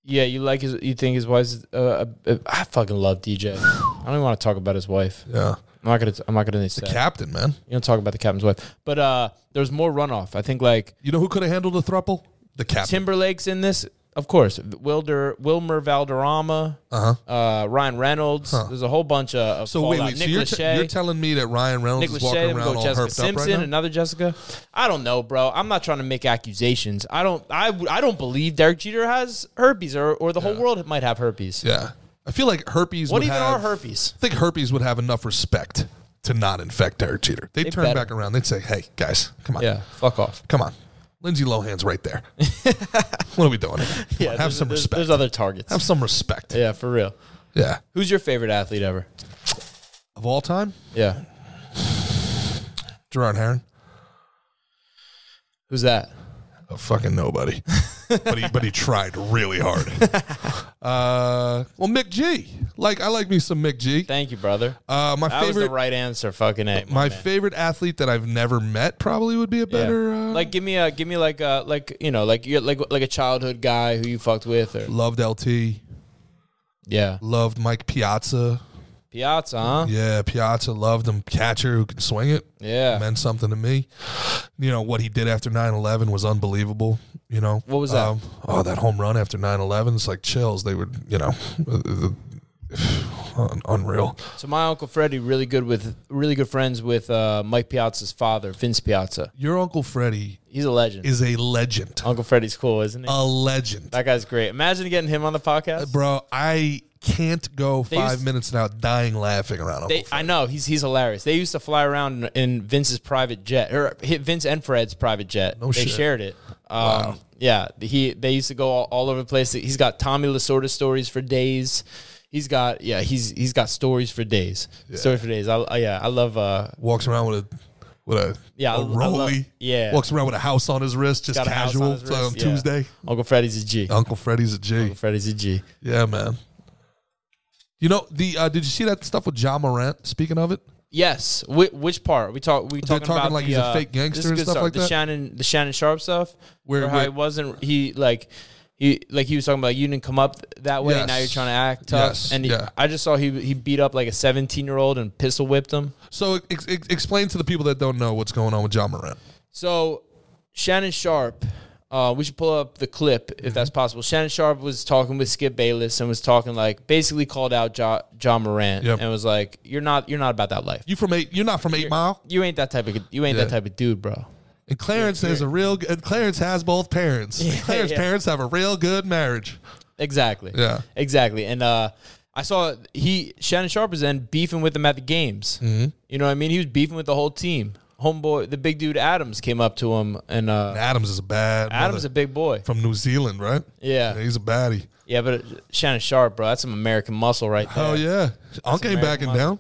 S2: yeah, you like his, you think his wife's. Uh, uh, I fucking love DJ. I don't even want to talk about his wife.
S1: Yeah,
S2: I'm not gonna. I'm not gonna. Say.
S1: captain, man.
S2: you don't talk about the captain's wife. But uh, there's more runoff. I think like
S1: You know who could have handled the thruple? The captain.
S2: Timberlake's in this, of course. Wilder, Wilmer Valderrama,
S1: Uh huh.
S2: uh, Ryan Reynolds. There's a whole bunch of, of
S1: So wait,
S2: fallout.
S1: wait. So
S2: Nick
S1: you're,
S2: Lachey.
S1: t- you're telling me that Ryan Reynolds
S2: Nick
S1: is
S2: Lachey,
S1: walking
S2: we
S1: around
S2: go
S1: all
S2: Jessica
S1: herped up
S2: Simpson,
S1: right now?
S2: another Jessica. I don't know, bro. I'm not trying to make accusations. I don't. I, w- I don't believe Derek Jeter has herpes, or or the whole world might have herpes.
S1: yeah, I feel like herpes.
S2: What
S1: would
S2: even
S1: have,
S2: are herpes?
S1: I think herpes would have enough respect to not infect Derek Cheater. They'd turn
S2: better.
S1: back around. They'd say, "Hey, guys, come on,
S2: Yeah, fuck off.
S1: come on." Lindsay Lohan's right
S2: [LAUGHS]
S1: there. what are we doing? here? Come
S2: Yeah,
S1: on, have
S2: there's-
S1: some
S2: there's,
S1: respect.
S2: There's other targets.
S1: have some respect.
S2: yeah, for real.
S1: Yeah.
S2: Who's your favorite athlete ever?
S1: Of all time,
S2: Yeah,
S1: Gerard Heron.
S2: who's that?
S1: a fucking nobody.
S2: [LAUGHS]
S1: but he but he tried really hard. Uh, well, Mick G. Like I like me some Mick G.
S2: Thank you, brother.
S1: Uh, my
S2: that was
S1: favorite
S2: the right answer. Fucking a.
S1: my
S2: man.
S1: favorite athlete that I've never met probably would be a
S2: Yeah.
S1: better uh,
S2: Like, give me a, give me like a, like you know, like you're like like a childhood guy who you fucked with, or
S1: loved LT,
S2: yeah,
S1: loved Mike Piazza.
S2: Piazza, huh?
S1: Yeah, Piazza loved him. Catcher who could swing it.
S2: Yeah.
S1: Meant something to me. You know, what he did after 9 11 was unbelievable. You know,
S2: What was that?
S1: oh, that home run after 9 11. It's like chills. They were, you know, [SIGHS] un- unreal.
S2: So my uncle Freddie really good with really good friends with uh, Mike Piazza's father, Vince Piazza.
S1: Your Uncle Freddie
S2: He's a legend.
S1: is Uh, a legend.
S2: uncle Freddie's cool, isn't he?
S1: A legend.
S2: that guy's great. Imagine getting him on the podcast.
S1: Bro, I can't go
S2: They used-
S1: five minutes without dying laughing around Uncle
S2: They,
S1: Freddie.
S2: I know he's he's hilarious. They used to fly around in, in Vince's private jet or hit Vince and Fred's private jet.
S1: No
S2: they
S1: shit.
S2: shared it. Um, Yeah, he they used to go all, all over the place. He's got Tommy Lasorda stories for days. He's got yeah he's he's got stories for days. Stories for days. I, I yeah I love uh
S1: Walks around with a. With a,
S2: Yeah, I
S1: a
S2: lo- I
S1: rolly.
S2: love- yeah.
S1: Walks around with a house on his wrist, just
S2: got a house
S1: casual.
S2: on his
S1: so on
S2: wrist. Yeah.
S1: Tuesday.
S2: Uncle Freddie's a G.
S1: Uncle Freddie's a G.
S2: Uncle Freddie's a G.
S1: Yeah, man. You know the uh, did you see that stuff with John Morant? Speaking of it,
S2: Yes. Whi which part? We talk. We talking,
S1: talking
S2: about
S1: like
S2: the,
S1: he's a
S2: uh,
S1: fake gangster
S2: this is
S1: and
S2: good
S1: stuff like
S2: the
S1: that?
S2: Shannon, the Shannon Sharp stuff,
S1: Where-
S2: where, how
S1: where-
S2: he wasn't. He like he like he was talking about you didn't come up that way. Now
S1: Yes.
S2: you're trying to act tough.
S1: Yes,
S2: And he,
S1: yeah.
S2: I just saw he he beat up like a 17 year old and pistol whipped him.
S1: so ex- ex- explain to the people that don't know what's going on with John Morant.
S2: So Shannon Sharp. Uh, we should pull up the clip if
S1: Mm-hmm.
S2: that's possible. Shannon Sharp was talking with Skip Bayless and was talking like basically called out John John Morant
S1: Yep.
S2: and was like, "You're not you're not about that life.
S1: You from eight? You're not from Eight Mile.
S2: You ain't that type of you ain't
S1: Yeah.
S2: that type of dude, bro."
S1: And Clarence is a real. good- Clarence has both parents. [LAUGHS] Clarence
S2: yeah.
S1: parents have a real good marriage.
S2: Exactly.
S1: Yeah.
S2: Exactly. And uh, I saw he Shannon Sharp was then beefing with them at the games. Mm-hmm. You know what I mean? He was beefing with the whole team. Homeboy, the big dude Adams came up to him, and uh,
S1: Adams is a bad.
S2: Adams a
S1: mother-
S2: big boy.
S1: from New Zealand, right?
S2: Yeah.
S1: he's a baddie.
S2: Yeah, but uh, Shannon Sharp, bro, that's some American muscle right there.
S1: Oh yeah, Uncle ain't
S2: American
S1: backing
S2: muscle.
S1: down.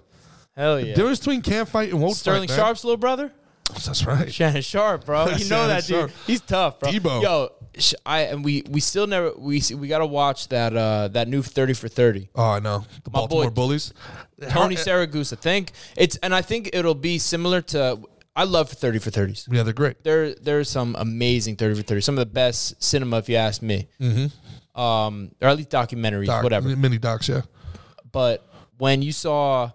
S2: Hell yeah.
S1: Difference between can't fight and won't
S2: Sterling
S1: fight. man.
S2: Sharp's little brother,
S1: [LAUGHS] That's right.
S2: Shannon
S1: [LAUGHS]
S2: Sharp, bro. You know
S1: Shannon
S2: that dude.
S1: Sharp.
S2: He's tough, bro.
S1: Debo.
S2: Yo, sh- I and we we still never we we got to watch that uh that new thirty for thirty.
S1: Oh, I know the
S2: My boy-
S1: Baltimore Bullies.
S2: Tony
S1: uh,
S2: Saragusa. Think it's, and I think it'll be similar to. I love thirty for thirties.
S1: Yeah, they're great.
S2: There, there's some amazing thirty for thirty. Some of the best cinema, if you ask me. Mm-hmm. Um, or at least documentaries,
S1: Doc- mm-hmm.
S2: whatever.
S1: Mini docs, yeah.
S2: But when you saw,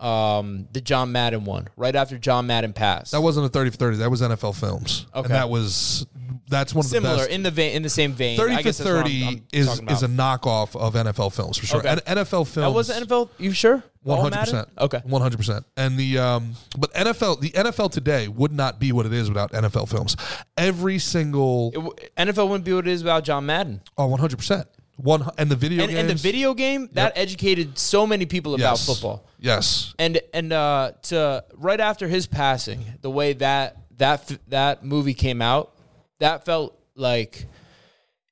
S2: um, the John Madden one right after John Madden passed.
S1: That wasn't a 30 for 30. That was NFL Films. And
S2: Okay.
S1: that was that's one of the
S2: Similar
S1: best.
S2: in the vein, in the same vein. I
S1: Thirty for
S2: guess that's what I'm-
S1: thirty
S2: I'm
S1: is
S2: talking
S1: is a
S2: about.
S1: knockoff of NFL films for sure.
S2: Okay.
S1: And NFL films
S2: that was NFL. You sure?
S1: One
S2: All
S1: hundred
S2: Madden?
S1: percent.
S2: Okay.
S1: One hundred percent. And the um, but NFL, the NFL today would not be what it is without NFL films. Every single
S2: It w- NFL wouldn't be what it is without John Madden.
S1: oh, one hundred percent. One and the video
S2: And,
S1: games
S2: and the video game that educated so many people about
S1: Yes.
S2: football.
S1: Yes,
S2: and and uh, to right after his passing, the way that that f- that movie came out, that felt like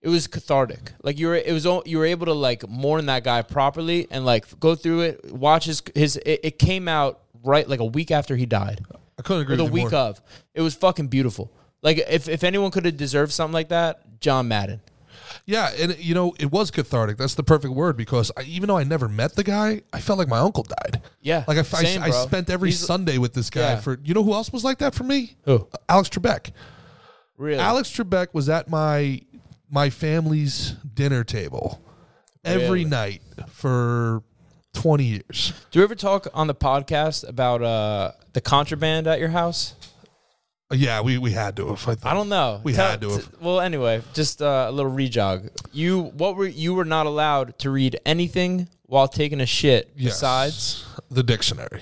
S2: it was cathartic. Like you were, it was o- you were able to like mourn that guy properly and like go through it. Watch his his. It, it came out right like a week after he died,
S1: I couldn't agree
S2: or the
S1: with you
S2: week
S1: more.
S2: of. It was fucking beautiful. Like if if anyone could have deserved something like that, John Madden.
S1: Yeah, and you know it was cathartic. That's the perfect word because I, even though I never met the guy, I felt like my uncle died.
S2: Yeah,
S1: like I, f- I s-
S2: same,
S1: I
S2: bro.
S1: spent every
S2: He's-
S1: Sunday with this guy
S2: Yeah.
S1: for. You know who else was like that for me?
S2: Who?
S1: Alex Trebek.
S2: Really?
S1: Alex Trebek was at my my family's dinner table every
S2: Really?
S1: night for twenty years.
S2: Do you ever talk on the podcast about uh, the contraband at your house?
S1: Uh, Yeah, we, we had to have. I, think.
S2: I don't know.
S1: We
S2: Tell-
S1: had to have.
S2: t- well, anyway, just uh, a little rejog. You what were you were not allowed to read anything while taking a shit
S1: Yes.
S2: besides
S1: the
S2: [LAUGHS]
S1: dictionary.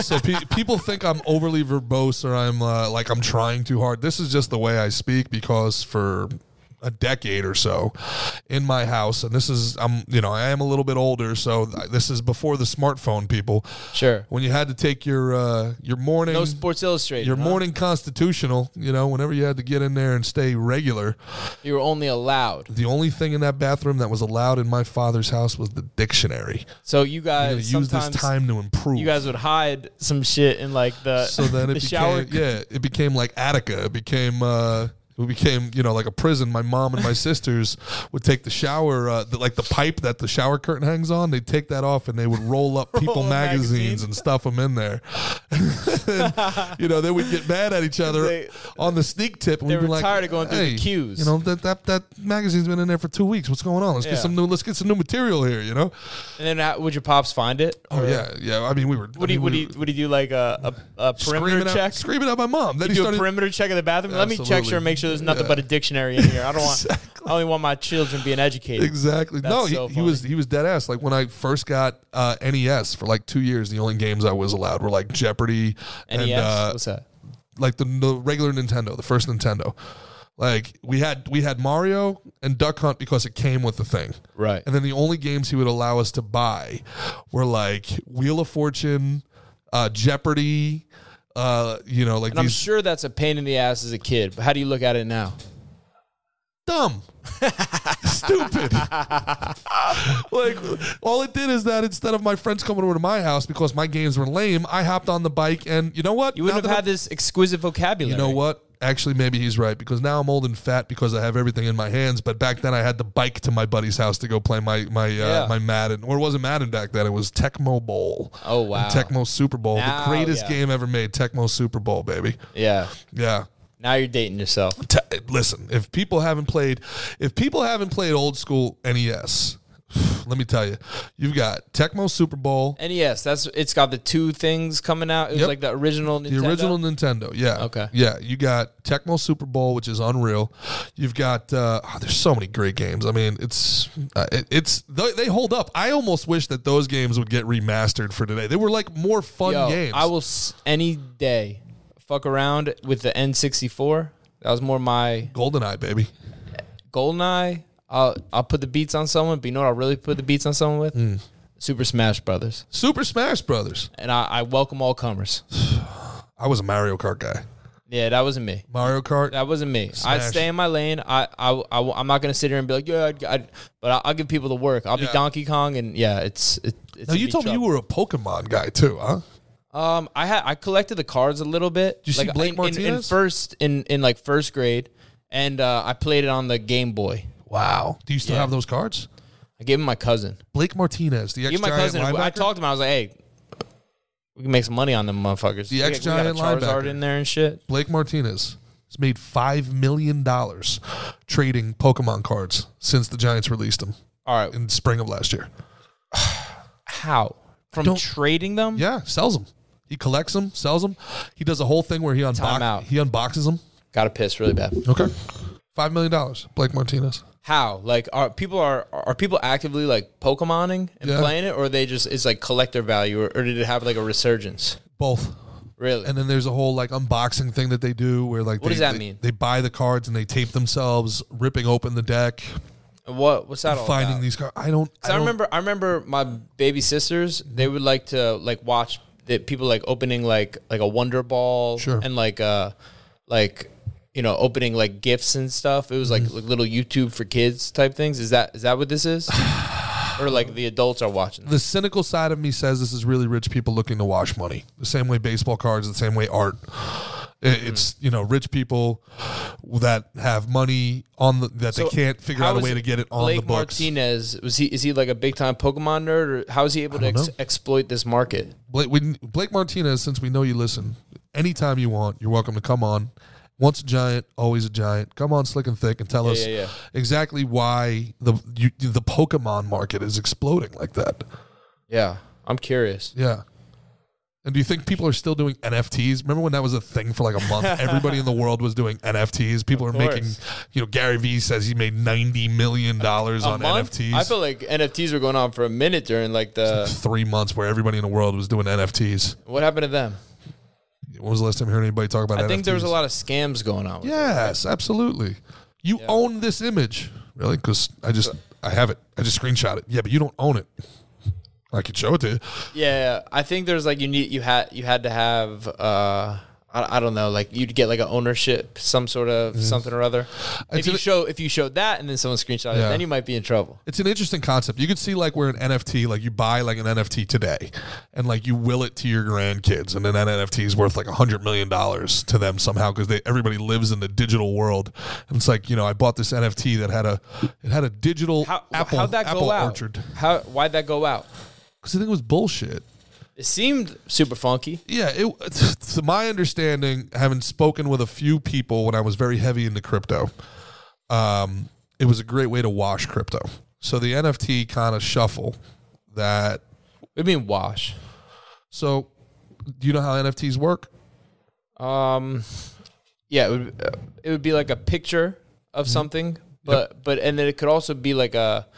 S1: so pe- people think I'm overly verbose or I'm uh, like I'm trying too hard. This is just the way I speak because for a decade or so in my house and this is I'm you know I am a little bit older so th- this is before the smartphone people
S2: sure
S1: when you had to take your uh, your morning
S2: no Sports Illustrated.
S1: your
S2: huh?
S1: morning constitutional you know whenever you had to get in there and stay regular
S2: You were only allowed.
S1: the only thing in that bathroom that was allowed in my father's house was the dictionary
S2: So you
S1: I'm
S2: guys
S1: to use this
S2: sometimes
S1: time to improve
S2: you guys would hide some shit in like the [LAUGHS]
S1: so then it
S2: the
S1: became
S2: shower.
S1: yeah it became like attica it became uh it became you know like a prison my mom
S2: [LAUGHS]
S1: and my sisters would take the shower uh, the, like the pipe that the shower curtain hangs on they'd take that off and they would roll
S2: [LAUGHS]
S1: up people
S2: up
S1: magazines
S2: magazines.
S1: and stuff them in there [LAUGHS] you know they would get mad at each other
S2: They-
S1: on the sneak tip and
S2: they
S1: we'd be
S2: were
S1: like
S2: tired of going through the
S1: "Hey,
S2: queues."
S1: you know that, that that magazine's been in there for two weeks what's going on let's
S2: Yeah.
S1: get some new let's get some new material here you know
S2: And then how, would your pops find it?
S1: oh
S2: Or
S1: yeah yeah i mean we were
S2: Would he
S1: I mean,
S2: would
S1: we
S2: he
S1: were
S2: would he do like a a,
S1: [SIGHS]
S2: a perimeter
S1: screaming
S2: check?
S1: out, screaming out my mom then
S2: You
S1: he
S2: do
S1: started
S2: a perimeter check of the bathroom. Let me check
S1: Absolutely.
S2: sure and make sure there's nothing
S1: Yeah.
S2: but a dictionary in here. I
S1: [LAUGHS]
S2: don't want. I only want my children being educated.
S1: Exactly.
S2: That's
S1: no, he,
S2: so
S1: he was
S2: funny.
S1: he was dead ass. Like when I first got uh, NES for like two years, the only games I was allowed were like Jeopardy
S2: NES.
S1: and uh,
S2: E What's that?
S1: like the, the regular Nintendo, the first Nintendo. Like we had we had Mario and Duck Hunt because it came with the thing.
S2: Right.
S1: And then the only games he would allow us to buy were like Wheel of Fortune, uh, Jeopardy. Uh, you know, like
S2: And I'm
S1: these
S2: sure that's a pain in the ass as a kid. But how do you look at it now?
S1: dumb, stupid. [LAUGHS] like, all it did is that instead of my friends coming over to my house because my games were lame, I hopped on the bike and you know what?
S2: You wouldn't
S1: Now that
S2: have had this exquisite vocabulary.
S1: I'm- You know what? Actually, maybe he's right because now I'm old and fat because I have everything in my hands. But back then, I had to bike to my buddy's house to go play my my uh,
S2: Yeah.
S1: my Madden, or it wasn't Madden back then. It was Tecmo Bowl.
S2: Oh, wow.
S1: And Tecmo Super Bowl,
S2: Now,
S1: the greatest
S2: yeah.
S1: game ever made. Tecmo Super Bowl, baby.
S2: Yeah.
S1: Yeah.
S2: Now you're dating yourself.
S1: T- listen, if people haven't played, if people haven't played old school NES, [SIGHS] let me tell you, you've got Tecmo Super Bowl,
S2: And yes, E that's it's got the two things coming out. It was
S1: Yep.
S2: like the original. Nintendo.
S1: the original Nintendo. Yeah.
S2: Okay.
S1: Yeah, you got Tecmo Super Bowl, which is unreal. You've got uh, oh, there's so many great games. I mean, it's uh, it, it's they, they hold up. I almost wish that those games would get remastered for today. They were like more fun
S2: Yo,
S1: games.
S2: I will s- any day fuck around with the N64. That was more my
S1: GoldenEye, baby.
S2: Goldeneye. I'll I'll put the beats on someone, but you know what? I'll really put the beats on someone with Super Smash Brothers,
S1: Super Smash Brothers.
S2: and I, I welcome all comers.
S1: I was a Mario Kart guy.
S2: Yeah, that wasn't me.
S1: Mario Kart.
S2: That wasn't me. I
S1: Smash.
S2: stay in my lane. I I I am not gonna sit here and be like, yeah, I'd, I'd, but I'll, I'll give people the work. I'll
S1: Yeah.
S2: be Donkey Kong, and yeah, it's it, it's.
S1: Now
S2: gonna
S1: you
S2: be
S1: told me you
S2: trouble.
S1: were a Pokemon guy too, huh?
S2: Um, I had I collected the cards a little bit.
S1: Did you see Blake
S2: in, in- in
S1: Martinez?
S2: first in in like first grade, and uh, I played it on the Game Boy.
S1: Wow. Do you still
S2: Yeah.
S1: have those cards?
S2: I gave him my cousin.
S1: Blake Martinez, the ex
S2: Give my
S1: giant
S2: cousin.
S1: linebacker.
S2: I talked to him. I was like, hey, we can make some money on them motherfuckers.
S1: The
S2: We-
S1: ex-Giant
S2: we got a Charizard
S1: linebacker.
S2: in there and shit.
S1: Blake Martinez has made five million dollars trading Pokemon cards since the Giants released them
S2: All right,
S1: in spring of last year.
S2: how from
S1: don't-
S2: trading them?
S1: Yeah, sells them. He collects them, sells them. He does a whole thing where he
S2: Time
S1: unbox
S2: out.
S1: he unboxes them.
S2: Got to piss really bad.
S1: Okay. Five million dollars, Blake Martinez.
S2: How? Like, are people are are people actively like Pokemoning and
S1: Yeah.
S2: playing it, or they just it's like collector value, or, or did it have like a resurgence?
S1: Both.
S2: Really?
S1: And then there's a whole like unboxing thing that they do where like
S2: What
S1: they,
S2: does that
S1: they-
S2: mean?
S1: They buy the cards and they tape themselves ripping open the deck,
S2: what? What's that all
S1: finding
S2: about?
S1: these cards. I don't.
S2: So I, remember, I remember my baby sisters. They would like to like watch the people like opening like like a Wonder Ball
S1: Sure.
S2: and like uh like you know opening like gifts and stuff. It was like,
S1: Mm-hmm.
S2: like little YouTube for kids type things. Is that is that what this is? [SIGHS] or like the adults are watching?
S1: The cynical side of me says this is really rich people looking to wash money. The same way baseball cards, the same way art. It-
S2: Mm.
S1: It's you know rich people that have money on the that they
S2: So
S1: can't figure
S2: how
S1: out a
S2: is
S1: way to get it on
S2: Blake
S1: the books.
S2: Martinez was he is he like a big time Pokemon nerd or how is he able to
S1: don't
S2: ex-
S1: know.
S2: exploit this market?
S1: Blake, we, Blake Martinez, since we know you listen, anytime you want, you're welcome to come on. Once a giant, always a giant. Come on, slick and thick, and tell us
S2: yeah, yeah.
S1: exactly why the you, the Pokemon market is exploding like that.
S2: Yeah, I'm curious.
S1: Yeah. And do you think people are still doing NFTs? Remember when that was a thing for like a
S2: [LAUGHS]
S1: month? Everybody in the world was doing NFTs. People are making,
S2: course.
S1: you know, Gary Vee says he made ninety million dollars on
S2: Month?
S1: NFTs.
S2: I feel like NFTs were going on for a minute during
S1: [LAUGHS]
S2: like the
S1: Three months where everybody in the world was doing NFTs.
S2: what happened to them?
S1: When was the last time you heard anybody talk about
S2: I
S1: NFTs?
S2: think there was a lot of scams going on. With it.
S1: Yes, absolutely. You own this image, really? Because I just I have it. I just screenshot it. Yeah, but you don't own it. I could show it to you.
S2: Yeah, I think there's like you need you had you had to have uh I, I don't know like you'd get like an ownership some sort of something or other.
S1: Mm-hmm. I
S2: If you
S1: did-
S2: show if you showed that and then someone screenshot
S1: Yeah.
S2: it, then you might be in trouble.
S1: It's an interesting concept. You could see like where an NFT, like you buy like an NFT today, and like you will it to your grandkids, and then that NFT is worth like a hundred million dollars to them somehow because they everybody lives in the digital world. And it's like you know I bought this NFT that had a it had a digital
S2: How
S1: apple
S2: how'd that
S1: apple
S2: go out?
S1: orchard
S2: How why'd that go out?
S1: because I think it was bullshit.
S2: It seemed super funky.
S1: Yeah, it, [LAUGHS] to my understanding, having spoken with a few people when I was very heavy into crypto, um, it was a great way to wash crypto. So the NFT kind of shuffle that.
S2: What do you mean wash?
S1: So, do you know how NFTs work?
S2: Um, yeah, it would, uh, it would be like a picture of
S1: Mm-hmm.
S2: something, but but and then it could also be like a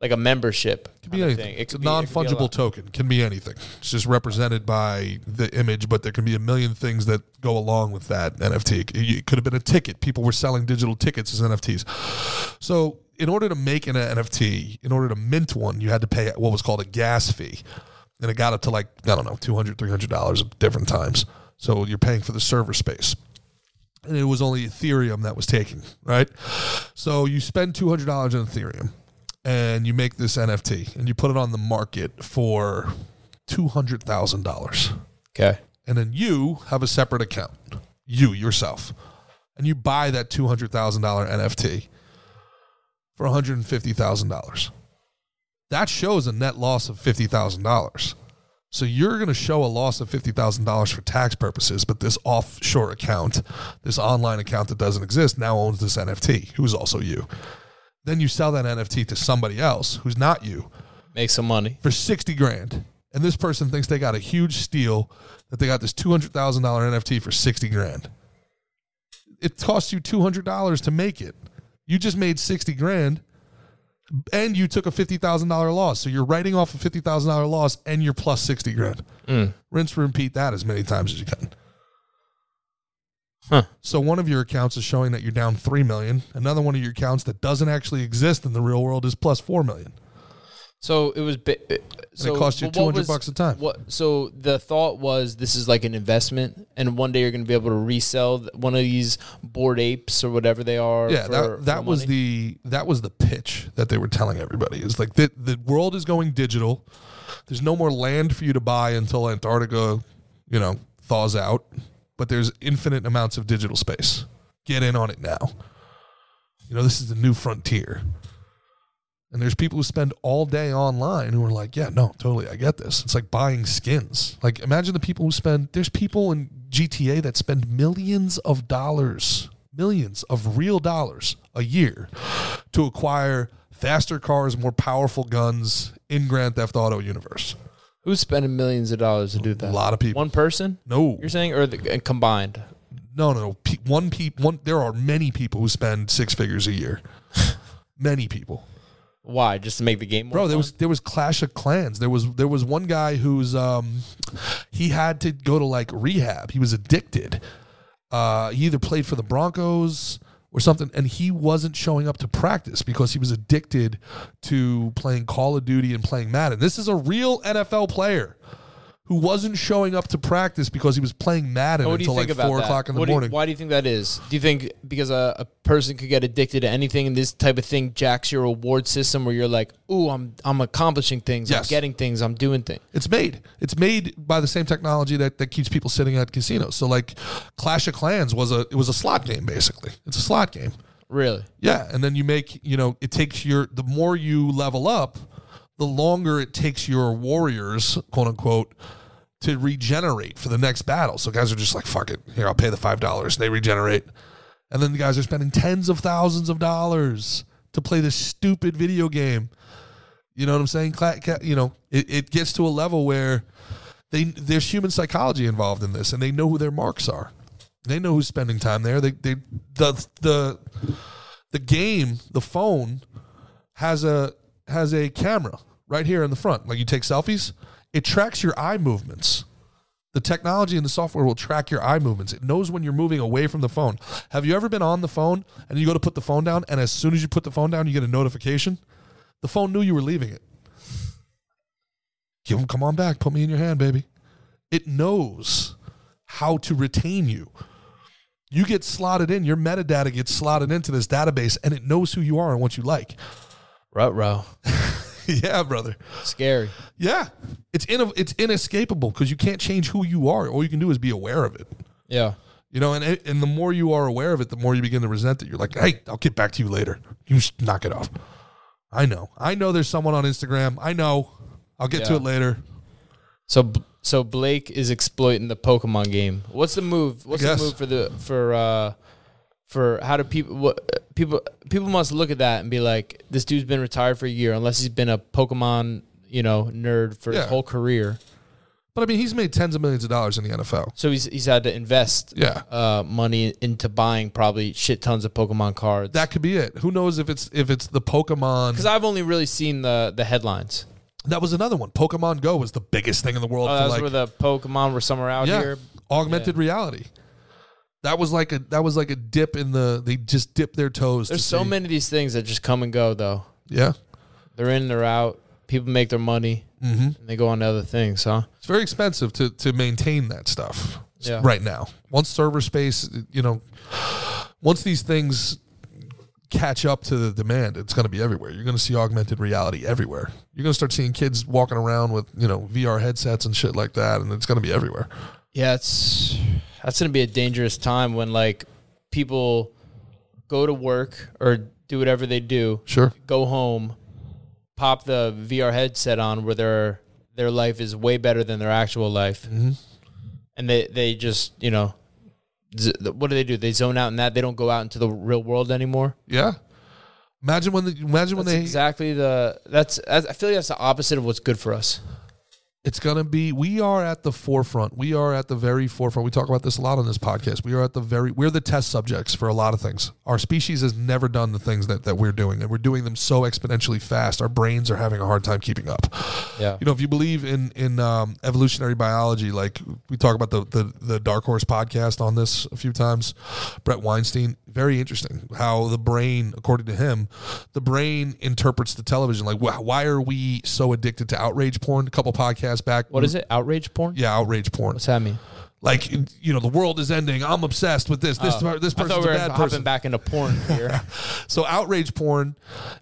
S2: like a membership.
S1: It could be anything. It's a non fungible token. Can be anything. It's just represented by the image, but there can be a million things that go along with that NFT. It- It could have been a ticket. People were selling digital tickets as NFTs. So, in order to make an NFT, in order to mint one, you had to pay what was called a gas fee. And it got up to like, I don't know, $200, $300 at different times. So, you're paying for the server space and it was only Ethereum that was taken, right? So you spend two hundred dollars on Ethereum, and you make this NFT, and you put it on the market for two hundred thousand dollars,
S2: Okay.
S1: and then you have a separate account, you yourself, and you buy that two hundred thousand dollar NFT for one hundred and fifty thousand dollars. That shows a net loss of fifty thousand dollars. So you're going to show a loss of fifty thousand dollars for tax purposes, but this offshore account, this online account that doesn't exist, now owns this NFT, who's also you. Then you sell that NFT to somebody else who's not you
S2: Make some money.
S1: for sixty grand, and this person thinks they got a huge steal that they got this two hundred thousand dollar NFT for sixty grand. It cost you two hundred dollars to make it. You just made sixty grand, and you took a fifty thousand dollar loss. So you're writing off a fifty thousand dollar loss, and you're plus sixty grand. Rinse, repeat that as many times as you can.
S2: Huh.
S1: So one of your accounts is showing that you're down three million. Another one of your accounts that doesn't actually exist in the real world is plus four million.
S2: So it was. Bi- so
S1: cost you
S2: but what
S1: 200
S2: was-
S1: bucks a time.
S2: What? So the thought was this is like an investment, and one day you're going to be able to resell th- one of these board apes or whatever they are.
S1: yeah
S2: for- for
S1: that, that was
S2: money.
S1: the that was the pitch that they were telling everybody is like the, the world is going digital there's no more land for you to buy until antarctica you know thaws out but there's infinite amounts of digital space get in on it now you know this is the new frontier and there's people who spend all day online who are like yeah no totally i get this it's like buying skins like imagine the people who spend there's people in gta that spend millions of dollars millions of real dollars a year to acquire faster cars more powerful guns in grand theft auto universe
S2: Who's spending millions of dollars to do that?
S1: a lot of people
S2: One person?
S1: no
S2: You're saying, or the, combined?
S1: No, no, pe- one peop one. There are many people who spend six figures a year. many people,
S2: Why? Just to make the game more
S1: bro. There
S2: fun?
S1: was there was Clash of Clans. There was there was one guy who's um, he had to go to like rehab. He was addicted. Uh, he either played for the Broncos or something, and he wasn't showing up to practice because he was addicted to playing Call of Duty and playing Madden. This is a real NFL player. Who wasn't showing up to practice because he was playing Madden
S2: What do you
S1: until
S2: think
S1: like
S2: about
S1: four
S2: that?
S1: o'clock in the
S2: What do you-
S1: morning?
S2: why do you think that is? Do you think because a, a person could get addicted to anything and this type of thing jacks your reward system where you're like, "Ooh, I'm I'm accomplishing things,
S1: Yes.
S2: I'm getting things, I'm doing things."
S1: It's made. It's made by the same technology that, that keeps people sitting at casinos. So like Clash of Clans was a it was a slot game basically. It's a slot game.
S2: Really?
S1: Yeah, and then you make, you know, it takes your the more you level up, the longer it takes your warriors, quote unquote, to regenerate for the next battle. So guys are just like, fuck it. Here, I'll pay the five dollars. They regenerate. And then the guys are spending tens of thousands of dollars to play this stupid video game. You know what I'm saying? Cla- ca- You know, it, it gets to a level where they there's human psychology involved in this, and they know who their marks are. They know who's spending time there. They they the the the game, the phone has a has a camera right here in the front. Like you take selfies, it tracks your eye movements. The technology and the software will track your eye movements. It knows when you're moving away from the phone. Have you ever been on the phone and you go to put the phone down and as soon as you put the phone down you get a notification? The phone knew you were leaving it. Give 'em- come on back, put me in your hand, baby. It knows how to retain you you get slotted in your metadata gets slotted into this database and it knows who you are and what you like
S2: [LAUGHS] Rut row.
S1: yeah brother
S2: Scary.
S1: yeah it's in it's inescapable because you can't change who you are all you can do is be aware of it
S2: Yeah.
S1: you know and and the more you are aware of it the more you begin to resent it you're like hey i'll get back to you later you just knock it off i know i know there's someone on instagram i know i'll get to
S2: Yeah.
S1: it later
S2: So B- so Blake is exploiting the Pokemon game. What's the move? What's the
S1: Yes.
S2: move for the for uh for how do people what people people must look at that and be like, this dude's been retired for a year unless he's been a Pokemon, you know, nerd for
S1: Yeah.
S2: his whole career.
S1: but i mean he's made tens of millions of dollars in the nfl
S2: So he's he's had to invest
S1: yeah
S2: uh, money into buying probably shit tons of Pokemon cards.
S1: that could be it who knows if it's if it's the pokemon
S2: Because I've only really seen the the headlines.
S1: that was another one pokemon go was the biggest thing in the world
S2: Oh,
S1: for
S2: that was
S1: like
S2: where the Pokemon were somewhere out
S1: yeah.
S2: here.
S1: Augmented reality. That was like a that was like a dip in the they just dip their toes. to
S2: There's so
S1: see-
S2: many of these things that just come and go though.
S1: Yeah.
S2: They're in, they're out. People make their money
S1: hmm
S2: and they go on to other things, huh?
S1: It's very expensive to to maintain that stuff s-
S2: Yeah.
S1: right now. Once server space, you know, once these things catch up to the demand, it's going to be everywhere. You're going to see augmented reality everywhere. You're going to start seeing kids walking around with you know VR headsets and shit like that, and it's going to be everywhere.
S2: Yeah, it's that's gonna be a dangerous time when like people go to work or do whatever they do,
S1: Sure.
S2: go home, pop the VR headset on where their their life is way better than their actual life, and they they just you know. z- What do they do? They zone out in that. They don't go out into the real world anymore.
S1: Yeah. Imagine when the, imagine when
S2: That's
S1: they
S2: exactly the. That's. I feel like that's the opposite of what's good for us.
S1: It's going to be, we are at the forefront. We are at the very forefront. We talk about this a lot on this podcast. We are at the very, we're the test subjects for a lot of things. Our species has never done the things that, that we're doing, and we're doing them so exponentially fast. Our brains are having a hard time keeping up.
S2: Yeah.
S1: You know, if you believe in, in um, evolutionary biology, like we talk about the, the, the Dark Horse podcast on this a few times, Brett Weinstein, very interesting how the brain, according to him, the brain interprets the television. Like, wh- why are we so addicted to outrage porn? A couple podcasts back.
S2: What is it? Outrage porn.
S1: Yeah, outrage porn.
S2: What's that mean?
S1: Like you know, the world is ending. I'm obsessed with this. This
S2: Oh,
S1: this
S2: I thought
S1: person's
S2: we
S1: a
S2: were
S1: bad
S2: hopping
S1: person.
S2: back into porn [LAUGHS] here.
S1: So outrage porn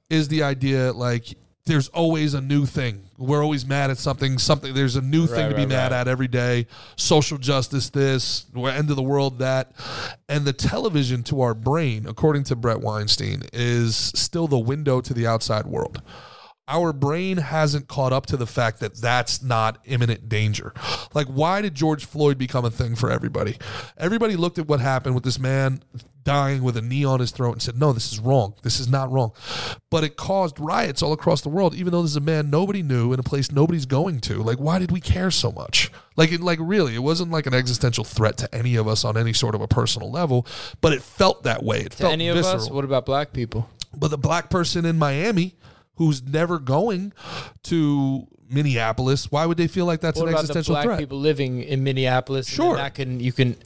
S1: is the idea like there's always a new thing. We're always mad at something. Something there's a new thing
S2: Right,
S1: to be
S2: right,
S1: mad
S2: right.
S1: at every day. Social justice, this we're end of the world, that, and the television to our brain, according to Brett Weinstein, is still the window to the outside world. Our brain hasn't caught up to the fact that that's not imminent danger. Like, why did George Floyd become a thing for everybody? Everybody looked at what happened with this man dying with a knee on his throat and said, No, this is wrong. This is not wrong. But it caused riots all across the world, even though this is a man nobody knew in a place nobody's going to. Like, why did we care so much? Like, it, like really, it wasn't like an existential threat to any of us on any sort of a personal level, but it felt that way. It
S2: To
S1: felt
S2: any of
S1: visceral.
S2: us? What about black people?
S1: But the black person in Miami who's never going to Minneapolis, why would they feel like that's
S2: what
S1: an
S2: about the
S1: existential
S2: black
S1: threat?
S2: people living in Minneapolis? And then
S1: Sure.
S2: that can you can,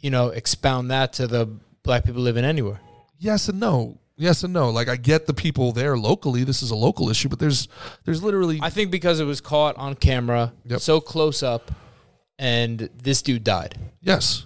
S2: you know, expound that to the black people living anywhere.
S1: Yes and no. Yes and no. Like I get the people there locally. This is a local issue, but there's there's literally
S2: I think because it was caught on camera,
S1: Yep.
S2: so close up, and this dude died.
S1: yes.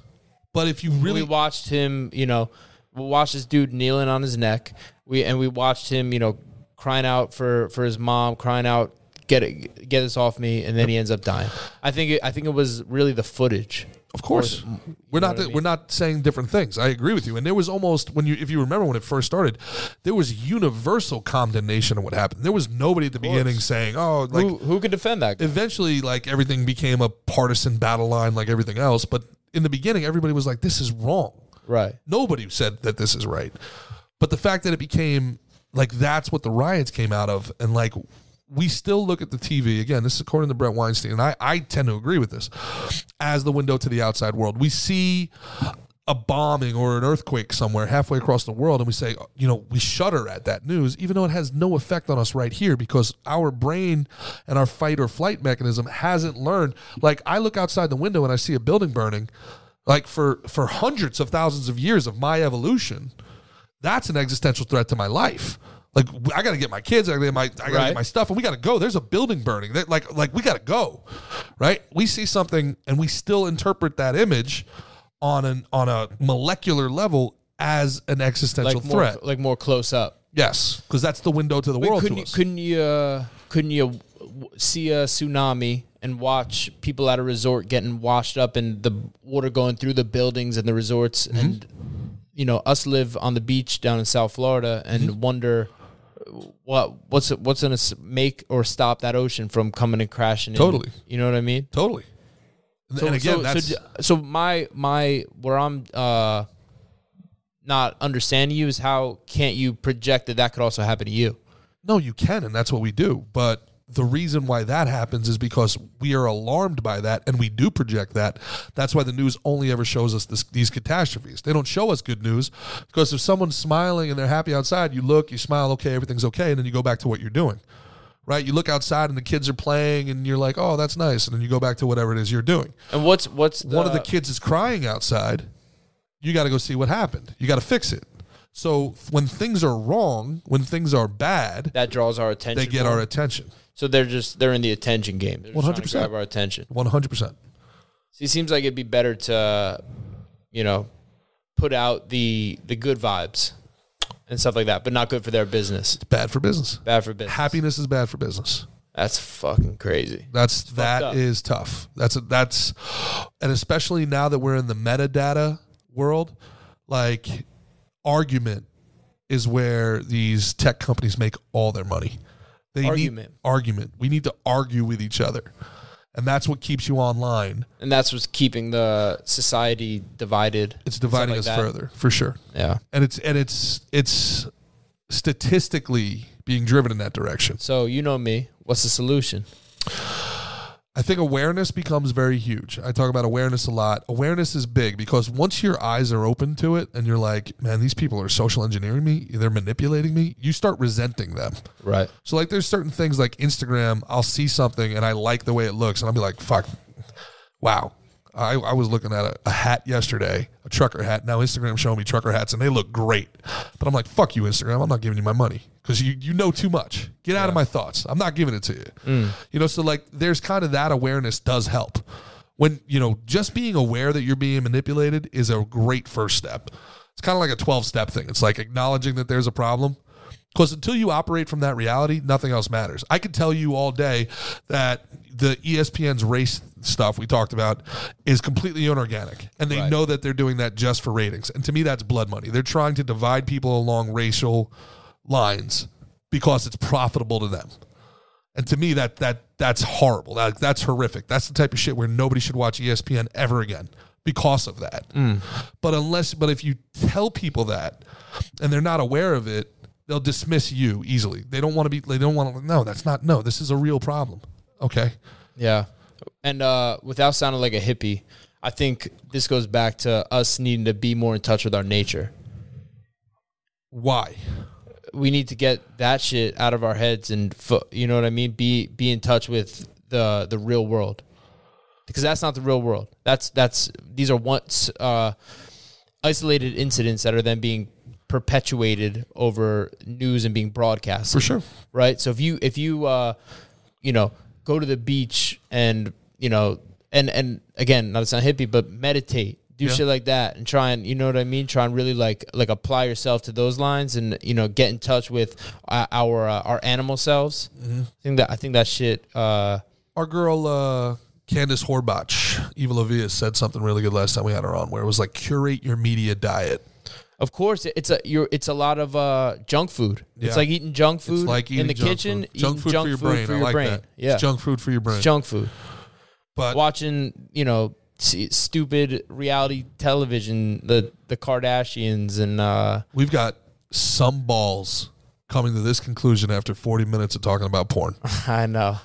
S1: But if you really
S2: we watched him, you know, we watched this dude kneeling on his neck. We and we watched him, you know, crying out for for his mom, crying out, get it, get this off me, and then he ends up dying. I think it, I think it was really the footage.
S1: Of course, we're not
S2: what I mean?
S1: we're not saying different things. I agree with you. And there was almost when you if you remember when it first started, there was universal condemnation of what happened. There was nobody at the beginning saying, "Oh, like
S2: who who could defend that? guy?
S1: eventually like everything became a partisan battle line like everything else but in the beginning everybody was like this is wrong
S2: Right.
S1: nobody said that this is right but the fact that it became like that's what the riots came out of and like we still look at the TV again. This is according to Brett Weinstein, and I, I tend to agree with this as the window to the outside world. We see a bombing or an earthquake somewhere halfway across the world, and we say, you know, we shudder at that news, even though it has no effect on us right here because our brain and our fight or flight mechanism hasn't learned. Like, I look outside the window and I see a building burning, like for, for hundreds of thousands of years of my evolution, that's an existential threat to my life. Like w- I gotta get my kids, I gotta get my, I gotta get
S2: Right.
S1: my stuff, and we gotta go. There's a building burning. That like, like we gotta go, right? We see something, and we still interpret that image on an on a molecular level as an existential
S2: Like more
S1: threat.
S2: like more close up.
S1: yes, because that's the window to the
S2: Wait,
S1: world
S2: couldn't
S1: to
S2: you,
S1: us.
S2: couldn't you uh, couldn't you w- w- see a tsunami and watch people at a resort getting washed up and the water going through the buildings and the resorts
S1: Mm-hmm.
S2: and you know us live on the beach down in South Florida and
S1: Mm-hmm.
S2: wonder what what's what's going to make or stop that ocean from coming and crashing in.
S1: Totally.
S2: you know what I mean
S1: totally. And, and again,
S2: so,
S1: that's
S2: so, d- so my my where I'm uh not understanding you is how can't you project that that could also happen to you
S1: No, you can, and that's what we do. But the reason why that happens is because we are alarmed by that, and we do project that. That's why the news only ever shows us this, these catastrophes. They don't show us good news because if someone's smiling and they're happy outside, you look, you smile, okay, everything's okay, and then you go back to what you're doing. Right? You look outside and the kids are playing, and you're like, oh, that's nice, and then you go back to whatever it is you're doing.
S2: And what's what's the,
S1: one of the kids is crying outside, you got to go see what happened. You got to fix it. So when things are wrong, when things are bad,
S2: that draws our attention?
S1: they get
S2: more?
S1: our attention.
S2: so they're just they're in the attention game. They're just trying to
S1: 100%.
S2: grab our attention.
S1: 100%.
S2: So it seems like it'd be better to, you know, put out the the good vibes and stuff like that, but not good for their business.
S1: Bad for business.
S2: Bad for business.
S1: Happiness is bad for business.
S2: That's fucking crazy.
S1: That's that
S2: up.
S1: is tough. That's a, that's and especially now that we're in the metadata world, like argument is where these tech companies make all their money. They need-
S2: Argument.
S1: argument. We need to argue with each other. And that's what keeps you online.
S2: And that's what's keeping the society divided.
S1: It's dividing
S2: like
S1: us
S2: that.
S1: further, for sure.
S2: Yeah.
S1: And it's and it's it's statistically being driven in that direction.
S2: So you know me. What's the solution?
S1: I think awareness becomes very huge. I talk about awareness a lot. Awareness is big because once your eyes are open to it and you're like, man, these people are social engineering me, they're manipulating me, you start resenting them.
S2: Right.
S1: So, like, there's certain things like Instagram, I'll see something and I like the way it looks, and I'll be like, fuck, wow. I, I was looking at a, a hat yesterday, a trucker hat. Now Instagram showing me trucker hats, and they look great. But I'm like, fuck you, Instagram. I'm not giving you my money because you you know too much. Get out of my thoughts. I'm not giving it to you. You know, so like, there's kind of that awareness does help. When you know, just being aware that you're being manipulated is a great first step. It's kind of like a 12 step thing. It's like acknowledging that there's a problem. Because until you operate from that reality, nothing else matters. I could tell you all day that the E ESPN's race stuff we talked about is completely inorganic. And they know that they're doing that just for ratings. And to me, that's blood money. They're trying to divide people along racial lines because it's profitable to them. And to me, E that that that's horrible. That, that's horrific. That's the type of shit where nobody should watch ESPN ever again because of that.
S2: Mm.
S1: But unless, but if you tell people that and they're not aware of it, they'll dismiss you easily. They don't want to be. They don't want to. No, that's not. No, this is a real problem. Okay.
S2: Yeah. And uh, without sounding like a hippie, I think this goes back to us needing to be more in touch with our nature.
S1: Why?
S2: We need to get that shit out of our heads and fo- you know what I mean. Be be in touch with the the real world because that's not the real world. That's that's these are once uh, isolated incidents that are then being perpetuated over news and being broadcast
S1: For sure.
S2: right? So if you if you uh, you know go to the beach and you know and and again, not to sound hippie, but meditate, do
S1: Yeah.
S2: shit like that, and try and you know what I mean. Try and really like like apply yourself to those lines, and you know get in touch with uh, our uh, our animal selves.
S1: Mm-hmm.
S2: I think that I think that shit. Uh,
S1: Our girl uh, Candace Horbach, Eva Lavia, said something really good last time we had her on, where it was like curate your media diet.
S2: of course, it's a you're it's a lot of uh, junk food.
S1: Yeah.
S2: It's like eating junk food
S1: it's like eating
S2: in the
S1: junk
S2: kitchen.
S1: Food.
S2: eating
S1: Junk food for your brain. I like that.
S2: Yeah,
S1: It's junk food for your brain.
S2: It's junk food.
S1: but
S2: watching you know s- stupid reality television the the kardashians and uh [LAUGHS]
S1: we've got some balls coming to this conclusion after 40 minutes of talking about
S2: [LAUGHS]
S1: porn.
S2: i know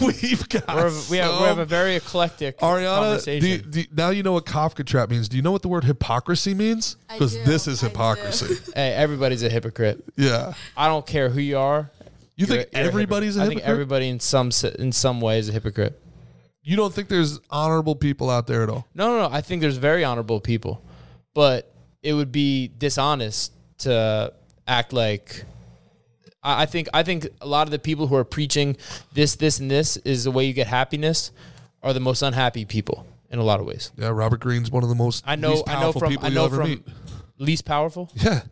S1: we've got
S2: We're, we, have, we have a
S1: some-
S2: very eclectic
S1: Ariana, do you-
S2: conversation
S1: do you- now you know what Kafka trap means. Do you know what the word hypocrisy means?
S4: I
S1: Because
S4: do,
S1: this is
S4: I do.
S1: hypocrisy.
S4: [LAUGHS]
S2: hey everybody's a hypocrite
S1: yeah.
S2: i don't care who you are
S1: You
S2: You're-
S1: think
S2: you're a
S1: everybody's a hypocrite?
S2: hypocrite. i think everybody in some se- in some way is a hypocrite
S1: you don't think there's honorable people out there at all?
S2: no no no i think there's very honorable people but it would be dishonest to act like I I think I think a lot of the people who are preaching this, this, and this is the way you get happiness are the most unhappy people in a lot of ways.
S1: Yeah, Robert Greene's one of the most
S2: I know
S1: least
S2: I know
S1: powerful
S2: from
S1: people
S2: I
S1: you'll
S2: know
S1: ever
S2: from
S1: meet.
S2: least powerful.
S1: Yeah,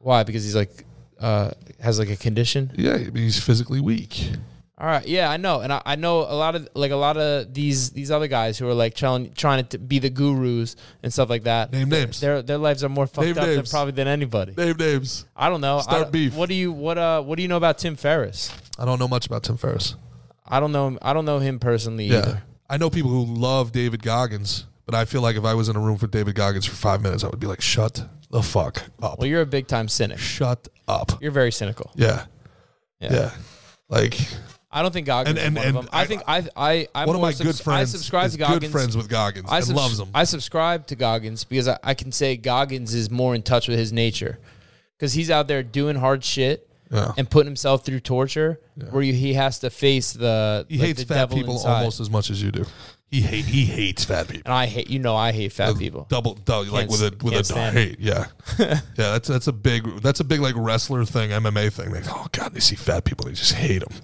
S2: Why? Because he's like uh, has like a condition.
S1: yeah, I mean, he's physically weak.
S2: All right, yeah, I know, and I, I know a lot of like a lot of these these other guys who are like trying trying to be the gurus and stuff like that.
S1: Name names.
S2: Their their lives are more fucked
S1: Name
S2: up than
S1: names.
S2: probably than anybody.
S1: Name names.
S2: I don't know.
S1: Start
S2: I,
S1: beef.
S2: What do you what uh what do you know about Tim Ferriss?
S1: I don't know much about Tim Ferriss.
S2: I don't know. Him, I don't know him personally
S1: Yeah,
S2: either.
S1: I know people who love David Goggins, but I feel like if I was in a room for David Goggins for five minutes, I would be like, "Shut the fuck up!
S2: Well, you're a big time cynic.
S1: Shut up!"
S2: You're very cynical.
S1: Yeah,
S2: Yeah.
S1: yeah. Like
S2: I don't think Goggins
S1: And- and-
S2: is one
S1: and
S2: of them. I,
S1: I-
S2: think I I I'm
S1: one of
S2: more
S1: my
S2: subs-
S1: good friends.
S2: I subscribe
S1: is
S2: to Goggins.
S1: Good friends with Goggins.
S2: I
S1: and
S2: subs-
S1: loves him.
S2: I subscribe to Goggins because I, I can say Goggins is more in touch with his nature because he's out there doing hard shit
S1: Yeah.
S2: and putting himself through torture where you, he has to face the
S1: he
S2: like,
S1: hates
S2: the
S1: fat
S2: devil
S1: people
S2: inside.
S1: almost as much as you do. He hate he hates fat people.
S2: And I hate you know I hate fat people.
S1: Double, double, like with a
S2: st-
S1: with
S2: can't
S1: a dot
S2: stand
S1: hate,
S2: [LAUGHS]
S1: yeah, yeah. That's that's a big that's a big like wrestler thing, MMA thing. Like, oh god, they see fat people, they just hate them.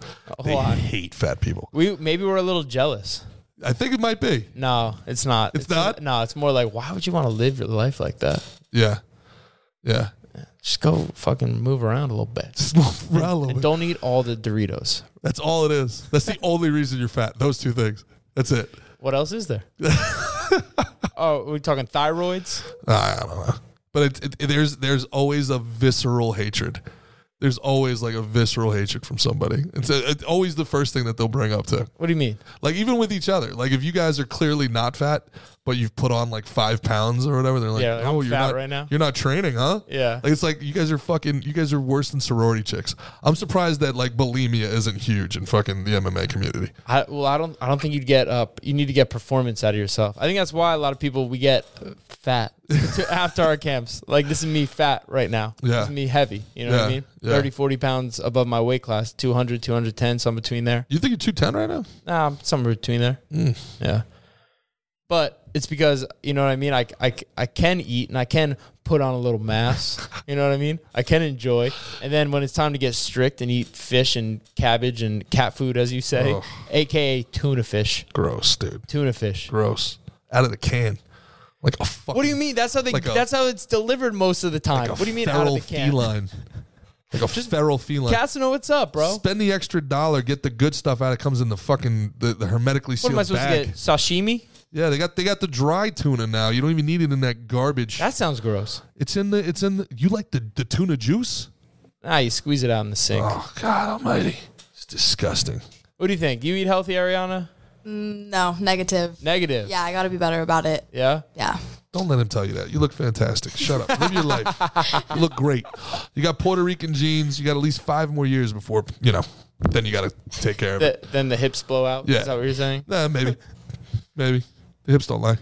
S1: They
S2: lot.
S1: hate fat people.
S2: We maybe we're a little jealous.
S1: I think it might be,
S2: No, it's not.
S1: It's not?
S2: No, it's more like why would you want to live your life like that?
S1: yeah, yeah.
S2: Just go fucking move around a little bit.
S1: Just [LAUGHS] move around a little
S2: And
S1: bit.
S2: don't eat all the Doritos.
S1: That's all it is. That's the only reason you're fat. Those two things. That's it.
S2: What else
S1: [LAUGHS]
S2: is there? oh, we're talking thyroids.
S1: I don't know. But it's it, there's there's always a visceral hatred. There's always like a visceral hatred from somebody. It's, a, it's always the first thing that they'll bring up to.
S2: What do you mean?
S1: Like even with each other. Like if you guys are clearly not fat, but you've put on like five pounds or whatever, they're like,
S2: Yeah, like,
S1: "Oh,
S2: I'm
S1: you're
S2: fat
S1: not
S2: right now."
S1: You're not training, huh?
S2: Yeah.
S1: Like it's like you guys are fucking. You guys are worse than sorority chicks. I'm surprised that like bulimia isn't huge in fucking the MMA community.
S2: I, well, I don't. I don't think you'd get up. You need to get performance out of yourself. I think that's why a lot of people we get uh, fat [LAUGHS] to, after our camps. Like this is me fat right now.
S1: Yeah.
S2: This is me heavy. You know what I
S1: Yeah,
S2: mean?
S1: yeah.
S2: Thirty, forty 30, 40 pounds above my weight class. 200, 210, some between there.
S1: You think you're 210 right now?
S2: Nah, I'm somewhere between there.
S1: Mm.
S2: Yeah. But it's because, you know what I mean? I, I, I can eat and I can put on a little
S1: [LAUGHS]
S2: mass. you know what I mean? I can enjoy. And then when it's time to get strict and eat fish and cabbage and cat food, as you say,
S1: Ugh.
S2: AKA tuna fish.
S1: Gross, dude.
S2: Tuna fish.
S1: Gross. Out of the can, like a fucking.
S2: What do you mean? That's how they.
S1: Like a-
S2: that's how it's delivered most of the time.
S1: Like a
S2: what do you mean
S1: Feral
S2: out of the can?
S1: feline. Like a feral feline.
S2: Cassino, what's up, bro?
S1: Spend the extra dollar, get the good stuff out. It comes in the fucking the, the hermetically
S2: What
S1: sealed
S2: am I supposed
S1: bag.
S2: to get? Sashimi?
S1: Yeah, they got they got the dry tuna now. You don't even need it in that garbage.
S2: That sounds gross.
S1: it's in the it's in the, you like the, the tuna juice?
S2: Ah, you squeeze it out in the sink.
S1: Oh God Almighty, it's disgusting.
S2: What do you think? You eat healthy, Ariana?
S4: No, negative.
S2: Negative.
S4: Yeah, I got to be better about it.
S2: Yeah.
S4: Yeah. [LAUGHS]
S1: Don't let him tell you that. You look fantastic. Shut up. Live your life. You look great. You got Puerto Rican jeans. You got at least five more years before, you know, then you got to take care of
S2: [LAUGHS]
S1: it.
S2: Th- then the hips blow out.
S1: Yeah.
S2: Is that what you're saying?
S1: Nah, maybe. Maybe. The hips don't lie.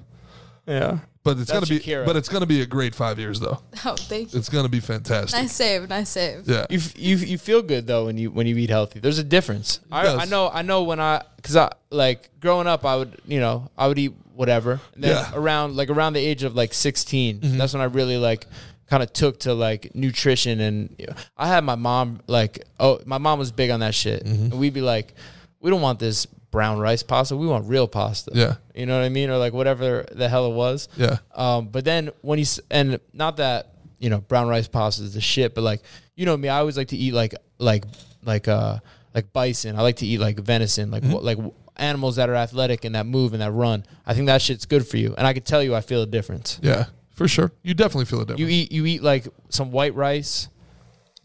S2: Yeah.
S1: But it's
S2: That's
S1: gonna be
S2: Shakira.
S1: but it's gonna be a great five years though.
S4: Oh, thank you.
S1: It's gonna be fantastic.
S4: Nice save. Nice save.
S1: Yeah.
S2: You, f- you f- you feel good though when you when you eat healthy. There's a difference. I,
S1: does.
S2: I know I know when I because I like growing up I would you know I would eat whatever. And then
S1: Yeah. Mm-hmm.
S2: Around like around the age of like 16, that's when I really like kind of took to like nutrition and you know, I had my mom like oh my mom was big on that shit
S1: Mm-hmm.
S2: and we'd be like we don't want this brown rice pasta we want real pasta
S1: Yeah.
S2: you know what I mean or like whatever the hell it was
S1: Yeah.
S2: um, but then when you s- and not that you know brown rice pasta is the shit, but like you know me, I always like to eat like like like uh like bison. I like to eat like venison, like
S1: Mm-hmm.
S2: wh- like w- animals that are athletic and that move and that run. I think that shit's good for you, and I can tell you, I feel a difference.
S1: Yeah. For sure. You definitely feel a difference.
S2: You eat you eat like some white rice,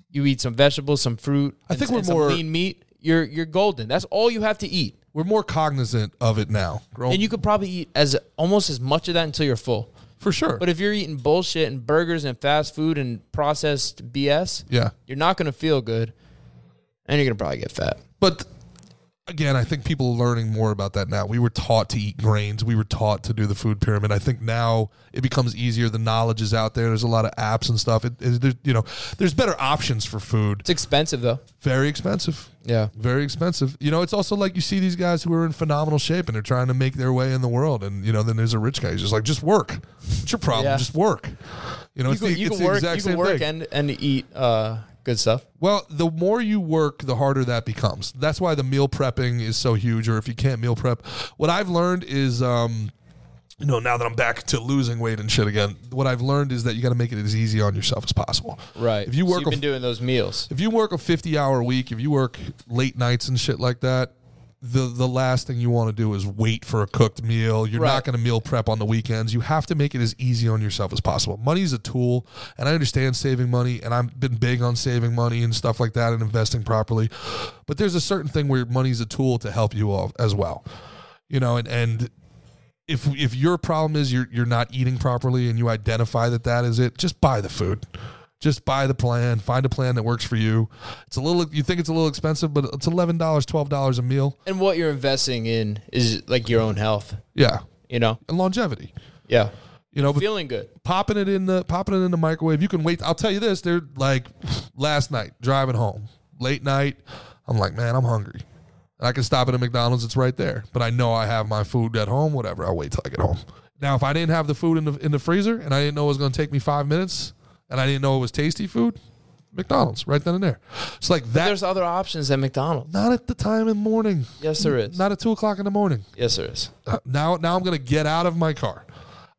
S2: you eat some vegetables, some fruit.
S1: I
S2: and
S1: think
S2: s-
S1: we're
S2: and some
S1: more-
S2: lean meat. You're you're golden. That's all you have to eat,
S1: We're more cognizant of it now. Growing
S2: and you could probably eat as almost as much of that until you're full.
S1: for sure.
S2: But if you're eating bullshit and burgers and fast food and processed BS,
S1: yeah.
S2: you're not going to feel good and you're going to probably get fat.
S1: But again, I think people are learning more about that now. We were taught to eat grains. We were taught to do the food pyramid. I think now it becomes easier. The knowledge is out there. There's a lot of apps and stuff. It, it, there- you know, there's better options for food.
S2: It's expensive though.
S1: Very expensive.
S2: Yeah.
S1: Very expensive. You know, it's also like you see these guys who are in phenomenal shape and they're trying to make their way in the world. And, you know, then there's a rich guy who's just like, just work. What's your problem?
S2: Yeah.
S1: Just work. You know,
S2: You
S1: it's,
S2: can,
S1: the,
S2: you
S1: it's
S2: can
S1: the
S2: work,
S1: exact
S2: you
S1: same
S2: can work
S1: thing.
S2: and, and eat uh, good stuff.
S1: Well, the more you work, the harder that becomes. That's why the meal prepping is so huge. Or if you can't meal prep, what I've learned is, um, you know, now that I'm back to losing weight and shit again, what I've learned is that you got to make it as easy on yourself as possible.
S2: Right.
S1: If you work
S2: so
S1: a
S2: you've been doing those meals.
S1: if you work a 50 hour week, if you work late nights and shit like that, the the last thing you want to do is wait for a cooked meal. You're not
S2: Right.
S1: going to meal prep on the weekends. You have to make it as easy on yourself as possible. Money's a tool, and I understand saving money, and I've been big on saving money and stuff like that and investing properly. But there's a certain thing where money's a tool to help you all as well. You know, and and if if your problem is you're you're not eating properly and you identify that that is it, just buy the food. Just buy the plan. Find a plan that works for you. It's a little. You think it's a little expensive, but it's eleven dollars, twelve dollars a meal.
S2: And what you're investing in is like your own health,
S1: Yeah,
S2: you know?
S1: and longevity.
S2: Yeah.
S1: You know, but
S2: Feeling good.
S1: popping it in the popping it in the microwave. You can wait. I'll tell you this. They're like last night driving home late night. I'm like, man, I'm hungry. And I can stop at a McDonald's. It's right there. But I know I have my food at home. Whatever. I'll wait till I get home. Now, if I didn't have the food in the in the freezer and I didn't know it was going to take me five minutes and I didn't know it was tasty food, McDonald's right then and there. It's like that.
S2: There's other options at McDonald's.
S1: Not at the time in the morning.
S2: Yes, there is.
S1: Not at two o'clock in the morning.
S2: yes, there is.
S1: Uh, Now, now I'm gonna get out of my car.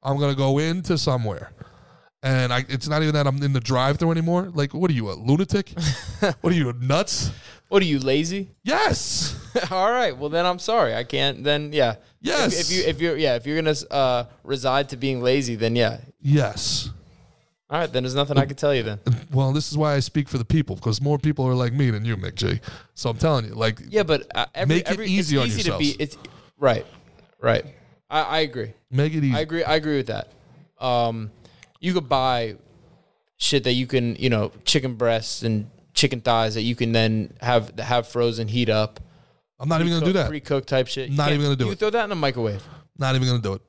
S1: I'm gonna go into somewhere, and I, it's not even that I'm in the drive-through anymore. Like, what are you, a
S2: [LAUGHS]
S1: lunatic? what are you, nuts?
S2: What are you, lazy?
S1: Yes.
S2: [LAUGHS] All right. Well, then I'm sorry. I can't. Then yeah.
S1: Yes.
S2: If, if you if you're yeah if you're gonna uh, reside to being lazy, then yeah.
S1: Yes.
S2: All right. Then there's nothing I can tell you then.
S1: Well, this is why I speak for the people because more people are like me than you, Mick G. So I'm telling you, like,
S2: Yeah, but uh, every,
S1: Make it
S2: every,
S1: easy on
S2: it's easy To
S1: yourselves.
S2: be, it's right, right. I, I agree.
S1: make it easy.
S2: I agree. I agree with that. Um, you could buy shit that you can, you know, chicken breasts and chicken thighs that you can then have have frozen, heat up.
S1: I'm not even gonna do that.
S2: Pre-cooked type shit. You
S1: Not
S2: can't-
S1: even gonna do
S2: you
S1: it.
S2: throw that in a microwave.
S1: Not even gonna do it.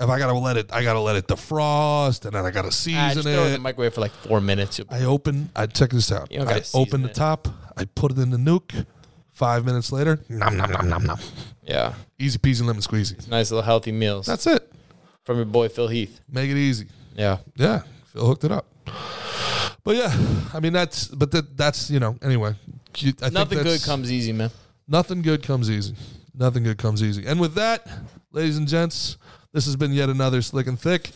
S1: If I gotta let it, I gotta let it defrost, and then I gotta season
S2: Ah, just throw it in the
S1: it.
S2: microwave for like four minutes. You'll be-
S1: I open. I check this out.
S2: You don't
S1: I
S2: gotta season
S1: open the
S2: it.
S1: top. I put it in the nuke. Five minutes later, nom nom nom nom nom.
S2: Yeah,
S1: Easy peasy lemon squeezy.
S2: nice little healthy meals
S1: That's it.
S2: from your boy Phil Heath.
S1: Make it easy.
S2: Yeah,
S1: Yeah, Phil hooked it up. But yeah, I mean that's but that that's you know anyway. you- I think
S2: nothing good
S1: that's-
S2: comes easy, man.
S1: Nothing good comes easy. Nothing good comes easy. And with that, ladies and gents, this has been yet another Slick and Thick.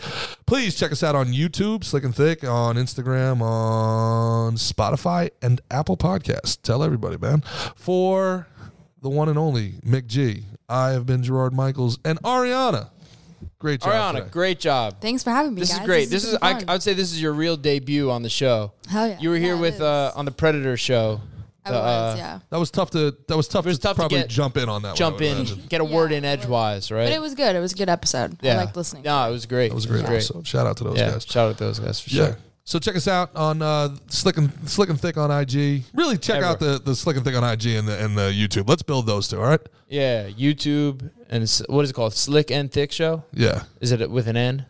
S1: Please check us out on YouTube, Slick and Thick, on Instagram, on Spotify, and Apple Podcasts. Tell everybody, man. For the one and only Mick G, I have been Gerard Michaels and Ariana. Great job.
S2: Ariana,
S1: today.
S2: great job.
S4: Thanks for having me,
S2: This
S4: guys.
S2: is great. This,
S4: has
S2: is,
S4: been
S2: I,
S4: fun.
S2: I would say this is your real debut on the show.
S4: Hell yeah.
S2: You were here
S4: Yeah, it
S2: with
S4: is.
S2: uh, on the Predator show
S4: I would
S2: uh,
S4: yeah.
S1: That was tough to. That was tough
S2: It was
S1: to
S2: tough to
S1: probably
S2: get-
S1: jump in on that.
S2: Jump
S1: one, I would
S2: in,
S1: imagine.
S2: get a word
S4: Yeah,
S2: in
S4: it was-
S2: edgewise, right?
S4: But it was good. It was a good episode. I liked listening.
S2: No, it was great.
S1: That was a great
S2: It
S1: episode. Shout out to those
S2: Yeah,
S1: guys.
S2: shout out to those guys for
S1: Yeah.
S2: sure.
S1: So check us out on uh, Slick and Slick and Thick on IG. Really check out the, the Slick and Thick on IG and the and the YouTube. Let's build those two. All right.
S2: Yeah, YouTube and it's, what is it called? Slick and Thick Show.
S1: Yeah.
S2: Is it with an N?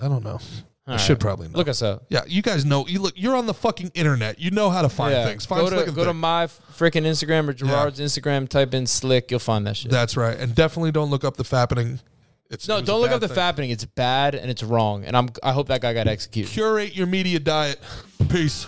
S1: I don't know. I
S2: All
S1: should
S2: right.
S1: probably know.
S2: Look us up.
S1: yeah, you guys know. You look. You're on the fucking internet. You know how to find
S2: Yeah,
S1: things. Find
S2: go
S1: Slick
S2: to
S1: and
S2: go to
S1: Thick.
S2: my freaking Instagram or Gerard's Instagram. Type in Slick, you'll find that shit.
S1: That's right. And definitely don't look up the fappening. It's it
S2: no,
S1: was
S2: don't
S1: a
S2: look
S1: bad
S2: up the
S1: thing.
S2: fappening. It's bad and it's wrong. And I'm I hope that guy got executed.
S1: Curate your media diet. Peace.